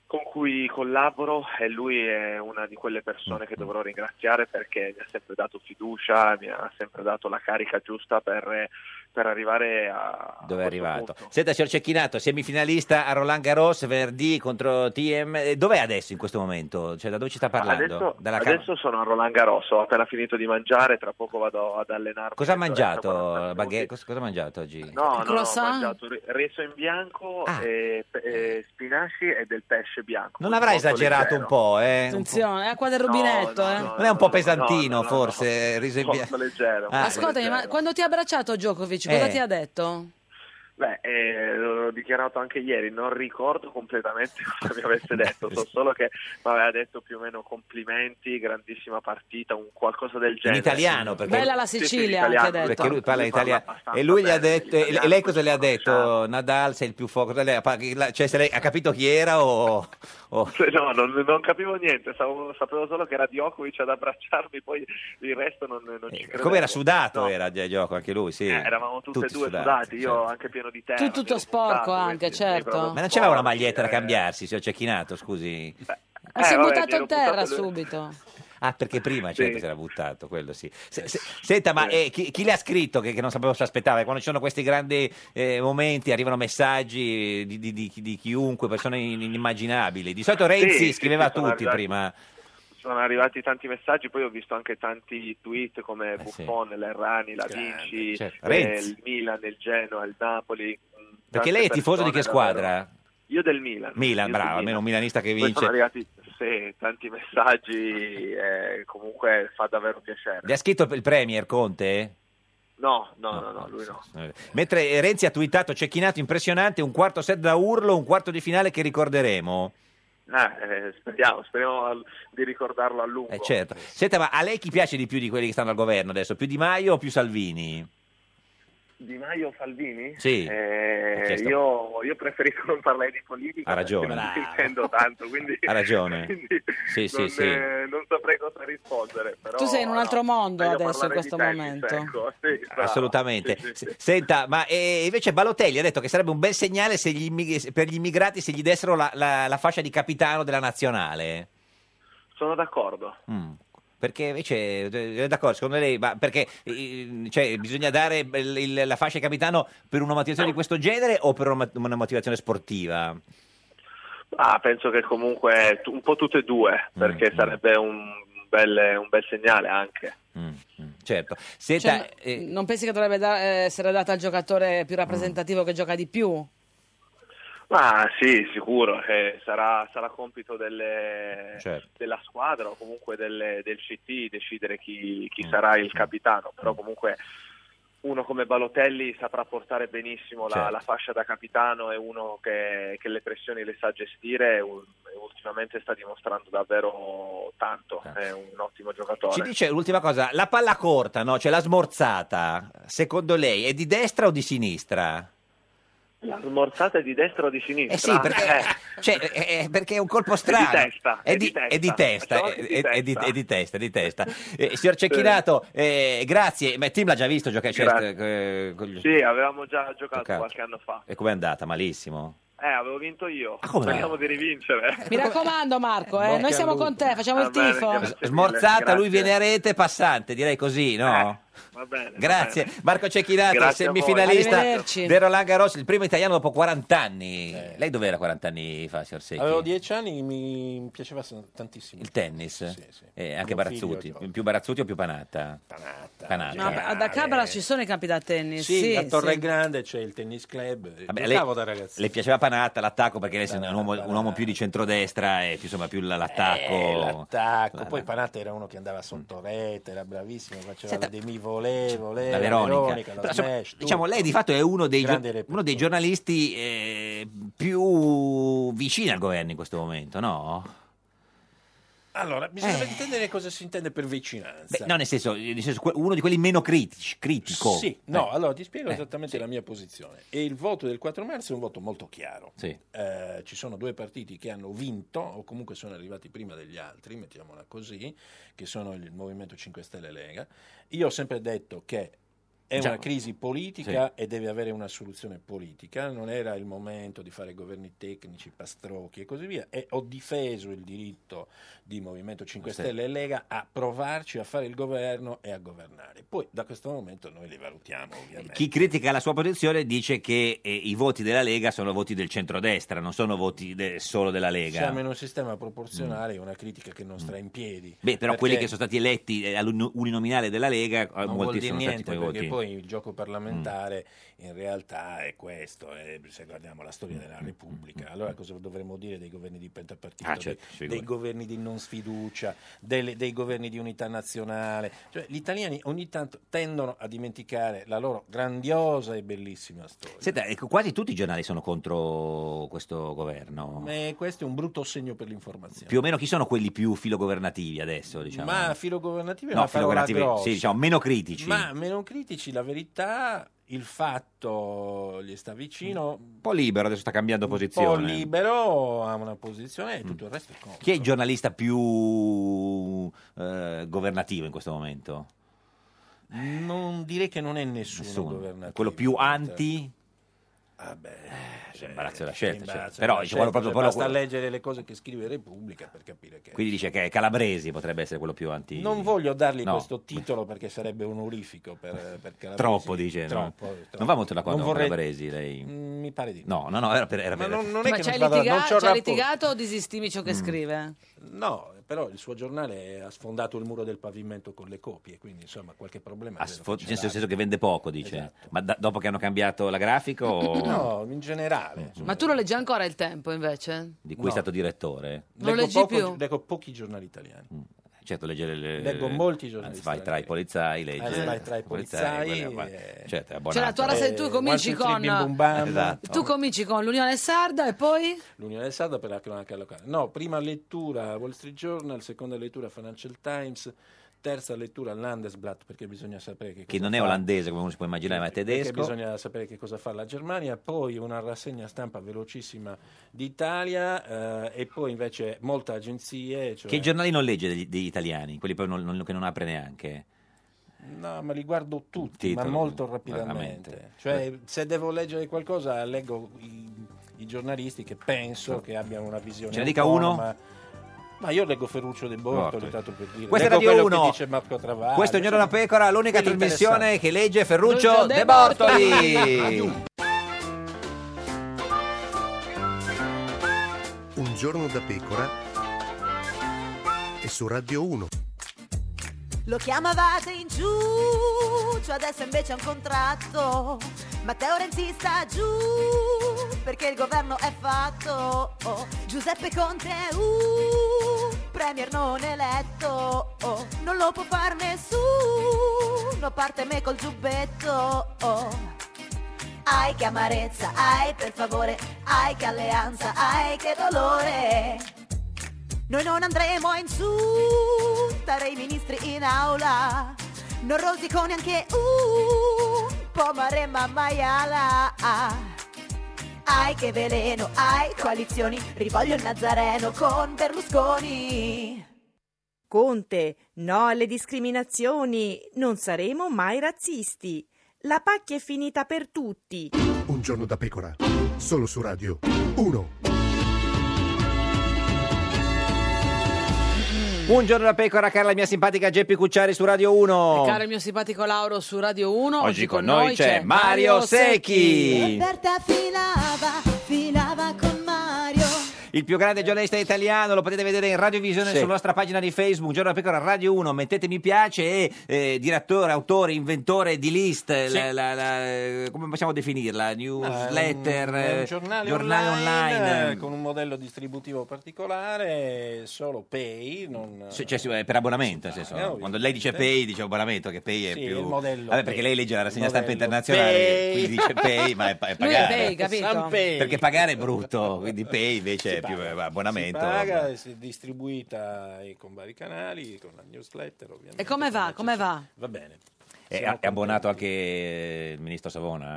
Speaker 17: con cui collaboro e lui è una di quelle persone
Speaker 2: Mm-hmm.
Speaker 17: che dovrò ringraziare perché mi ha sempre dato fiducia, mi ha sempre dato la carica giusta per, per arrivare a...
Speaker 2: Dove è arrivato? Senta, signor Cecchinato, semifinalista a Roland Garros venerdì contro TM. Eh, Dov'è adesso in questo momento? Cioè, da dove ci sta parlando?
Speaker 17: Ah, Adesso,
Speaker 2: Dalla cam-
Speaker 17: adesso sono a Roland Garros, ho appena finito di mangiare, tra poco vado ad allenarmi.
Speaker 2: Cosa ha mangiato?
Speaker 17: Adesso
Speaker 2: la baguette? Cosa, cosa ha mangiato oggi?
Speaker 17: No, no, ho
Speaker 1: Croissant?
Speaker 17: mangiato ri- riso in bianco,
Speaker 2: Ah.
Speaker 17: e, pe- e spinaci e del pesce bianco.
Speaker 2: Non avrà
Speaker 17: Molto
Speaker 2: esagerato un
Speaker 17: leggero.
Speaker 2: po', eh? Un po'.
Speaker 1: Attenzione, è acqua del rubinetto. eh.
Speaker 2: Non è un po'
Speaker 17: no,
Speaker 2: pesantino,
Speaker 17: no, no.
Speaker 2: forse? riso in
Speaker 17: Molto
Speaker 2: bianco?
Speaker 17: leggero.
Speaker 2: Ah.
Speaker 17: molto
Speaker 1: Ascoltami, ma
Speaker 17: leggero.
Speaker 1: quando ti ha abbracciato Djokovic, cosa
Speaker 2: Eh.
Speaker 1: ti ha detto?
Speaker 17: Beh, eh, l'ho dichiarato anche ieri, non ricordo completamente cosa mi avesse detto, so solo che mi aveva detto più o meno complimenti, grandissima partita, un qualcosa del
Speaker 2: In
Speaker 17: genere.
Speaker 2: italiano, perché
Speaker 1: Bella la
Speaker 17: Cioè, Sì, sì,
Speaker 1: Sicilia,
Speaker 17: italiano,
Speaker 1: anche detto.
Speaker 2: Perché lui parla
Speaker 17: Lui parla
Speaker 2: italiano
Speaker 17: abbastanza
Speaker 2: e lui gli ha
Speaker 17: bene
Speaker 2: detto, e- e lei cosa le ha detto? Nadal sei il più fuoco, lei ha pa- la- cioè se lei ha capito chi era o... o-
Speaker 17: No, non, non capivo niente, sapevo, sapevo solo che era Djokovic ad abbracciarmi, poi il resto non, non ci credevo.
Speaker 2: Eh, Com'era sudato era il gioco anche lui, sì.
Speaker 17: Eh, eravamo tutte e
Speaker 2: Tutti
Speaker 17: due sudati, io anche pieno di terra.
Speaker 1: Tu tutto sporco anche, certo.
Speaker 2: Ma non c'era una maglietta da cambiarsi, si è cecchinato, scusi.
Speaker 1: Ma si è
Speaker 17: Eh, vabbè,
Speaker 1: buttato
Speaker 17: gliel'ho
Speaker 1: in terra
Speaker 17: buttato lui.
Speaker 1: subito.
Speaker 2: Ah, perché prima certo si era buttato, quello sì. Se- se- senta, ma eh, chi, chi le ha scritto che, che non sapevo si aspettava? Quando ci sono questi grandi eh, momenti, arrivano messaggi di, di- di- di chiunque, persone in- inimmaginabili. Di solito Renzi
Speaker 17: Sì, sì,
Speaker 2: scriveva
Speaker 17: sì,
Speaker 2: a
Speaker 17: sono
Speaker 2: tutti
Speaker 17: arrivati.
Speaker 2: prima.
Speaker 17: Sono arrivati tanti messaggi, poi ho visto anche tanti tweet come Buffon, l'Errani, la
Speaker 2: Eh, Grande,
Speaker 17: Vinci,
Speaker 2: certo.
Speaker 17: eh,
Speaker 2: Renzi.
Speaker 17: il Milan, il Genoa, il Napoli. mm,
Speaker 2: Perché
Speaker 17: Tante
Speaker 2: lei è tifoso di che
Speaker 17: persone, davvero.
Speaker 2: squadra?
Speaker 17: Io del Milan.
Speaker 2: Milan,
Speaker 17: Io
Speaker 2: bravo,
Speaker 17: del
Speaker 2: almeno un milanista che
Speaker 17: Poi sono
Speaker 2: vince.
Speaker 17: arrivati sì, tanti messaggi, eh, comunque fa davvero piacere.
Speaker 2: Le ha scritto il Premier Conte?
Speaker 17: No, no, no, no, lui no.
Speaker 2: Mentre eh, Renzi ha twittato cecchinato impressionante, un quarto set da urlo, un quarto di finale che ricorderemo.
Speaker 17: Eh, eh, speriamo, speriamo al- di ricordarlo a lungo.
Speaker 2: Eh, certo. Senta, ma a lei chi piace di più di quelli che stanno al governo adesso? Più Di Maio o più Salvini?
Speaker 17: Di Maio o Salvini?
Speaker 2: Sì.
Speaker 17: Eh,
Speaker 2: Ho chiesto-
Speaker 17: io, io preferisco non parlare di politica.
Speaker 2: Ha ragione.
Speaker 17: perché Non mi intendo tanto, quindi...
Speaker 2: Ha ragione.
Speaker 17: quindi
Speaker 2: Sì, sì,
Speaker 17: non,
Speaker 2: sì.
Speaker 17: eh, non saprei cosa rispondere. Però,
Speaker 1: Tu sei in un altro mondo
Speaker 17: meglio
Speaker 1: adesso, in
Speaker 17: parlare di
Speaker 1: questo
Speaker 17: tennis,
Speaker 1: momento.
Speaker 17: ecco, sì, bravo.
Speaker 2: Assolutamente.
Speaker 17: Sì, sì,
Speaker 2: S-
Speaker 17: sì.
Speaker 2: Senta, ma eh, invece Balotelli ha detto che sarebbe un bel segnale se gli immig- se- per gli immigrati se gli dessero la, la- la fascia di capitano della nazionale.
Speaker 17: Sono d'accordo.
Speaker 2: Mm. Perché invece, eh, d'accordo, secondo lei, ma perché eh, cioè, bisogna dare il- il- la fascia di capitano per una motivazione di questo genere o per una, una motivazione sportiva?
Speaker 17: Ah, penso che comunque tu- un po' tutte e due,
Speaker 2: Mm,
Speaker 17: perché sarebbe un bel, un bel segnale anche.
Speaker 2: Certo.
Speaker 1: Cioè,
Speaker 2: Senta, eh,
Speaker 1: non pensi che dovrebbe da- eh, essere data al giocatore più rappresentativo che gioca di più?
Speaker 2: Eh,
Speaker 17: Ma sì, sicuro, eh, sarà, sarà compito delle-
Speaker 2: Certo.
Speaker 17: della squadra o comunque delle- del CT decidere chi,
Speaker 2: Mm.
Speaker 17: chi sarà il capitano, però comunque uno come Balotelli saprà portare benissimo la,
Speaker 2: Certo.
Speaker 17: la fascia da capitano, è uno che, che le pressioni le sa gestire e ul- e ultimamente sta dimostrando davvero tanto, è un ottimo giocatore.
Speaker 2: Ci dice l'ultima cosa, la palla corta, no? Cioè la smorzata, secondo lei è di destra o di sinistra?
Speaker 17: La smorzata è di destra o di sinistra?
Speaker 2: Eh sì, perché, cioè, eh, eh, perché è un colpo strano.
Speaker 17: di testa,
Speaker 2: È
Speaker 17: è
Speaker 2: di,
Speaker 17: di testa.
Speaker 2: è di testa,
Speaker 17: Ciò che
Speaker 2: è-
Speaker 17: di
Speaker 2: è- è di-
Speaker 17: testa.
Speaker 2: è di testa, è di testa. Eh, signor Cecchinato, eh, grazie. Ma il team l'ha già visto giocare. cioè,
Speaker 17: Grazie.
Speaker 2: eh, con gli-
Speaker 17: Sì, avevamo già giocato
Speaker 2: Toccato.
Speaker 17: qualche anno fa.
Speaker 2: E com'è andata? Malissimo.
Speaker 17: Eh, avevo vinto io.
Speaker 2: come no?
Speaker 17: Speriamo di rivincere.
Speaker 1: Mi raccomando Marco, eh,
Speaker 2: Bocca
Speaker 1: noi siamo
Speaker 2: al lupo.
Speaker 1: con te, facciamo
Speaker 17: Va
Speaker 1: Oh, il
Speaker 17: bene,
Speaker 1: tifo.
Speaker 17: grazie. mille,
Speaker 2: Smorzata, lui
Speaker 17: grazie. Eh,
Speaker 2: viene a rete, passante, direi così, no?
Speaker 17: Va bene. va
Speaker 2: Grazie,
Speaker 17: bene.
Speaker 2: Marco Cecchinato,
Speaker 17: Grazie a voi.
Speaker 2: semifinalista
Speaker 17: Arrivederci.
Speaker 2: del Roland Garros, il primo italiano dopo 40 anni.
Speaker 17: Eh.
Speaker 2: Lei dov'era 40 anni fa, signor Secchi?
Speaker 10: Avevo dieci anni, mi piaceva tantissimo.
Speaker 2: Il tennis? Eh, anche
Speaker 10: Mio figlio
Speaker 2: Barazzuti. Più Barazzuti o più Panatta? Panatta.
Speaker 1: No, beh, da Cabra ci sono i campi da tennis.
Speaker 10: Eh, Sì,
Speaker 1: sì,
Speaker 10: a Torre
Speaker 1: sì.
Speaker 10: Grande c'è il tennis club.
Speaker 2: Vabbè,
Speaker 10: Giocavo da
Speaker 2: lei-
Speaker 10: ragazzo.
Speaker 2: Le piaceva Panatta l'attacco perché lei è un uomo, un uomo più di centrodestra e più, insomma più la- l'attacco.
Speaker 10: Eh, l'attacco.
Speaker 2: La-
Speaker 10: Poi Panatta era uno che andava sotto rete, era bravissimo, faceva
Speaker 2: Mm. Senta-
Speaker 10: la demi volé, volé,
Speaker 2: la
Speaker 10: la
Speaker 2: Veronica,
Speaker 10: la
Speaker 2: Però, insomma,
Speaker 10: smash,
Speaker 2: diciamo,
Speaker 10: tutto.
Speaker 2: lei di fatto è uno dei, gio-
Speaker 10: Grande
Speaker 2: uno dei giornalisti eh, più vicini al governo in questo momento, no?
Speaker 10: Allora, bisogna intendere cosa si intende per vicinanza.
Speaker 2: eh. Beh, no, nel senso, nel senso, que- uno di quelli meno critici, critico.
Speaker 10: Sì, no,
Speaker 2: Eh,
Speaker 10: allora ti spiego esattamente la mia posizione. E il voto del 4 marzo è un voto molto chiaro.
Speaker 2: sì.
Speaker 10: Eh, ci sono due partiti che hanno vinto, o comunque sono arrivati prima degli altri, mettiamola così, che sono il Movimento 5 Stelle e Lega. Io ho sempre detto che è
Speaker 2: Già.
Speaker 10: una crisi politica e deve avere una soluzione politica, non era il momento di fare governi tecnici, pastrocchi e così via, e ho difeso il diritto di Movimento 5
Speaker 2: Sì.
Speaker 10: Stelle e Lega a provarci a fare il governo e a governare. Poi da questo momento noi li valutiamo ovviamente.
Speaker 2: Chi critica la sua posizione dice che eh, i voti della Lega sono voti del centrodestra, non sono voti de- solo della Lega.
Speaker 10: Siamo in un sistema proporzionale, è una critica che non sta in piedi.
Speaker 2: Mm. Beh, però
Speaker 10: perché
Speaker 2: quelli che sono stati eletti eh, all'uninominale della Lega, eh,
Speaker 10: non
Speaker 2: molti
Speaker 10: vuol dire
Speaker 2: sono stati
Speaker 10: niente,
Speaker 2: poi
Speaker 10: perché
Speaker 2: voti. Mm.
Speaker 10: poi poi il gioco parlamentare in realtà è questo, eh, se guardiamo la storia della Repubblica, allora cosa dovremmo dire dei governi di pentapartito,
Speaker 2: mm, Ah, certo,
Speaker 10: dei,
Speaker 2: figurati.
Speaker 10: dei governi di non sfiducia, delle- dei governi di unità nazionale? Cioè, gli italiani ogni tanto tendono a dimenticare la loro grandiosa e bellissima storia.
Speaker 2: Senta, ecco, quasi tutti i giornali sono contro questo governo.
Speaker 10: Ma questo è un brutto segno per l'informazione.
Speaker 2: Più o meno chi sono quelli più filogovernativi adesso, diciamo?
Speaker 10: Ma filogovernativi è
Speaker 2: no,
Speaker 10: una parola
Speaker 2: filogovernativi,
Speaker 10: grossa.
Speaker 2: sì, diciamo, meno critici.
Speaker 10: Ma meno critici, la verità, il fatto gli sta vicino,
Speaker 2: Un po' libero, adesso sta cambiando
Speaker 10: un po'
Speaker 2: posizione. Mm.
Speaker 10: libero, ha una posizione e tutto il resto è comodo.
Speaker 2: Chi è il giornalista più eh, governativo in questo momento?
Speaker 10: Non direi che non è nessuno,
Speaker 2: Nessuno.
Speaker 10: governativo. Cioè,
Speaker 2: Quello più anti? Cioè,
Speaker 10: C'è
Speaker 2: imbarazzo della scelta, certo. Però, dice, quello proprio- quello-
Speaker 10: basta leggere le cose che scrive Repubblica per capire che...
Speaker 2: Quindi dice che Calabresi potrebbe essere quello più anti.
Speaker 10: Non voglio dargli
Speaker 2: No.
Speaker 10: questo titolo perché sarebbe onorifico per, per Calabresi.
Speaker 2: Troppo dice.
Speaker 10: Troppo,
Speaker 2: no?
Speaker 10: troppo.
Speaker 2: Non va molto d'accordo
Speaker 10: Non
Speaker 2: con
Speaker 10: vorrei-
Speaker 2: Calabresi lei.
Speaker 10: Mm, Mi pare di no.
Speaker 2: No, no, no, era per... Era
Speaker 10: Ma
Speaker 2: per-
Speaker 10: non- non
Speaker 1: Ma c'è
Speaker 10: vado- non c'ho Mm.
Speaker 1: litigato, c'ha
Speaker 10: rapporto.
Speaker 1: litigato o disistimi ciò che scrive?
Speaker 10: No, però il suo giornale ha sfondato il muro del pavimento con le copie, quindi insomma qualche problema.
Speaker 2: Ah,
Speaker 10: glielo
Speaker 2: sfo-
Speaker 10: faceva.
Speaker 2: nel senso che vende poco, dice. Ma da- dopo che hanno cambiato la grafica o...
Speaker 10: Esatto. No, in
Speaker 2: Mm.
Speaker 10: generale.
Speaker 1: Ma tu lo leggi ancora il tempo invece?
Speaker 2: Di cui è stato direttore?
Speaker 1: Non leggi
Speaker 10: poco-
Speaker 1: più?
Speaker 10: Leggo pochi giornali italiani.
Speaker 2: Certo, leggere le...
Speaker 10: Leggo molti giornali
Speaker 2: Anzi, Vai tra i poliziai, legge...
Speaker 10: Anzi, vai tra i poliziai,
Speaker 2: guarda, guarda.
Speaker 10: eh.
Speaker 2: Certo, è
Speaker 1: Cioè, la tua
Speaker 2: abbonato.
Speaker 1: se tu cominci
Speaker 10: one, two, three,
Speaker 1: con
Speaker 10: bim, bum, bam.
Speaker 2: Esatto.
Speaker 1: tu cominci con l'Unione Sarda e poi
Speaker 10: L'Unione del Sarda per la cronaca locale. No, prima lettura Wall Street Journal, seconda lettura Financial Times, terza lettura Landesblatt, perché bisogna sapere che...
Speaker 2: Che
Speaker 10: cosa
Speaker 2: non è
Speaker 10: fa.
Speaker 2: olandese, come uno si può immaginare, ma è
Speaker 10: Perché
Speaker 2: tedesco.
Speaker 10: bisogna sapere che cosa fa la Germania, poi una rassegna stampa velocissima d'Italia eh, e poi invece molte agenzie. Cioè,
Speaker 2: Che giornali non legge degli, degli italiani? Quelli poi non- non- che non apre neanche.
Speaker 10: No, ma li guardo tutti,
Speaker 2: Titolo,
Speaker 10: ma molto
Speaker 2: veramente.
Speaker 10: rapidamente. Cioè, se devo leggere qualcosa, leggo i, i giornalisti che penso che abbiano una visione.
Speaker 2: Ce ne dica
Speaker 10: autonoma. Ma io leggo Ferruccio De
Speaker 2: Bortoli.
Speaker 10: Bortoli, tanto per dire.
Speaker 2: Questa è
Speaker 10: Leggo
Speaker 2: Radio
Speaker 10: quello che
Speaker 2: 1.
Speaker 10: dice Marco Travaglio.
Speaker 2: Questo è Ognuno la Pecora, l'unica
Speaker 10: Quelli
Speaker 2: trasmissione che legge
Speaker 10: Ferruccio
Speaker 2: Ferruccio De
Speaker 10: De
Speaker 2: Bortoli.
Speaker 13: Un giorno da pecora e su Radio 1.
Speaker 12: Lo chiamavate in giù, cioè adesso invece è un contratto. Matteo Renzi sta giù, perché il governo è fatto. Oh, Giuseppe Conte, uh, premier non eletto. Oh, non lo può far nessuno, a parte me col giubbetto. Oh. Ai che amarezza, ai per favore, ai che alleanza, ai che dolore. Noi non andremo a insultare i ministri in aula, non rosico neanche un po' maremma maiala. Ai che veleno, ai coalizioni, rivoglio il Nazareno con Berlusconi.
Speaker 14: Conte, no alle discriminazioni, non saremo mai razzisti. La pacchia è finita per tutti.
Speaker 13: Un giorno da pecora. Solo su Radio 1.
Speaker 2: Un giorno da pecora, cara la mia simpatica Geppi Cucciari su Radio 1.
Speaker 1: caro il mio simpatico Lauro su Radio 1.
Speaker 2: Oggi con noi c'è Mario Secchi.
Speaker 12: Roberta filava, filava con Mario.
Speaker 2: Il più grande giornalista italiano, lo potete vedere in radiovisione
Speaker 10: Sì.
Speaker 2: sulla nostra pagina di Facebook, Giorno da Pecora Radio 1, mettete mi piace e eh, direttore, autore, inventore di list, eh,
Speaker 10: Sì.
Speaker 2: la- la- la- eh, come possiamo definirla? Newsletter,
Speaker 10: è un
Speaker 2: eh,
Speaker 10: giornale,
Speaker 2: giornale
Speaker 10: online,
Speaker 2: online.
Speaker 10: eh, con un modello distributivo particolare, solo pay, non,
Speaker 2: Sì, cioè, sì, eh, per abbonamento, nel senso,
Speaker 10: ovviamente.
Speaker 2: quando lei dice pay, dice abbonamento, che pay è
Speaker 10: Eh. Sì,
Speaker 2: più...
Speaker 10: il modello
Speaker 2: Vabbè, perché
Speaker 10: pay.
Speaker 2: lei legge la rassegna
Speaker 10: Il
Speaker 2: stampa
Speaker 10: modello
Speaker 2: internazionale,
Speaker 10: pay.
Speaker 2: quindi dice pay, ma è, pa- è
Speaker 10: Lui è
Speaker 2: pagare.
Speaker 10: pay, capito? San pay.
Speaker 2: Perché pagare è brutto, quindi pay invece
Speaker 10: Si
Speaker 2: è più
Speaker 10: paga.
Speaker 2: eh, abbonamento.
Speaker 10: Si paga, e si è distribuita eh, con vari canali, con la newsletter ovviamente.
Speaker 1: E come va? Come va?
Speaker 10: Va bene.
Speaker 2: È,
Speaker 10: Siamo
Speaker 2: è abbonato anche eh, il ministro Savona?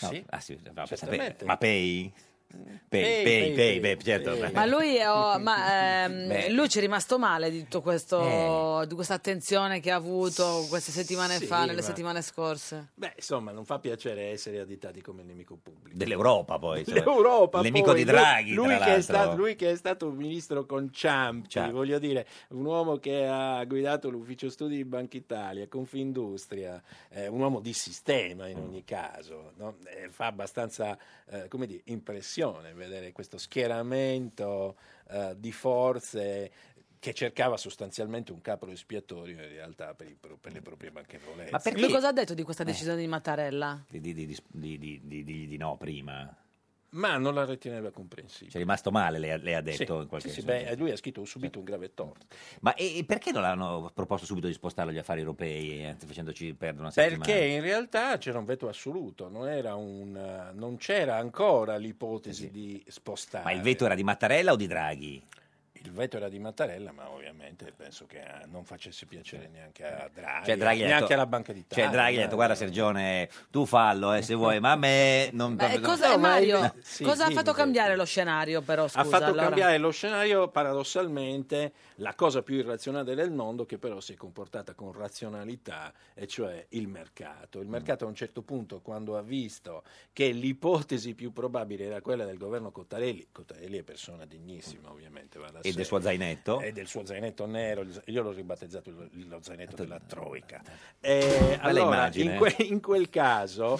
Speaker 2: No,
Speaker 10: Sì.
Speaker 2: ah, sì, no, per
Speaker 10: Certamente.
Speaker 2: sapere. ma Pei? Pei,
Speaker 1: Pei,
Speaker 2: Pei,
Speaker 1: Pei,
Speaker 2: Pei, beh, certo. beh.
Speaker 1: Ma lui, è- oh, ma, ehm,
Speaker 2: Beh.
Speaker 1: lui ci è rimasto male di tutto questo, di questa attenzione che ha avuto queste settimane
Speaker 10: Eh. Sì,
Speaker 1: fa, nelle
Speaker 10: ma-
Speaker 1: settimane scorse.
Speaker 10: Beh, insomma, non fa piacere essere additati come nemico pubblico.
Speaker 2: Dell'Europa poi. insomma.
Speaker 10: L'Europa,
Speaker 2: Nemico
Speaker 10: poi,
Speaker 2: di
Speaker 10: lui-
Speaker 2: Draghi,
Speaker 10: lui,
Speaker 2: tra
Speaker 10: che
Speaker 2: l'altro.
Speaker 10: è stato, lui che è stato un ministro con Ciampi,
Speaker 2: Ciampi.
Speaker 10: voglio dire, un uomo che ha guidato l'ufficio studi di Banca Italia, Confindustria, eh, un uomo di sistema
Speaker 2: Mm.
Speaker 10: in ogni caso, no? Eh, fa abbastanza eh, come dire, impressione vedere questo schieramento eh, di forze che cercava sostanzialmente un capro espiatorio in realtà per, i pro- per le proprie bancherolenze.
Speaker 2: Ma perché?
Speaker 1: Lui cosa ha detto di questa decisione di Mattarella?
Speaker 2: Di, di- di- di- di- di- di- di no prima.
Speaker 10: Ma non la riteneva comprensibile.
Speaker 2: Ci è rimasto male, lei, lei ha detto
Speaker 10: Sì,
Speaker 2: in qualche
Speaker 10: sì, sì,
Speaker 2: senso.
Speaker 10: beh, eh. lui ha scritto "Ho subito un grave torto.
Speaker 2: Ma e- e perché non l'hanno proposto subito di spostarlo agli affari europei, eh, anzi, facendoci perdere una settimana?
Speaker 10: Perché in realtà c'era un veto assoluto, non, era un, eh, non c'era ancora l'ipotesi di spostare.
Speaker 2: Ma il veto era di Mattarella o di Draghi?
Speaker 10: Il veto era di Mattarella, ma ovviamente penso che eh, non facesse piacere neanche a Draghi,
Speaker 2: Cioè, Draghi gli ha
Speaker 10: neanche
Speaker 2: detto-
Speaker 10: alla Banca d'Italia.
Speaker 2: Cioè Draghi ha detto, guarda Sergione, tu fallo eh, se vuoi, ma a me non...
Speaker 1: Beh,
Speaker 2: proprio-
Speaker 1: Eh, cosa,
Speaker 10: no, ma
Speaker 1: Mario,
Speaker 10: il- sì,
Speaker 1: cosa ha
Speaker 10: dimmi,
Speaker 1: fatto cambiare lo scenario però? Scusa,
Speaker 10: ha fatto
Speaker 1: allora?
Speaker 10: cambiare lo scenario paradossalmente la cosa più irrazionale del mondo che però si è comportata con razionalità e cioè il mercato
Speaker 2: Mm.
Speaker 10: il mercato a un certo punto quando ha visto che l'ipotesi più probabile era quella del governo Cottarelli Cottarelli è persona degnissima ovviamente va da
Speaker 2: E
Speaker 10: sé.
Speaker 2: del suo zainetto?
Speaker 10: e del suo zainetto nero io l'ho ribattezzato lo, lo zainetto della troica Eh,
Speaker 2: Bella
Speaker 10: allora
Speaker 2: immagine.
Speaker 10: in, que- in quel caso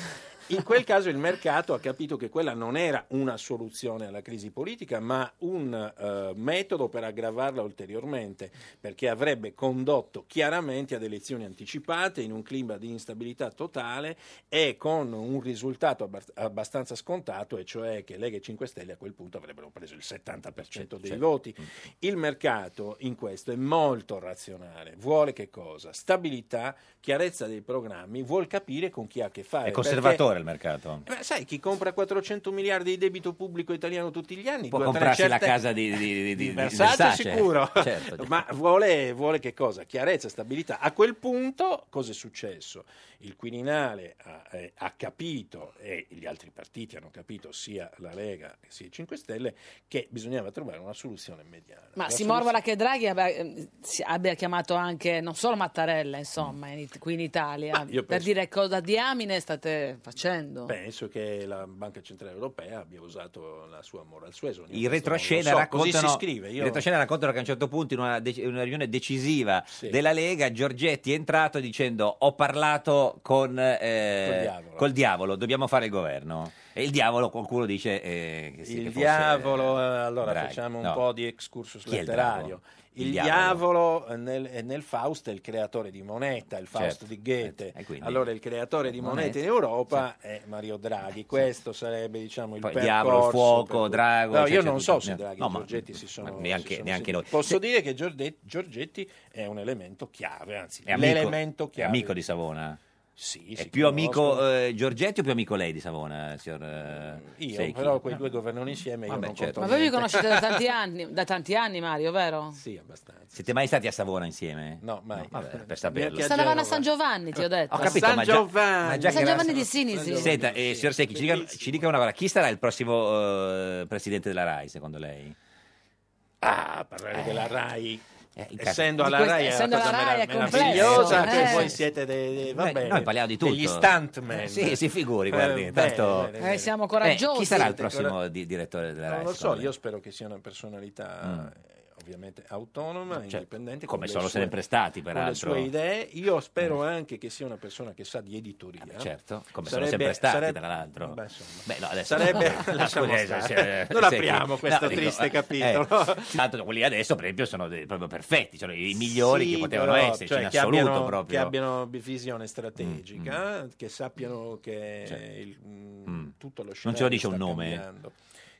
Speaker 10: in quel caso il mercato ha capito che quella non era una soluzione alla crisi politica, ma un eh, metodo per aggravarla ulteriormente, perché avrebbe condotto chiaramente ad elezioni anticipate in un clima di instabilità totale e con un risultato abbast- abbastanza scontato, e cioè che Lega e 5 Stelle a quel punto avrebbero preso il 70% dei
Speaker 2: Certo.
Speaker 10: voti. Il mercato in questo è molto razionale, vuole che cosa? Stabilità, chiarezza dei programmi, vuol capire con chi ha a che fare.
Speaker 2: È conservatore
Speaker 10: perché-
Speaker 2: il mercato.
Speaker 10: Beh, sai, chi compra 400 miliardi di debito pubblico italiano tutti gli anni
Speaker 2: Può
Speaker 10: due o tre
Speaker 2: comprarsi la
Speaker 10: certe-
Speaker 2: casa di, di, di, di- di
Speaker 10: Versace
Speaker 2: Versace.
Speaker 10: sicuro,
Speaker 2: Certo,
Speaker 10: ma vuole, vuole che cosa? Chiarezza, stabilità. A quel punto cosa è successo? Il Quirinale ha, eh, ha capito e gli altri partiti hanno capito, sia la Lega sia i 5 Stelle, che bisognava trovare una soluzione mediana.
Speaker 1: Ma
Speaker 10: La
Speaker 1: si
Speaker 10: soluzione-
Speaker 1: morbola che Draghi abbia, ehm, si- abbia chiamato anche, non solo Mattarella, insomma, in It- qui in Italia,
Speaker 10: io
Speaker 1: per
Speaker 10: penso-
Speaker 1: dire cosa diamine state facendo.
Speaker 10: Penso che la Banca Centrale Europea abbia usato la sua moral suasion. Io
Speaker 2: In
Speaker 10: questo non lo
Speaker 2: retroscena,
Speaker 10: so,
Speaker 2: raccontano,
Speaker 10: Così si scrive.
Speaker 2: in
Speaker 10: Io...
Speaker 2: retroscena raccontano che a un certo punto in una, dec- in una riunione decisiva della Lega Giorgetti è entrato dicendo ho parlato con, eh,
Speaker 10: Col diavolo."
Speaker 2: col diavolo, dobbiamo fare il governo. E il diavolo qualcuno dice eh, che sì, che
Speaker 10: il
Speaker 2: fosse-
Speaker 10: diavolo, eh, allora
Speaker 2: Draghi.
Speaker 10: facciamo un
Speaker 2: No.
Speaker 10: po' di excursus
Speaker 2: Chi è il
Speaker 10: letterario.
Speaker 2: diavolo?
Speaker 10: Il,
Speaker 2: Il
Speaker 10: diavolo, eh, nel, eh, nel Fausto è il creatore di Moneta, il Fausto
Speaker 2: Certo,
Speaker 10: di Goethe.
Speaker 2: certo. E quindi-
Speaker 10: allora il creatore di
Speaker 2: Moneta,
Speaker 10: Moneta in Europa è Mario Draghi. Questo sarebbe diciamo il
Speaker 2: Poi il
Speaker 10: percorso
Speaker 2: diavolo, il fuoco,
Speaker 10: per-
Speaker 2: Drago,
Speaker 10: No, io
Speaker 2: eccetera,
Speaker 10: non so
Speaker 2: tutto.
Speaker 10: se Draghi
Speaker 2: No,
Speaker 10: e
Speaker 2: ma-
Speaker 10: Giorgetti si
Speaker 2: ma
Speaker 10: sono
Speaker 2: neanche-
Speaker 10: si sono
Speaker 2: neanche noi.
Speaker 10: sentiti. Posso dire che Giorde- Giorgetti è un elemento chiave, anzi
Speaker 2: È amico-
Speaker 10: l'elemento
Speaker 2: è
Speaker 10: chiave.
Speaker 2: amico di Savona.
Speaker 10: Sì,
Speaker 2: è
Speaker 10: si
Speaker 2: più amico
Speaker 10: conoscono.
Speaker 2: eh, Giorgetti o più amico lei di Savona, signor eh,
Speaker 10: Io
Speaker 2: Secchi?
Speaker 10: però quei due governano insieme io
Speaker 2: Vabbè,
Speaker 10: non
Speaker 2: certo.
Speaker 10: conto
Speaker 1: Ma voi vi
Speaker 10: niente.
Speaker 1: conoscete da tanti anni, da tanti anni Mario, vero?
Speaker 10: Sì, abbastanza.
Speaker 2: Siete mai stati a Savona insieme?
Speaker 10: No, mai.
Speaker 2: vabbè, per saperlo.
Speaker 1: Stavano a San Giovanni, ti ho detto.
Speaker 2: Ho capito, ma già, ma già
Speaker 1: San
Speaker 2: che era-
Speaker 1: Giovanni di Sinisi.
Speaker 2: Senta, eh, signor Secchi, ci dica, ci dica una cosa. Chi sarà il prossimo eh, presidente della RAI, secondo lei? Eh.
Speaker 10: Ah, parlare della RAI.
Speaker 2: caso-
Speaker 10: essendo
Speaker 2: Eh, Di
Speaker 10: alla
Speaker 2: questa-
Speaker 10: RAI è
Speaker 2: essendo
Speaker 10: una cosa
Speaker 2: alla RAI è
Speaker 10: merav-
Speaker 2: complesso,
Speaker 10: meravigliosa, che
Speaker 2: eh.
Speaker 10: voi siete dei, dei- va
Speaker 2: Noi-
Speaker 10: bene,
Speaker 2: noi parliamo di tutto.
Speaker 10: degli stuntman.
Speaker 2: Eh, sì, si figuri,
Speaker 10: Eh,
Speaker 2: guardi,
Speaker 10: bene,
Speaker 2: tanto-
Speaker 10: bene,
Speaker 1: Eh,
Speaker 10: bene.
Speaker 1: siamo coraggiosi.
Speaker 2: Eh, chi sarà il
Speaker 10: Siete
Speaker 2: prossimo
Speaker 10: cora-
Speaker 2: di- direttore della RAI?
Speaker 10: Non lo so,
Speaker 2: secondo lei?
Speaker 10: io spero che sia una personalità eh, ovviamente autonoma,
Speaker 2: Certo,
Speaker 10: indipendente.
Speaker 2: come
Speaker 10: con le
Speaker 2: sono
Speaker 10: sue-
Speaker 2: sempre stati,
Speaker 10: Con le
Speaker 2: peraltro. Mm.
Speaker 10: sue idee. Io spero anche che sia una persona che sa di editoria.
Speaker 2: certo, come sono sempre stati, tra l'altro.
Speaker 10: Eh? Beh, insomma.
Speaker 2: Beh, no, adesso-
Speaker 10: Sarebbe...
Speaker 2: Ah,
Speaker 10: lasciamo
Speaker 2: scusi,
Speaker 10: stare.
Speaker 2: eh,
Speaker 10: non
Speaker 2: Secchi.
Speaker 10: apriamo
Speaker 2: No,
Speaker 10: questo
Speaker 2: dico,
Speaker 10: triste
Speaker 2: eh,
Speaker 10: capitolo.
Speaker 2: eh, tanto quelli adesso, per esempio, sono dei- proprio perfetti, cioè i migliori
Speaker 10: Sì,
Speaker 2: che potevano
Speaker 10: però,
Speaker 2: esserci
Speaker 10: cioè,
Speaker 2: in
Speaker 10: che
Speaker 2: assoluto
Speaker 10: abbiano,
Speaker 2: proprio. Mm,
Speaker 10: Che abbiano visione strategica, che sappiano che il- mh, tutto lo scenario
Speaker 2: ce lo dice
Speaker 10: sta
Speaker 2: un nome?
Speaker 10: cambiando.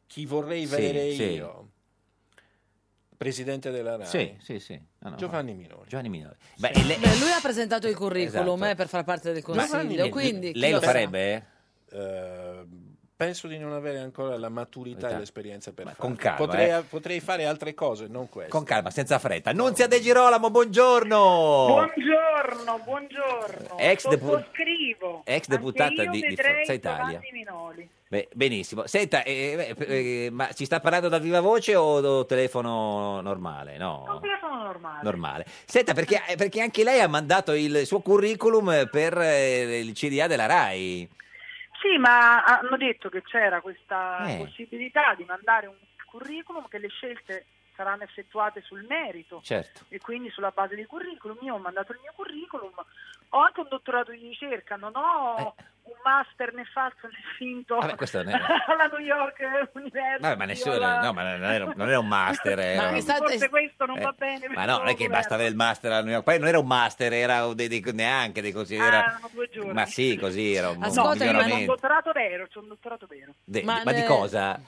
Speaker 10: Chi vorrei
Speaker 2: Sì,
Speaker 10: vedere
Speaker 2: sì.
Speaker 10: io? Presidente della RAI.
Speaker 2: Sì, sì, sì. No, no.
Speaker 10: Giovanni Minori.
Speaker 2: Giovanni Minori. Beh, e lei-
Speaker 1: Beh, lui ha presentato il curriculum
Speaker 2: Esatto.
Speaker 1: eh, per far parte del
Speaker 10: Giovanni
Speaker 1: consiglio,
Speaker 10: Minori.
Speaker 1: quindi chi
Speaker 2: lei lo
Speaker 1: sa?
Speaker 2: farebbe?
Speaker 10: Eh, penso di non avere ancora la maturità e
Speaker 2: Età.
Speaker 10: l'esperienza per farlo.
Speaker 2: con calma,
Speaker 10: potrei,
Speaker 2: eh.
Speaker 10: potrei fare altre cose, non questo.
Speaker 2: Con calma, senza fretta. Nunzia De Girolamo, buongiorno!
Speaker 18: Buongiorno, buongiorno.
Speaker 2: Oh. Ex depu-
Speaker 18: Sottoscrivo.
Speaker 2: ex deputata
Speaker 18: Anche io
Speaker 2: di- di
Speaker 18: vedrei
Speaker 2: Forza Italia.
Speaker 18: Giovanni Minoli.
Speaker 2: Beh, benissimo. Senta, eh, eh, eh, ma ci sta parlando da viva voce o da telefono normale?
Speaker 18: Un
Speaker 2: No,
Speaker 18: telefono normale.
Speaker 2: normale. Senta, perché, eh, perché anche lei ha mandato il suo curriculum eh, per eh, il CDA della RAI.
Speaker 18: Sì, ma hanno detto che c'era questa
Speaker 2: Eh.
Speaker 18: possibilità di mandare un curriculum che le scelte
Speaker 16: saranno effettuate sul merito
Speaker 2: Certo.
Speaker 16: e quindi sulla base dei curriculum. Io ho mandato il mio curriculum, ho anche un dottorato di ricerca, non ho un master né falso né finto
Speaker 2: Eh. Vabbè, questo non è-
Speaker 16: alla New York University.
Speaker 2: Vabbè, ma nessuno,
Speaker 16: o alla-
Speaker 2: no, ma non era, non era un master. era-
Speaker 16: Ma Forse questo non
Speaker 2: eh,
Speaker 16: va bene.
Speaker 2: Ma no, non è che basta avere il master a New York. Poi non era un master, era un dei- dei- neanche dei così.
Speaker 16: Ah,
Speaker 2: Era...
Speaker 16: erano due giorni.
Speaker 2: Ma sì, così era un,
Speaker 16: Ascolta, io ho un
Speaker 2: miglioramento.
Speaker 16: dottorato vero, c'ho un dottorato vero.
Speaker 2: De- di-
Speaker 16: ma
Speaker 2: ma,
Speaker 16: ne-
Speaker 2: di cosa?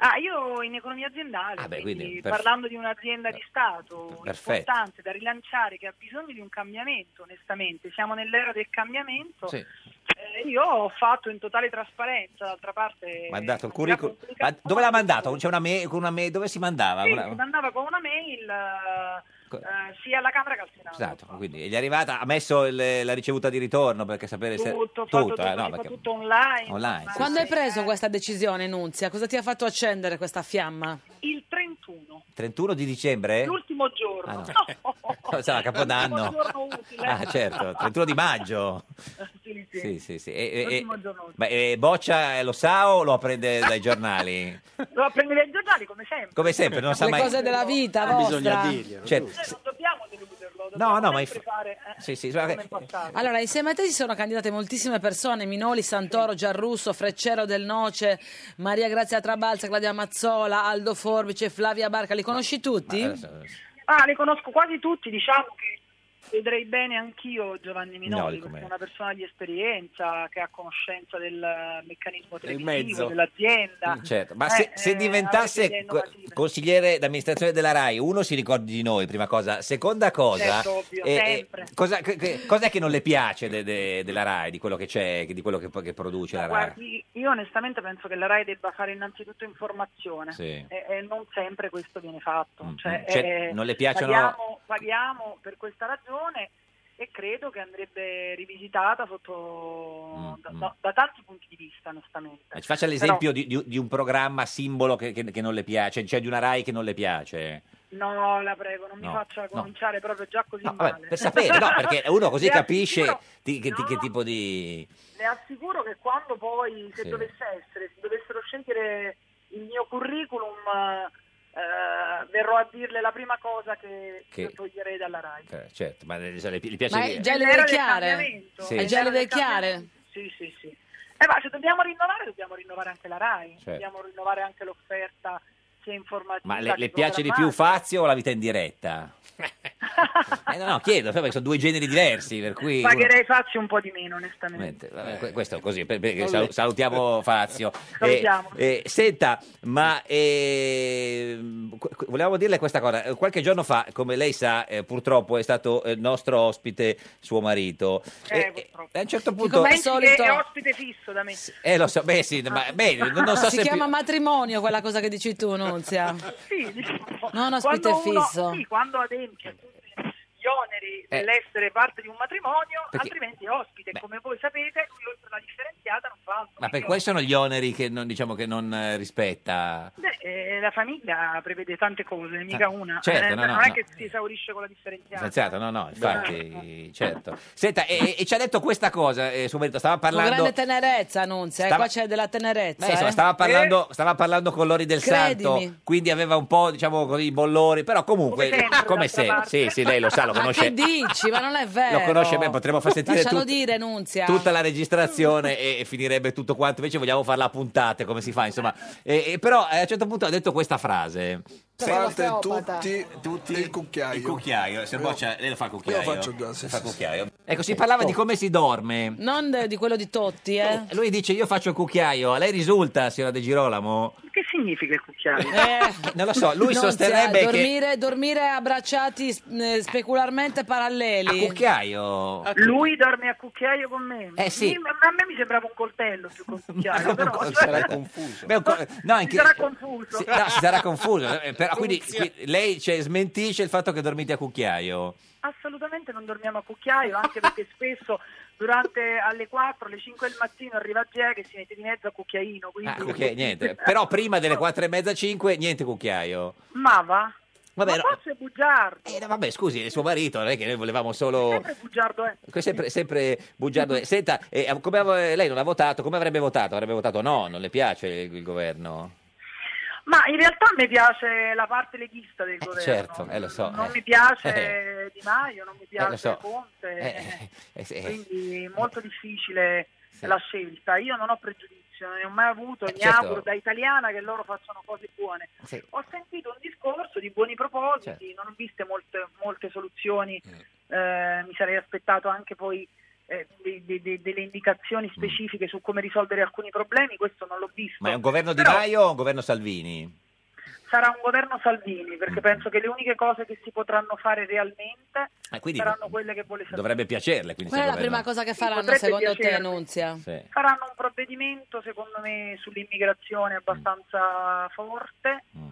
Speaker 16: Ah, io in economia aziendale,
Speaker 2: Ah, beh,
Speaker 16: quindi
Speaker 2: quindi, per-
Speaker 16: parlando di un'azienda di Stato
Speaker 2: Perfetto.
Speaker 16: importante da rilanciare che ha bisogno di un cambiamento, onestamente, siamo nell'era del cambiamento.
Speaker 2: Sì.
Speaker 16: Eh, io ho fatto in totale trasparenza, d'altra parte
Speaker 2: Ma ha dato il curriculum. Ma dove l'ha mandato? C'è una me- con una me- dove si mandava?
Speaker 16: sì,
Speaker 2: Una-
Speaker 16: si mandava con una mail eh,
Speaker 2: Co-
Speaker 16: eh, sia alla Camera che al Senato.
Speaker 2: Esatto, quindi gli è arrivata, ha messo il- la ricevuta di ritorno perché sapere se
Speaker 16: Tutto, ho fatto tutto,
Speaker 2: eh, no,
Speaker 16: si fa
Speaker 2: perché-
Speaker 16: tutto online.
Speaker 2: online. sì,
Speaker 1: Quando
Speaker 2: sì.
Speaker 1: hai preso questa decisione, Nunzia? Cosa ti ha fatto accendere questa fiamma?
Speaker 16: Il 31,
Speaker 2: 31 di dicembre?
Speaker 16: l'ultimo giorno.
Speaker 2: Ah, no.
Speaker 16: No.
Speaker 2: Sarà Capodanno.
Speaker 16: L'ultimo giorno utile.
Speaker 2: Ah, certo, 31 di maggio.
Speaker 16: Sì, sì.
Speaker 2: Sì, sì, sì. E, e-
Speaker 16: L'ultimo
Speaker 2: e-
Speaker 16: giorno utile.
Speaker 2: ma, eh, Boccia eh, lo sa o lo apprende dai giornali?
Speaker 16: Lo apprendi dai giornali come sempre.
Speaker 2: Come sempre, non sa
Speaker 1: Le
Speaker 2: mai.
Speaker 1: cose della vita
Speaker 2: Non
Speaker 1: vostra.
Speaker 2: eh, bisogna dirglielo, Cioè,
Speaker 16: Noi non dobbiamo deluderlo, dobbiamo
Speaker 2: No, no, ma
Speaker 16: sempre
Speaker 2: inf-
Speaker 16: fare eh,
Speaker 2: Sì, sì,
Speaker 16: come
Speaker 2: vabbè.
Speaker 16: in passato.
Speaker 1: Allora, insieme a te si sono candidate moltissime persone, Minoli, Santoro, Giarrusso, Freccero del Noce, Maria Grazia Trabalza, Claudia Mazzola, Aldo Forbice, Flavia Barca, li conosci tutti?
Speaker 16: Ah, li conosco quasi tutti, diciamo che vedrei bene anch'io Giovanni Minoli,
Speaker 1: Minoli,
Speaker 16: perché
Speaker 1: com'è?
Speaker 16: è una persona di esperienza, che ha conoscenza del meccanismo
Speaker 2: mezzo.
Speaker 16: televisivo, dell'azienda.
Speaker 2: Certo, ma se,
Speaker 16: Eh,
Speaker 2: se
Speaker 16: eh, ha delle idee
Speaker 2: diventasse co-
Speaker 16: innovative.
Speaker 2: consigliere d'amministrazione della RAI, uno si ricordi di noi, prima cosa. Seconda cosa,
Speaker 16: Certo, ovvio,
Speaker 2: eh,
Speaker 16: sempre.
Speaker 2: cosa che- che- cos'è che non le piace de- de- della RAI, di quello che c'è, di quello che, che produce la RAI?
Speaker 16: Guardi, io onestamente penso che la RAI debba fare innanzitutto informazione
Speaker 2: Sì.
Speaker 16: e, e non sempre questo viene fatto. Cioè,
Speaker 2: Cioè,
Speaker 16: eh,
Speaker 2: non le piacciono-
Speaker 16: Paghiamo, paghiamo per questa ragione e credo che andrebbe rivisitata sotto, da, da- da tanti punti di vista, onestamente.
Speaker 2: Mm, Eh, Ci faccia l'esempio di, di- di un programma simbolo che, che- che non le piace, cioè di una RAI che non le piace.
Speaker 16: Però- no, la prego, non mi
Speaker 2: No,
Speaker 16: faccia
Speaker 2: no.
Speaker 16: cominciare proprio già così
Speaker 2: No,
Speaker 16: male.
Speaker 2: vabbè, per sapere, no, perché uno così
Speaker 16: Le
Speaker 2: capisce
Speaker 16: assicuro-
Speaker 2: di- che, di- che
Speaker 16: no.
Speaker 2: tipo di...
Speaker 16: Le assicuro che quando poi, se
Speaker 2: Sì.
Speaker 16: dovesse essere, se dovessero scegliere il mio curriculum, eh, verrò a dirle la prima cosa che,
Speaker 2: Che-
Speaker 16: io toglierei dalla RAI.
Speaker 2: eh, Certo, ma le, le- le piace...
Speaker 1: Ma
Speaker 2: dire-
Speaker 1: hai già le
Speaker 16: Era
Speaker 1: idee
Speaker 16: del
Speaker 1: chiare?
Speaker 16: cambiamento,
Speaker 2: Sì.
Speaker 1: Hai già le
Speaker 16: era del
Speaker 1: idee chiare?
Speaker 16: Sì, sì, sì. Eh, ma se dobbiamo rinnovare, dobbiamo rinnovare anche la RAI,
Speaker 2: Certo.
Speaker 16: dobbiamo rinnovare anche l'offerta sia informativa.
Speaker 2: Ma le,
Speaker 16: che
Speaker 2: le piace di più
Speaker 16: programmatica.
Speaker 2: Fazio o la vita in diretta? Eh, no, no, chiedo, perché sono due generi diversi, per cui... uno-
Speaker 16: Pagherei Fazio un po' di meno, onestamente.
Speaker 1: Eh,
Speaker 2: Vabbè, que- questo così, per- perché
Speaker 16: Vabbè.
Speaker 2: sal- salutiamo Fazio.
Speaker 16: Salutiamo.
Speaker 2: Eh, eh, senta, ma ehm, qu- qu- volevamo dirle questa cosa. Eh, Qualche giorno fa, come lei sa, eh, purtroppo è stato eh, nostro ospite suo marito.
Speaker 16: Eh,
Speaker 2: E-
Speaker 16: purtroppo.
Speaker 2: e a un certo punto...
Speaker 16: Pensi che è ospite fisso da me.
Speaker 2: Eh, lo so, beh, sì, ma beh, non non so
Speaker 1: Ah. si
Speaker 2: se... più-
Speaker 1: chiama matrimonio quella cosa che dici tu, Nunzia.
Speaker 16: Sì, diciamo,
Speaker 1: Non ospite
Speaker 16: quando uno-
Speaker 1: fisso.
Speaker 16: Sì, quando adempie a tutti gli oneri
Speaker 1: Eh.
Speaker 16: dell'essere parte di un matrimonio,
Speaker 2: Perché-
Speaker 16: altrimenti è ospite.
Speaker 2: Beh.
Speaker 16: Come voi sapete, lui oltre alla differenziata non fa altro.
Speaker 2: Ma per quali sono gli oneri che non, diciamo, che non eh, rispetta?
Speaker 16: Beh, eh, la famiglia prevede tante cose, mica
Speaker 2: Ah,
Speaker 16: una.
Speaker 2: certo,
Speaker 16: Eh,
Speaker 2: no, no,
Speaker 16: non è
Speaker 2: no.
Speaker 16: che si esaurisce con la differenziata.
Speaker 2: Senziato, no, no, infatti, certo. Senta, e, e ci ha detto questa cosa, eh, suo marito, stava
Speaker 1: Con
Speaker 2: parlando...
Speaker 1: grande tenerezza, Nunzia, eh,
Speaker 2: Stava-
Speaker 1: qua c'è della tenerezza.
Speaker 2: Beh, insomma,
Speaker 1: eh.
Speaker 2: stava, parlando, stava parlando con Lori del
Speaker 1: Credimi.
Speaker 2: Santo, quindi aveva un po', diciamo, così, i bollori, però comunque, eh,
Speaker 1: Come sempre,
Speaker 2: come
Speaker 1: d'altra
Speaker 2: sempre,
Speaker 1: parte.
Speaker 2: sì, sì, lei lo sa, lo
Speaker 1: Ma
Speaker 2: conosce,
Speaker 1: Ah, che dici? Ma non è vero.
Speaker 2: lo conosce bene, potremmo far sentire
Speaker 1: Lascialo
Speaker 2: tut-
Speaker 1: dire, Nunzia.
Speaker 2: tutta la registrazione e, e finirebbe tutto quanto, invece vogliamo farla a puntate, come si fa, insomma. E, e però eh, a un certo punto ha detto questa frase.
Speaker 4: Parte tutti, tutti il cucchiaio.
Speaker 2: Il cucchiaio, se boccia, lei lo fa il cucchiaio.
Speaker 4: Io faccio due, sì,
Speaker 2: Fa
Speaker 4: sì,
Speaker 2: cucchiaio. Ecco, si parlava
Speaker 1: oh.
Speaker 2: di come si dorme.
Speaker 1: Non de- di quello di Totti, eh.
Speaker 2: Lui dice io faccio il cucchiaio, a lei risulta, signora De Girolamo?
Speaker 16: Che significa il cucchiaio?
Speaker 2: Non lo so, lui
Speaker 1: Nunzia,
Speaker 2: sosterrebbe che...
Speaker 1: Eh. dormire, dormire abbracciati eh, specularmente
Speaker 2: A
Speaker 1: paralleli.
Speaker 2: cucchiaio.
Speaker 16: Lui dorme a cucchiaio con me.
Speaker 2: Eh, sì.
Speaker 16: Mi- ma a me mi sembrava un coltello più che un cucchiaio, però cioè,
Speaker 2: Sarà confuso. no, anche-
Speaker 16: si sarà confuso.
Speaker 2: Sì, no, si sarà confuso. eh, però, quindi, qui- lei cioè, smentisce il fatto che dormite a cucchiaio.
Speaker 16: Assolutamente non dormiamo a cucchiaio, anche perché spesso durante alle 4, alle 5 del mattino arriva Gea che si mette di mezzo a cucchiaino. Quindi...
Speaker 2: Ah, cucchiaio, niente. Però prima delle 4 e mezza, 5, niente cucchiaio.
Speaker 16: Ma va,
Speaker 2: Vabbè,
Speaker 16: ma
Speaker 2: no.
Speaker 16: forse è bugiardo,
Speaker 2: Eh, no, vabbè, scusi, è suo marito, non è che noi volevamo solo...
Speaker 16: sempre bugiardo eh. è.
Speaker 2: Sempre, sempre bugiardo. Eh, Senta, eh, come av- lei non ha votato, come avrebbe votato? Avrebbe votato no, non le piace il, il governo?
Speaker 16: Ma in realtà mi piace la parte leghista del governo.
Speaker 2: Certo, eh, lo so.
Speaker 16: Non
Speaker 2: eh.
Speaker 16: mi piace
Speaker 2: Eh,
Speaker 16: Di Maio, non mi piace
Speaker 2: lo so.
Speaker 16: Conte,
Speaker 2: Eh, eh, sì.
Speaker 16: quindi è molto difficile la scelta. Io non ho pregiudizio, ne ho mai avuto, mi
Speaker 2: certo.
Speaker 16: auguro da italiana che loro facciano cose buone.
Speaker 2: Sì.
Speaker 16: Ho sentito un discorso di buoni propositi,
Speaker 2: Certo.
Speaker 16: non ho viste molte, molte soluzioni, eh, mi sarei aspettato anche poi eh, de- de- de- delle
Speaker 2: Mm.
Speaker 16: indicazioni specifiche su come risolvere alcuni problemi, questo non l'ho visto.
Speaker 2: Ma è un governo di
Speaker 16: Però-
Speaker 2: Maio o un governo Salvini?
Speaker 16: Sarà un governo Salvini,
Speaker 2: Mm.
Speaker 16: perché penso che le uniche cose che si potranno fare realmente
Speaker 2: Eh, quindi
Speaker 16: saranno quelle che vuole Salvini.
Speaker 2: Dovrebbe piacerle. Quindi
Speaker 1: Qual è
Speaker 2: se
Speaker 1: la
Speaker 2: il governo-
Speaker 1: prima cosa che
Speaker 16: Sì,
Speaker 1: faranno
Speaker 16: potrebbe
Speaker 1: secondo te,
Speaker 16: piacermi.
Speaker 1: Nunzia?
Speaker 2: Sì.
Speaker 16: Faranno un provvedimento, secondo me, sull'immigrazione abbastanza forte,
Speaker 2: Mm.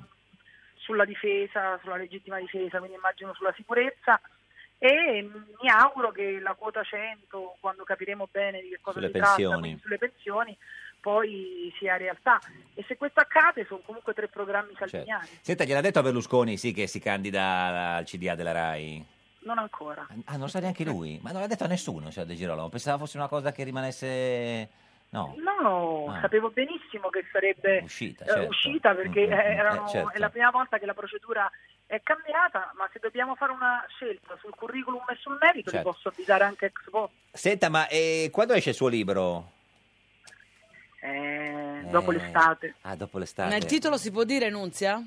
Speaker 16: sulla difesa, sulla legittima difesa, quindi immagino sulla sicurezza. E mh, mi auguro che la quota 100, quando capiremo bene di che cosa
Speaker 2: Sulle
Speaker 16: si tratta,
Speaker 2: pensioni.
Speaker 16: quindi sulle pensioni, poi sia realtà. E se questo accade, sono comunque tre programmi
Speaker 2: Certo.
Speaker 16: salviniani,
Speaker 2: Senta, gliel'ha detto a Berlusconi sì, che si candida al CDA della RAI?
Speaker 16: non ancora.
Speaker 2: Ah, non lo sa neanche lui? Ma non l'ha detto a nessuno, cioè, De Girolamo. Pensavo fosse una cosa che rimanesse... No.
Speaker 16: No,
Speaker 2: Ah.
Speaker 16: sapevo benissimo che sarebbe
Speaker 2: Uscita,
Speaker 16: eh,
Speaker 2: certo.
Speaker 16: uscita perché
Speaker 2: Mm, mm,
Speaker 16: eh,
Speaker 2: mm,
Speaker 16: erano-
Speaker 2: eh, certo.
Speaker 16: è la prima volta che la procedura è cambiata, ma se dobbiamo fare una scelta sul curriculum e sul merito
Speaker 2: Certo.
Speaker 16: li posso avvisare anche ex post.
Speaker 2: Senta, ma eh, quando esce il suo libro?
Speaker 16: Eh, dopo
Speaker 2: Eh,
Speaker 16: l'estate.
Speaker 2: Ah, dopo l'estate.
Speaker 1: Nel titolo si può dire, Nunzia?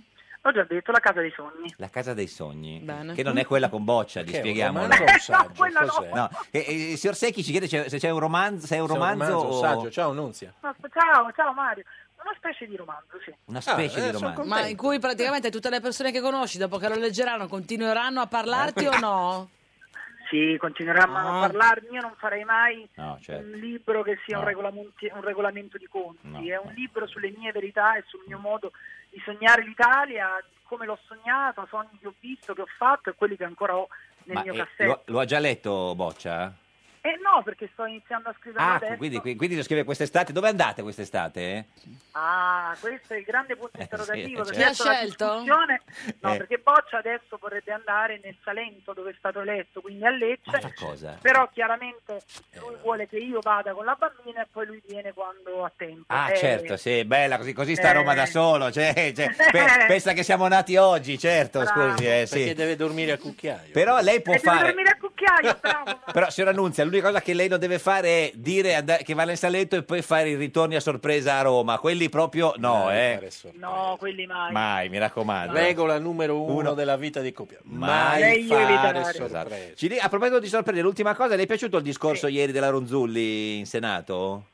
Speaker 16: Ho già detto, La casa dei sogni.
Speaker 2: La casa dei sogni,
Speaker 1: Bene.
Speaker 2: che non è quella con Boccia, gli
Speaker 10: Che è un
Speaker 2: spieghiamo.
Speaker 10: romanzo o un No, saggio?
Speaker 16: quella no.
Speaker 2: Cos'è? E- e il signor Secchi ci chiede c'è- se c'è un romanzo, se è un
Speaker 10: Se è un
Speaker 2: romanzo,
Speaker 10: romanzo, un
Speaker 2: o...
Speaker 10: saggio. Ciao, Nunzia.
Speaker 16: No, Ciao, ciao Mario. Una specie di romanzo, sì.
Speaker 2: Una
Speaker 16: Ah,
Speaker 2: specie
Speaker 16: eh,
Speaker 2: di romanzo.
Speaker 1: Ma in cui praticamente tutte le persone che conosci, dopo che lo leggeranno, continueranno a parlarti
Speaker 2: Certo.
Speaker 1: o no?
Speaker 16: Sì, continueranno a parlarmi, io non farei mai
Speaker 2: No, certo.
Speaker 16: un libro che sia un,
Speaker 2: No.
Speaker 16: regolamenti- un regolamento di conti,
Speaker 2: No,
Speaker 16: è un libro sulle mie verità e sul mio modo di sognare l'Italia, come l'ho sognata, sogni che ho visto, che ho fatto e quelli che ancora ho nel
Speaker 2: Ma
Speaker 16: mio
Speaker 2: eh,
Speaker 16: cassetto.
Speaker 2: lo, lo ha già letto Boccia?
Speaker 16: E no, perché sto iniziando a scrivere
Speaker 2: Ah,
Speaker 16: adesso.
Speaker 2: quindi, qui- quindi lo scrive quest'estate. Dove andate quest'estate? eh?
Speaker 16: Ah, questo è il grande punto
Speaker 2: sì,
Speaker 16: interrogativo.
Speaker 2: certo.
Speaker 16: perché
Speaker 2: Chi ha
Speaker 16: adesso la
Speaker 1: scelto?
Speaker 16: discussione- No,
Speaker 2: Eh.
Speaker 16: perché Boccia adesso vorrebbe andare nel Salento dove è stato eletto, quindi a Lecce.
Speaker 2: Ma fa cosa? Eh.
Speaker 16: Però chiaramente lui vuole che io vada con la bambina e poi lui viene quando ha tempo.
Speaker 2: Ah,
Speaker 16: Eh,
Speaker 2: certo, sì, bella, così, così sta
Speaker 16: Eh.
Speaker 2: Roma da solo. cioè, cioè, pe- pensa che siamo nati oggi, certo,
Speaker 16: Bravo.
Speaker 2: scusi. eh, sì.
Speaker 10: Perché deve dormire al cucchiaio.
Speaker 2: Però lei può
Speaker 16: E deve
Speaker 2: fare...
Speaker 16: dormire a cucchiaio, bravo.
Speaker 2: Però, signora Annunzia, l'unica cosa che lei non deve fare è dire andà- che va nel Salento e poi fare i ritorni a sorpresa a Roma. Quelli proprio no, eh.
Speaker 16: No, quelli mai.
Speaker 2: Mai, mi raccomando.
Speaker 10: Regola numero uno,
Speaker 2: Uno.
Speaker 10: della vita di coppia.
Speaker 2: Mai
Speaker 10: Mai fare
Speaker 2: Esatto.
Speaker 10: sorprese.
Speaker 2: Ci di- a proposito di sorprese, l'ultima cosa, le è piaciuto il discorso ieri della Ronzulli in Senato?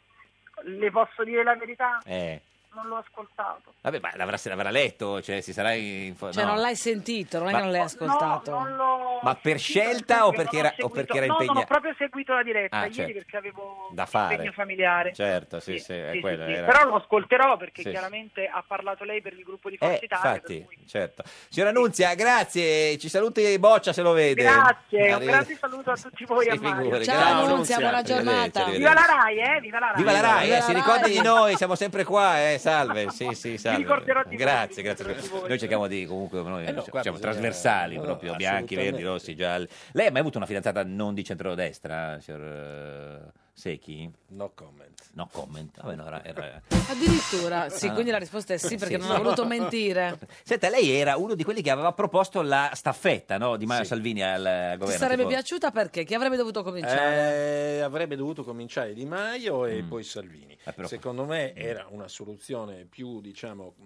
Speaker 16: Le posso dire la verità?
Speaker 2: Eh.
Speaker 16: Non l'ho ascoltato.
Speaker 2: Vabbè, ma l'avrà, se l'avrà letto, cioè si sarà info-
Speaker 1: Cioè,
Speaker 2: no.
Speaker 1: non l'hai sentito, non è
Speaker 2: Ma-
Speaker 1: che non l'hai ascoltato.
Speaker 16: Non l'ho...
Speaker 2: Ma per scelta o perché era, o perché era
Speaker 16: no, non ho
Speaker 2: impegnato?
Speaker 16: proprio seguito la diretta
Speaker 2: Ah,
Speaker 16: ieri
Speaker 2: certo.
Speaker 16: perché avevo
Speaker 2: Da
Speaker 16: un
Speaker 2: fare.
Speaker 16: impegno familiare.
Speaker 2: Certo, sì, sì, è
Speaker 16: Sì,
Speaker 2: quello,
Speaker 16: sì, sì.
Speaker 2: era-
Speaker 16: Però lo ascolterò perché
Speaker 2: Sì, sì.
Speaker 16: chiaramente ha parlato lei per il gruppo di Forza
Speaker 2: Eh,
Speaker 16: Italia.
Speaker 2: infatti, certo. Signora Nunzia, grazie, ci saluti Boccia se lo vede.
Speaker 16: Grazie, un
Speaker 2: Arrive-
Speaker 16: grande saluto a tutti voi. a
Speaker 2: Si figuri,
Speaker 16: Mario.
Speaker 2: Ciao, grazie. Nunzia, buona
Speaker 16: Arrivederci,
Speaker 2: giornata.
Speaker 16: arrivederci. Viva la RAI, eh? Viva la RAI.
Speaker 2: Viva la RAI, eh, si ricordi di
Speaker 16: Rai.
Speaker 2: noi, siamo sempre qua, eh, salve, sì, sì, salve.
Speaker 16: ricorderò di voi,
Speaker 2: grazie,
Speaker 16: di
Speaker 2: grazie.
Speaker 16: voi.
Speaker 2: Noi cerchiamo di, comunque, noi
Speaker 10: Eh no, qua
Speaker 2: siamo
Speaker 10: bisogna-
Speaker 2: trasversali
Speaker 10: no, no,
Speaker 2: proprio, bianchi, verdi,
Speaker 10: assolutamente.
Speaker 2: rossi, gialli. Lei ha mai avuto una fidanzata non di centrodestra, signor eh, Secchi?
Speaker 10: No comment.
Speaker 2: No comment, vabbè, no, era... era-
Speaker 1: Addirittura, sì,
Speaker 2: Ah.
Speaker 1: quindi la risposta è sì, perché
Speaker 2: Sì,
Speaker 1: non ha
Speaker 2: sì.
Speaker 1: voluto mentire.
Speaker 2: Senta, lei era uno di quelli che aveva proposto la staffetta, no, di Mario Salvini al eh, governo.
Speaker 1: Ti sarebbe
Speaker 2: tipo-
Speaker 1: piaciuta perché? Chi avrebbe dovuto cominciare?
Speaker 10: Eh, avrebbe dovuto cominciare Di Maio
Speaker 2: Mm.
Speaker 10: e poi Salvini.
Speaker 2: Eh,
Speaker 10: Secondo me era una soluzione più, diciamo, mh,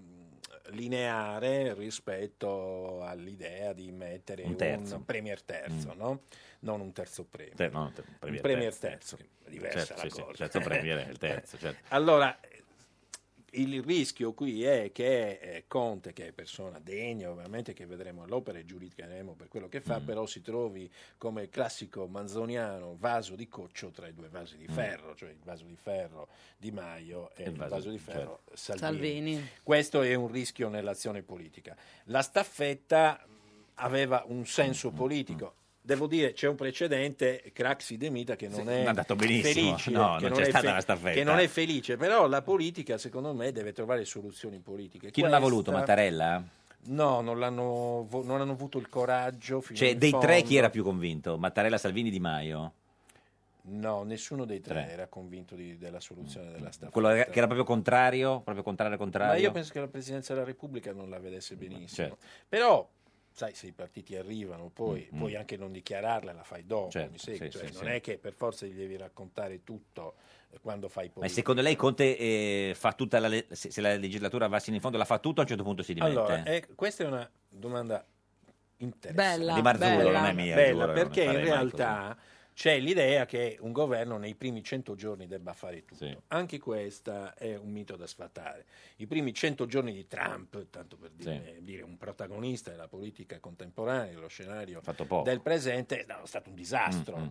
Speaker 10: lineare rispetto all'idea di mettere
Speaker 2: Un
Speaker 10: un,
Speaker 2: terzo.
Speaker 10: premier terzo, no? Non un terzo premio.
Speaker 2: Te- no, te-
Speaker 10: un
Speaker 2: premier
Speaker 10: premier terzo,
Speaker 2: terzo.
Speaker 10: che è diversa
Speaker 2: Certo,
Speaker 10: la
Speaker 2: sì, sì,
Speaker 10: cosa.
Speaker 2: certo, premier è il terzo, certo.
Speaker 10: Allora, il rischio qui è che eh, Conte, che è persona degna, ovviamente che vedremo all'opera e giudicheremo per quello che
Speaker 2: Mm.
Speaker 10: fa, però si trovi come il classico manzoniano vaso di coccio tra i due vasi di
Speaker 2: Mm.
Speaker 10: ferro, cioè il vaso di ferro di Maio e il vaso, di ferro
Speaker 2: Certo.
Speaker 10: Salvini.
Speaker 1: Salvini.
Speaker 10: Questo è un rischio nell'azione politica. La staffetta mh, aveva un
Speaker 2: Mm.
Speaker 10: senso politico. Devo dire, c'è un precedente, Craxi Demita, che non
Speaker 2: Sì,
Speaker 10: è
Speaker 2: è andato benissimo.
Speaker 10: felice.
Speaker 2: No,
Speaker 10: che
Speaker 2: non c'è
Speaker 10: è
Speaker 2: stata eh. la staffetta.
Speaker 10: Che non è felice, però la politica, secondo me, deve trovare soluzioni politiche.
Speaker 2: Chi non l'ha
Speaker 10: Questa-
Speaker 2: voluto, Mattarella?
Speaker 10: No, non, l'hanno vo- non hanno avuto il coraggio fino
Speaker 2: Cioè,
Speaker 10: in
Speaker 2: dei tre
Speaker 10: fondo.
Speaker 2: chi era più convinto? Mattarella, Salvini, Di Maio?
Speaker 10: No, nessuno dei tre, era convinto di- della soluzione della staffetta.
Speaker 2: Certo, Quello che era proprio contrario, proprio contrario,
Speaker 10: Ma
Speaker 2: contrario. certo.
Speaker 10: io penso che la Presidenza della Repubblica non la vedesse benissimo. Però, sai, se i partiti arrivano, poi
Speaker 2: Mm, mm.
Speaker 10: puoi anche non dichiararla, la fai dopo.
Speaker 2: Certo,
Speaker 10: mi segui?
Speaker 2: sì,
Speaker 10: Cioè,
Speaker 2: sì,
Speaker 10: non
Speaker 2: sì.
Speaker 10: è che per forza gli devi raccontare tutto eh, quando fai politica.
Speaker 2: Ma secondo lei Conte eh, fa tutta la le- se, se la legislatura va sino in fondo la fa tutto a un certo punto si dimette?
Speaker 10: Allora, eh, questa è una domanda interessante.
Speaker 2: Bella, Di Marzullo, bella. non è mia,
Speaker 10: Bella,
Speaker 2: giuro, non
Speaker 10: perché in
Speaker 2: farei mai
Speaker 10: realtà c'è l'idea che un governo nei primi 100 giorni debba fare tutto.
Speaker 2: Sì.
Speaker 10: Anche questa è un mito da sfatare. I primi 100 giorni di Trump, tanto per dire, eh, dire un protagonista della politica contemporanea, dello scenario
Speaker 2: Fatto poco.
Speaker 10: del presente, no, è stato un disastro.
Speaker 2: Mm, mm.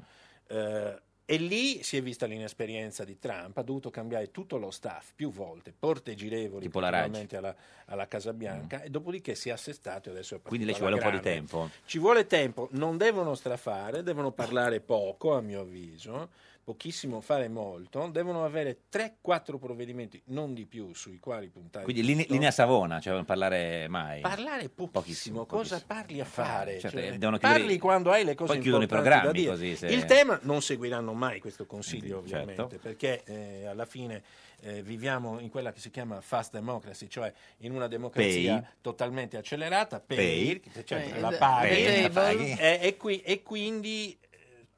Speaker 10: Eh, e lì si è vista l'inesperienza di Trump, ha dovuto cambiare tutto lo staff più volte, porte girevoli
Speaker 2: Tipo la Raggi.
Speaker 10: particolarmente alla, alla Casa Bianca e dopodiché si è assestato e adesso è
Speaker 2: Quindi lei ci
Speaker 10: partito
Speaker 2: vuole un po'
Speaker 10: alla
Speaker 2: di
Speaker 10: grande.
Speaker 2: tempo.
Speaker 10: Ci vuole tempo, non devono strafare, devono parlare poco a mio avviso, pochissimo fare molto, devono avere 3-4 provvedimenti, non di più, sui quali puntare.
Speaker 2: Quindi
Speaker 10: tutto.
Speaker 2: line- linea Savona, cioè non parlare mai.
Speaker 10: Parlare pochissimo, cosa parli a fare?
Speaker 2: Certo,
Speaker 10: Cioè,
Speaker 2: eh, devono chiudere-
Speaker 10: parli quando hai le cose
Speaker 2: poi chiudono i
Speaker 10: importanti
Speaker 2: programmi,
Speaker 10: da dire.
Speaker 2: così, se-
Speaker 10: Il tema non seguiranno mai questo consiglio,
Speaker 2: Quindi, certo.
Speaker 10: ovviamente, perché eh, alla fine eh, viviamo in quella che si chiama fast democracy, cioè in una democrazia
Speaker 2: Pay.
Speaker 10: totalmente accelerata, pay,
Speaker 2: Pay.
Speaker 10: cioè
Speaker 2: Pay.
Speaker 10: la paghi, eh,
Speaker 2: Pay, la paghi.
Speaker 10: E, e qui- e quindi eh,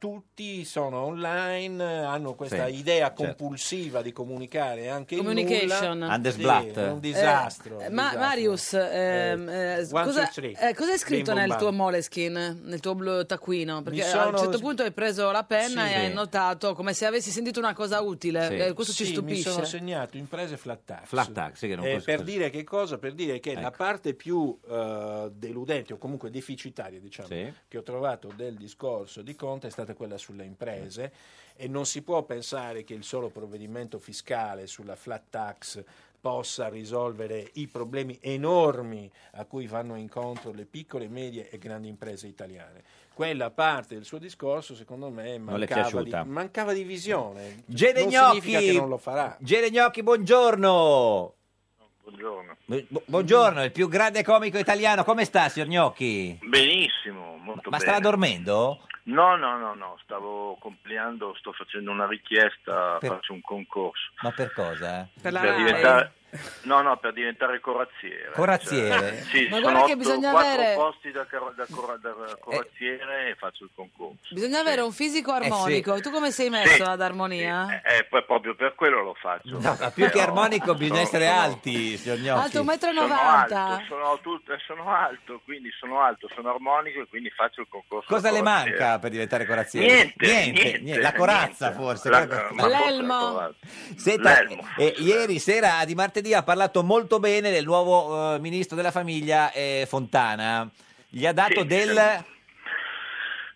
Speaker 10: tutti sono online, eh, hanno questa
Speaker 2: Sì,
Speaker 10: idea
Speaker 2: certo.
Speaker 10: compulsiva di comunicare anche il
Speaker 1: Communication.
Speaker 10: nulla.
Speaker 2: Handelsblatt.
Speaker 10: Sì, è un disastro.
Speaker 1: Eh, ma- Marius, ehm, eh,
Speaker 10: esatto. one,
Speaker 1: cosa,
Speaker 10: two, three.
Speaker 1: eh, cosa hai scritto
Speaker 10: Bim, bom,
Speaker 1: nel
Speaker 10: bam.
Speaker 1: tuo Moleskin, nel tuo blu- taccuino? Perché
Speaker 10: sono-
Speaker 1: a un certo punto hai preso la penna
Speaker 10: Sì.
Speaker 1: e hai notato come se avessi sentito una cosa utile. Eh, questo ci
Speaker 10: Sì,
Speaker 1: stupisce.
Speaker 10: Mi sono segnato imprese flat tax.
Speaker 2: Flat tax, sì, che non
Speaker 10: Eh,
Speaker 2: cos-
Speaker 10: per
Speaker 2: cos-
Speaker 10: dire che cosa? Per dire che la
Speaker 2: Ecco.
Speaker 10: parte più eh, deludente o comunque deficitaria, diciamo,
Speaker 2: Sì.
Speaker 10: che ho trovato del discorso di Conte è stata quella sulle imprese e non si può pensare che il solo provvedimento fiscale sulla flat tax possa risolvere i problemi enormi a cui vanno incontro le piccole, medie e grandi imprese italiane. Quella parte del suo discorso, secondo me,
Speaker 2: Non le è
Speaker 10: mancava, di,
Speaker 2: piaciuta.
Speaker 10: mancava di visione.
Speaker 2: Gene
Speaker 10: non
Speaker 2: Gnocchi.
Speaker 10: significa che non lo farà.
Speaker 2: Gene Gnocchi, buongiorno.
Speaker 19: Buongiorno.
Speaker 2: Bu- bu- Buongiorno, il più grande comico italiano. Come sta, signor Gnocchi?
Speaker 19: Benissimo, molto
Speaker 2: Ma
Speaker 19: bene.
Speaker 2: stava dormendo?
Speaker 19: No, no, no, no, stavo compilando, sto facendo una richiesta,
Speaker 2: Per-
Speaker 19: faccio un concorso.
Speaker 2: Ma per cosa?
Speaker 19: per diventare No, no, per diventare corazziere.
Speaker 2: Corazziere?
Speaker 19: Cioè, sì,
Speaker 1: Ma
Speaker 19: sono
Speaker 1: guarda che
Speaker 19: otto-
Speaker 1: bisogna
Speaker 19: quattro
Speaker 1: avere-
Speaker 19: posti da, caro- da coro-
Speaker 2: Eh.
Speaker 19: da corazziere e faccio il concorso.
Speaker 1: Bisogna avere un fisico armonico. Tu come sei messo ad armonia?
Speaker 19: Eh, poi proprio per quello lo faccio.
Speaker 2: No, ma più che
Speaker 19: Però-
Speaker 2: armonico bisogna
Speaker 19: sono-
Speaker 2: essere
Speaker 19: sono-
Speaker 2: alti, signor Gnocchi.
Speaker 1: Alto 1,90
Speaker 19: Sono
Speaker 1: m.
Speaker 19: alto, sono, tut- sono alto, quindi sono alto, sono armonico e quindi faccio il concorso.
Speaker 2: Cosa le
Speaker 19: corazziere.
Speaker 2: manca per diventare corazziere?
Speaker 19: Niente,
Speaker 2: niente,
Speaker 19: niente,
Speaker 2: niente. la corazza
Speaker 19: niente.
Speaker 2: forse.
Speaker 19: La-
Speaker 2: quella che-
Speaker 19: ma forse la
Speaker 1: L'elmo.
Speaker 19: corazza.
Speaker 2: Senta,
Speaker 19: L'elmo.
Speaker 2: eh, ieri sera di martedì ha parlato molto bene del nuovo eh, ministro della famiglia eh, Fontana. Gli ha dato
Speaker 19: Sì,
Speaker 2: del...
Speaker 19: diciamo-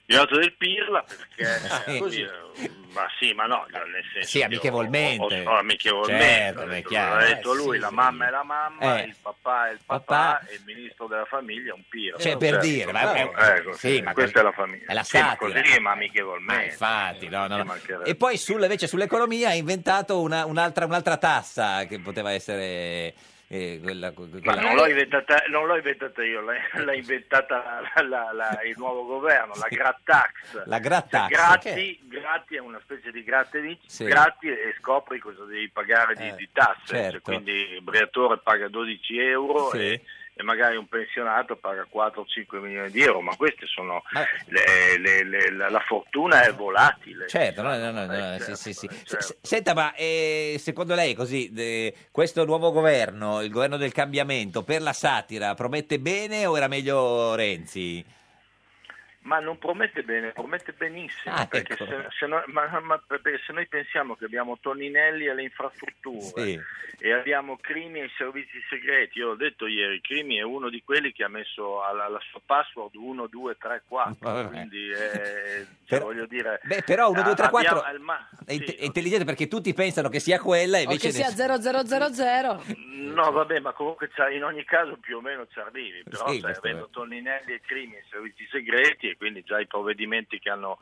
Speaker 19: Gli ho dato del pirla perché...
Speaker 2: Ah, Sì.
Speaker 19: eh, così, eh, ma sì, ma no, nel senso...
Speaker 2: Sì,
Speaker 19: che
Speaker 2: amichevolmente.
Speaker 19: Ho, ho- ho amichevolmente.
Speaker 2: Certo,
Speaker 19: ho
Speaker 2: beh,
Speaker 19: detto-
Speaker 2: chiaro.
Speaker 19: L'ha detto
Speaker 2: Eh,
Speaker 19: lui,
Speaker 2: sì,
Speaker 19: la
Speaker 2: sì.
Speaker 19: mamma è la mamma,
Speaker 2: Eh.
Speaker 19: il papà è il papà, e il ministro della famiglia è un pirla.
Speaker 2: Cioè, per dire, ma- eh,
Speaker 19: ecco,
Speaker 2: sì,
Speaker 19: sì,
Speaker 2: ma
Speaker 19: questa
Speaker 2: cos-
Speaker 19: è la famiglia.
Speaker 2: è la
Speaker 19: Sì, ma
Speaker 2: satira.
Speaker 19: così, ma amichevolmente.
Speaker 2: Ma infatti, no, no,
Speaker 19: Ci
Speaker 2: no.
Speaker 19: mancherebbe.
Speaker 2: E poi sul- invece sull'economia ha inventato una- un'altra, un'altra tassa che poteva essere eh, quella...
Speaker 19: Ma
Speaker 2: quella-
Speaker 19: non l'ho, inventata, non l'ho inventata io, l'ha, l'ha inventata la- la- la- il nuovo governo, la Grattax.
Speaker 2: La Grat Tax.
Speaker 19: Gratti, Gratti è una specie di gratta e vinci,
Speaker 2: Sì.
Speaker 19: gratti e scopri cosa devi pagare di, di tasse. Cioè,
Speaker 2: certo.
Speaker 19: quindi il Briatore paga 12 euro
Speaker 2: Sì.
Speaker 19: e, e magari un pensionato paga 4-5 milioni di euro, ma queste sono le- le- le- la, la fortuna è volatile.
Speaker 2: Certo, no, no, no, no,
Speaker 19: Eh,
Speaker 2: sì,
Speaker 19: certo,
Speaker 2: sì, sì.
Speaker 19: eh,
Speaker 2: S-
Speaker 19: certo.
Speaker 2: s- Senta, ma eh, secondo lei così de- questo nuovo governo, il governo del cambiamento, per la satira promette bene o era meglio Renzi?
Speaker 19: Ma non promette bene, promette benissimo,
Speaker 2: Ah,
Speaker 19: perché,
Speaker 2: ecco.
Speaker 19: se, se no- ma- ma- perché se noi pensiamo che abbiamo Toninelli alle infrastrutture
Speaker 2: Sì.
Speaker 19: e abbiamo Crimi ai servizi segreti, io l'ho detto ieri, Crimi è uno di quelli che ha messo alla, alla sua password 1, 2, 3, 4,
Speaker 2: Vabbè.
Speaker 19: quindi eh, cioè,
Speaker 2: Però-
Speaker 19: voglio dire...
Speaker 2: Beh, però 1, 2, 3, 4
Speaker 19: abbiamo- ma-
Speaker 2: è, inte- è intelligente perché tutti pensano che sia quella e
Speaker 1: O che
Speaker 2: Eh, invece...
Speaker 1: sia
Speaker 2: ne-
Speaker 1: 0000.
Speaker 19: No, vabbè, ma comunque c'ha- in ogni caso più o meno ci arrivi, però
Speaker 2: Sì,
Speaker 19: stai
Speaker 2: questo
Speaker 19: avendo Toninelli e Crimi e servizi segreti e quindi già i provvedimenti che hanno,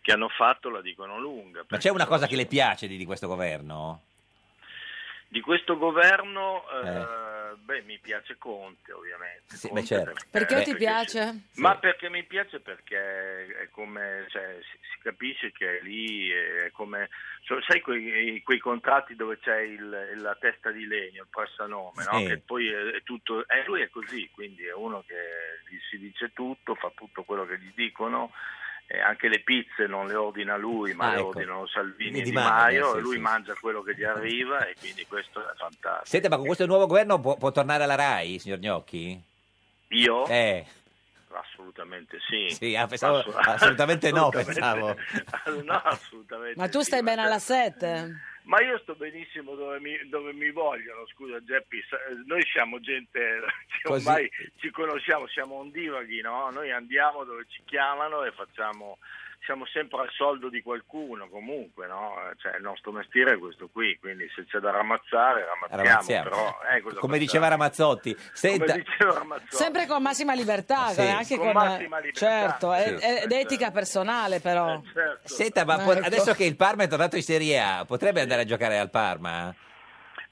Speaker 19: che hanno fatto la dicono lunga.
Speaker 2: Ma c'è una cosa che le piace di, di questo governo?
Speaker 19: Di questo governo eh, eh, beh, mi piace Conte, ovviamente.
Speaker 2: Sì,
Speaker 19: Conte
Speaker 2: beh, certo.
Speaker 1: Perché
Speaker 19: eh,
Speaker 1: ti piace?
Speaker 19: Ma perché mi piace perché è come cioè, si, si capisce che è lì è come so- sai quei, quei contratti dove c'è il- la testa di legno, il passanome, no?
Speaker 20: Sì.
Speaker 19: Che poi è, è tutto eh, lui è così, quindi è uno che gli si dice tutto, fa tutto quello che gli dicono. e anche le pizze non le ordina lui, ma
Speaker 2: Ah,
Speaker 19: le
Speaker 2: ecco.
Speaker 19: ordinano Salvini
Speaker 2: Quindi
Speaker 19: e Di
Speaker 2: Di Maio,
Speaker 19: Maio,
Speaker 2: sì,
Speaker 19: e lui
Speaker 2: sì.
Speaker 19: mangia quello che gli arriva e quindi questo è fantastico.
Speaker 2: Senta, ma con questo nuovo governo può, può tornare alla RAI, signor Gnocchi?
Speaker 19: Io?
Speaker 2: Eh,
Speaker 19: Assolutamente sì.
Speaker 2: sì, ah, pensavo-
Speaker 19: Assu-
Speaker 2: assolutamente no, pensavo.
Speaker 19: No, assolutamente.
Speaker 1: Ma tu stai bene alla 7?
Speaker 19: Ma io sto benissimo dove mi, dove mi vogliono, scusa Geppi, sa- noi siamo gente, cioè,
Speaker 2: Così.
Speaker 19: ormai ci conosciamo, siamo ondivaghi, no? Noi andiamo dove ci chiamano e facciamo, siamo sempre al soldo di qualcuno comunque, no? Cioè il nostro mestiere è questo qui, quindi se c'è da ramazzare, ramazziamo,
Speaker 2: Ramazziamo.
Speaker 19: però... eh, cosa
Speaker 2: Come
Speaker 19: facciamo?
Speaker 2: diceva Ramazzotti. Senta,
Speaker 19: Come diceva Ramazzotti.
Speaker 1: Sempre con massima libertà,
Speaker 2: Sì.
Speaker 1: anche
Speaker 19: Ah, Con
Speaker 1: con,
Speaker 19: massima libertà. Eh,
Speaker 1: Certo, è-
Speaker 2: Sì.
Speaker 1: è- ed etica personale però.
Speaker 19: certo.
Speaker 2: senta, ma po-
Speaker 1: Ecco.
Speaker 2: adesso che il Parma è tornato in Serie A, potrebbe andare a giocare al Parma?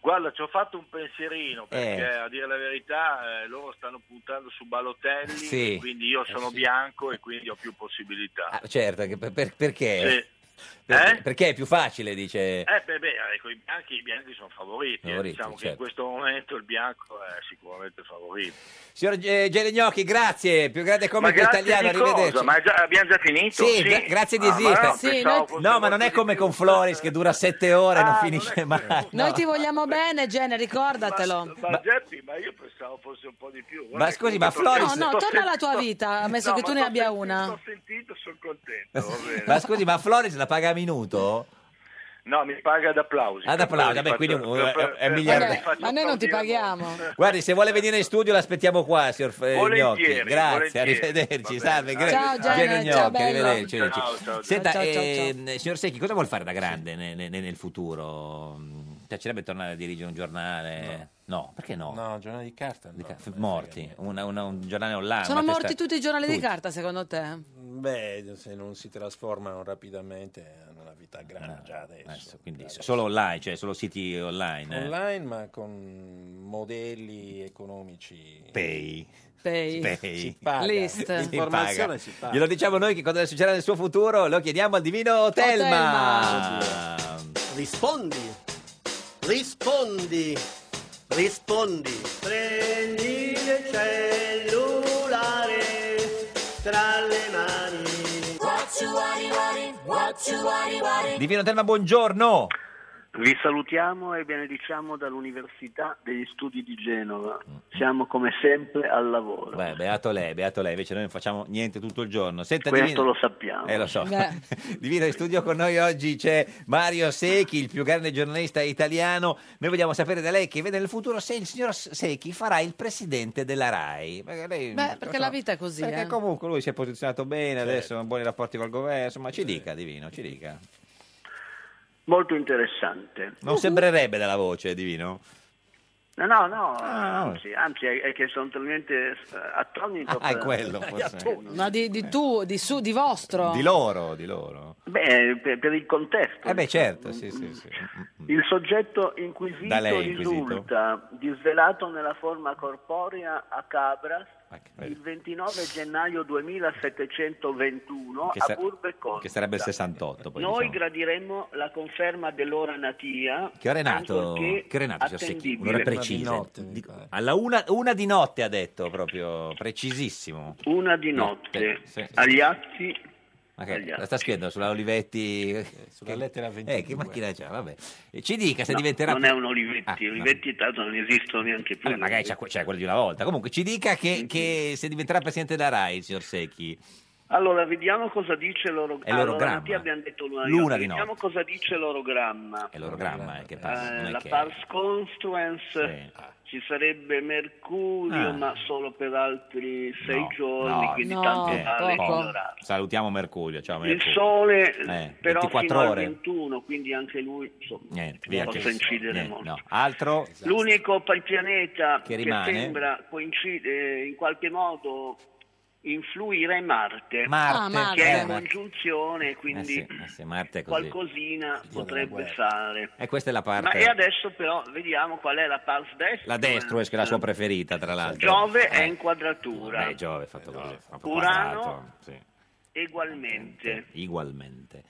Speaker 19: Guarda, ci ho fatto un pensierino perché
Speaker 2: Eh.
Speaker 19: a dire la verità eh, loro stanno puntando su Balotelli,
Speaker 2: Sì.
Speaker 19: e quindi io sono
Speaker 2: Eh, sì.
Speaker 19: bianco e quindi ho più possibilità.
Speaker 2: Ah, certo, anche per- per- perché?
Speaker 19: Sì.
Speaker 2: Per- Perché è più facile, dice...
Speaker 19: Eh, beh, beh, ecco, i bianchi, i bianchi sono favoriti, eh.
Speaker 2: Favoriti,
Speaker 19: diciamo che in
Speaker 2: certo.
Speaker 19: questo momento il bianco è sicuramente favorito.
Speaker 2: Signor eh, Gene Gnocchi, grazie, più grande
Speaker 19: Ma
Speaker 2: comico
Speaker 19: grazie
Speaker 2: italiano,
Speaker 19: di cosa?
Speaker 2: arrivederci.
Speaker 19: Ma è già- abbiamo già finito?
Speaker 2: Sì, gra- grazie di
Speaker 19: Ah, ma no,
Speaker 2: esistere.
Speaker 19: pensavo
Speaker 2: no, ma non è come con Floris che dura sette ore e
Speaker 19: Ah,
Speaker 2: non finisce mai.
Speaker 1: Noi
Speaker 2: No.
Speaker 1: ti vogliamo bene, Gene, ricordatelo.
Speaker 19: Ma, Geppi, ma io pensavo fosse un po' di più.
Speaker 2: Ma scusi, ma Floris-
Speaker 1: No, no, torna alla tua vita, ammesso
Speaker 19: No,
Speaker 1: che
Speaker 19: ma
Speaker 1: tu ne
Speaker 19: t'ho
Speaker 1: abbia
Speaker 19: sentito,
Speaker 1: una.
Speaker 19: t'ho sentito, sono contento.
Speaker 2: Ma scusi, ma Floris la paga a minuto?
Speaker 19: No, mi paga ad applausi.
Speaker 2: Ad applausi, vabbè,
Speaker 19: Faccio-
Speaker 2: quindi è un-
Speaker 19: per- per-
Speaker 2: è un
Speaker 1: Vabbè,
Speaker 2: miliardario.
Speaker 1: ma noi non ti paghiamo.
Speaker 19: Eh,
Speaker 2: Guardi, se vuole venire in studio l'aspettiamo qua, signor F- eh,
Speaker 19: Volentieri,
Speaker 2: Gnocchi. Grazie,
Speaker 19: volentieri.
Speaker 2: arrivederci.
Speaker 19: Va bene.
Speaker 2: Salve, gra-
Speaker 1: Ciao, Gene, ciao,
Speaker 2: Gnocchi,
Speaker 1: bello.
Speaker 2: arrivederci.
Speaker 19: Ciao,
Speaker 2: arrivederci.
Speaker 19: ciao, ciao.
Speaker 2: Senta,
Speaker 19: Ciao, ciao, ciao.
Speaker 2: ehm, signor Secchi, cosa vuol fare da grande ne- ne- ne- nel futuro? Mm, Piacerebbe tornare a dirigere un giornale? No, perché no?
Speaker 10: No, giornale di carta.
Speaker 2: Di ca- morti, una- una- un giornale online.
Speaker 1: Sono
Speaker 2: una
Speaker 1: morti
Speaker 2: testa-
Speaker 1: tutti i giornali di
Speaker 2: Tutti.
Speaker 1: carta, secondo te?
Speaker 10: Beh, se non si trasformano rapidamente hanno una vita grande già adesso.
Speaker 2: Adesso, quindi solo online, cioè solo siti online. eh.
Speaker 10: Online, ma con modelli economici.
Speaker 2: Pay.
Speaker 1: Pay.
Speaker 2: Pay.
Speaker 10: Si paga.
Speaker 1: List.
Speaker 10: L'informazione
Speaker 2: paga.
Speaker 10: si paga.
Speaker 2: Glielo diciamo noi che cosa succederà nel suo futuro, lo chiediamo al divino Telma.
Speaker 21: Rispondi. Rispondi. Rispondi. Prendi il cellulare tra le mani.
Speaker 2: Divino Telma, buongiorno.
Speaker 21: Vi salutiamo e benediciamo dall'Università degli Studi di Genova. Siamo come sempre al lavoro.
Speaker 2: Beh, beato lei, beato lei, invece noi non facciamo niente tutto il giorno. Senta,
Speaker 21: Questo
Speaker 2: divino...
Speaker 21: lo sappiamo.
Speaker 2: Eh, lo so.
Speaker 21: Beh.
Speaker 2: Divino, in studio con noi oggi c'è Mario Secchi, il più grande giornalista italiano. Noi vogliamo sapere da lei che vede nel futuro se il signor Secchi farà il presidente della RAI. Perché lei-
Speaker 1: Beh, perché la vita è così,
Speaker 2: Perché
Speaker 1: eh.
Speaker 2: comunque lui si è posizionato bene,
Speaker 21: Certo.
Speaker 2: adesso ha buoni rapporti col governo, insomma ci dica Divino, ci dica.
Speaker 21: Molto interessante.
Speaker 2: Non sembrerebbe dalla voce Divino.
Speaker 21: No, no, no,
Speaker 2: Ah, no.
Speaker 21: anzi, anzi, è, è che sono talmente eh, attonito.
Speaker 2: Ah, è
Speaker 21: per-
Speaker 2: quello, forse.
Speaker 1: No, di, di tu, di su, di vostro.
Speaker 2: Di loro, di loro.
Speaker 21: Beh, per, per il contesto.
Speaker 2: Eh beh certo, sì, sì, sì.
Speaker 21: Il soggetto inquisito
Speaker 2: Mm. Da lei inquisito.
Speaker 21: risulta disvelato nella forma corporea a Cabras
Speaker 2: vedi.
Speaker 21: il 29 gennaio 2721
Speaker 2: Che,
Speaker 21: a
Speaker 2: sa-
Speaker 21: Burbe Corta.
Speaker 2: che sarebbe il 68 poi.
Speaker 21: Noi
Speaker 2: diciamo.
Speaker 21: gradiremmo la conferma dell'ora natia.
Speaker 2: Che ora è nato?
Speaker 21: ancorché
Speaker 2: Che ora è nato, signor Secchi?
Speaker 21: attendibile.
Speaker 2: Un'ora precisa. Di- Eh. alla una, una di notte ha detto proprio, precisissimo. Eh,
Speaker 21: Una di notte,
Speaker 2: sì, sì.
Speaker 21: agli atti
Speaker 2: Ma che- la sta scrivendo sulla Olivetti? Sulla lettera 22. Eh, che macchina c'ha? Vabbè. E Ci dica se
Speaker 21: No,
Speaker 2: diventerà...
Speaker 21: Non è un Olivetti,
Speaker 2: Ah, no.
Speaker 21: Olivetti tanto non esistono neanche più.
Speaker 2: Vabbè, magari c'è, que- c'è quello di una volta. Comunque ci dica che, che se diventerà presidente della RAI, signor Secchi.
Speaker 21: Allora, vediamo cosa dice l'oro-
Speaker 2: È l'orogramma.
Speaker 21: Allora, Mattia, abbiamo detto l'una, di
Speaker 2: L'una
Speaker 21: notte.
Speaker 2: di
Speaker 21: Vediamo cosa dice l'orogramma.
Speaker 2: È l'orogramma eh, che passa.
Speaker 21: Eh,
Speaker 2: non è
Speaker 21: la
Speaker 2: che-
Speaker 21: pars constituens ci sarebbe Mercurio,
Speaker 2: Ah.
Speaker 21: ma solo per altri sei
Speaker 2: No,
Speaker 21: giorni,
Speaker 2: no,
Speaker 21: quindi
Speaker 2: no,
Speaker 21: tanto
Speaker 2: eh,
Speaker 21: vale
Speaker 2: poco.
Speaker 21: ignorare.
Speaker 2: Salutiamo Mercurio. Ciao,
Speaker 21: Il
Speaker 2: Mercurio.
Speaker 21: sole
Speaker 2: Eh,
Speaker 21: però
Speaker 2: 24
Speaker 21: fino al
Speaker 2: ore.
Speaker 21: 21, quindi anche lui insomma,
Speaker 2: Niente,
Speaker 21: non
Speaker 2: via
Speaker 21: posso
Speaker 2: che-
Speaker 21: incidere
Speaker 2: niente,
Speaker 21: molto.
Speaker 2: no. Altro? Eh
Speaker 21: L'unico pa- pianeta
Speaker 2: Che
Speaker 21: che,
Speaker 2: rimane?
Speaker 21: sembra coincidere in qualche modo influire Marte,
Speaker 2: Marte. Ah, Marte.
Speaker 21: che è
Speaker 2: Eh,
Speaker 21: in
Speaker 2: Marte.
Speaker 21: congiunzione, quindi
Speaker 2: Eh sì, eh sì, Marte è così.
Speaker 21: qualcosina
Speaker 2: Dio
Speaker 21: potrebbe
Speaker 2: della guerra.
Speaker 21: fare.
Speaker 2: E questa è la
Speaker 21: Ma e
Speaker 2: parte.
Speaker 21: adesso però vediamo qual è la pars destra.
Speaker 2: La Destrues, che è la sua preferita, tra l'altro.
Speaker 21: eh, Giove
Speaker 2: Eh.
Speaker 21: è in quadratura,
Speaker 2: Beh, Giove è fatto così. proprio
Speaker 21: Urano.
Speaker 2: quadrato, sì, eh,
Speaker 21: ugualmente.
Speaker 2: Ugualmente.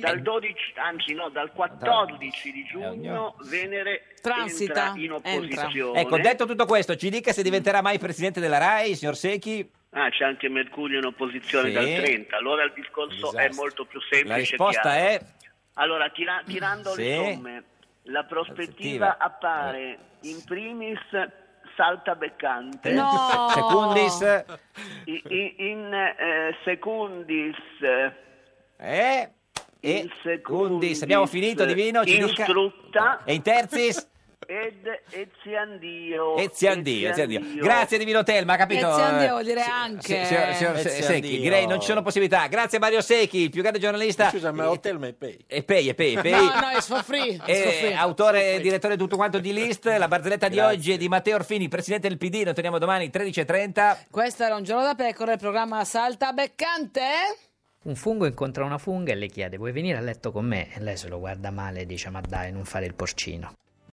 Speaker 21: Dal 12, anzi no, dal 14 di giugno
Speaker 2: ognuno-
Speaker 21: Venere
Speaker 1: Transita,
Speaker 21: entra in
Speaker 1: entra.
Speaker 21: opposizione.
Speaker 2: Ecco, detto tutto questo, ci dica se diventerà mai presidente della RAI, signor Secchi?
Speaker 21: Ah, c'è anche Mercurio in opposizione
Speaker 2: Sì.
Speaker 21: dal 30, allora il discorso è molto più semplice.
Speaker 2: La risposta
Speaker 21: chiaro.
Speaker 2: è...
Speaker 21: Allora, tira- tirando
Speaker 2: Sì.
Speaker 21: le somme, la prospettiva appare
Speaker 2: Eh.
Speaker 21: in primis saltabeccante.
Speaker 2: No! Secundis?
Speaker 21: I- i- in eh, secundis.
Speaker 2: E?
Speaker 21: In secundis.
Speaker 2: Eh? abbiamo finito, Divino, ci dica- Eh.
Speaker 21: Instrutta.
Speaker 2: E in terzis?
Speaker 21: Ed eziandio.
Speaker 2: Eziandio, Eziandio. Grazie Divino Telma, ha capito?
Speaker 1: Eziandio
Speaker 2: Eh,
Speaker 1: vuol dire
Speaker 2: sì,
Speaker 1: anche.
Speaker 2: signor- signor Se- Secchi, direi non ci sono possibilità. Grazie Mario Secchi, il più grande giornalista. Scusa, ma Telma e Pei. E Pei, e Pei, e Pei.
Speaker 1: No, no, è suo free.
Speaker 2: Eh,
Speaker 1: it's for free.
Speaker 2: autore e direttore di tutto quanto di List, la barzelletta di oggi è di Matteo Orfini, presidente del PD. Noi torniamo domani 13.30.
Speaker 1: Questo era un giorno da pecora, il programma Salta Beccante.
Speaker 22: Un fungo incontra una funga e le chiede: Vuoi venire a letto con me? E lei se lo guarda male e dice: Ma dai, non fare il porcino.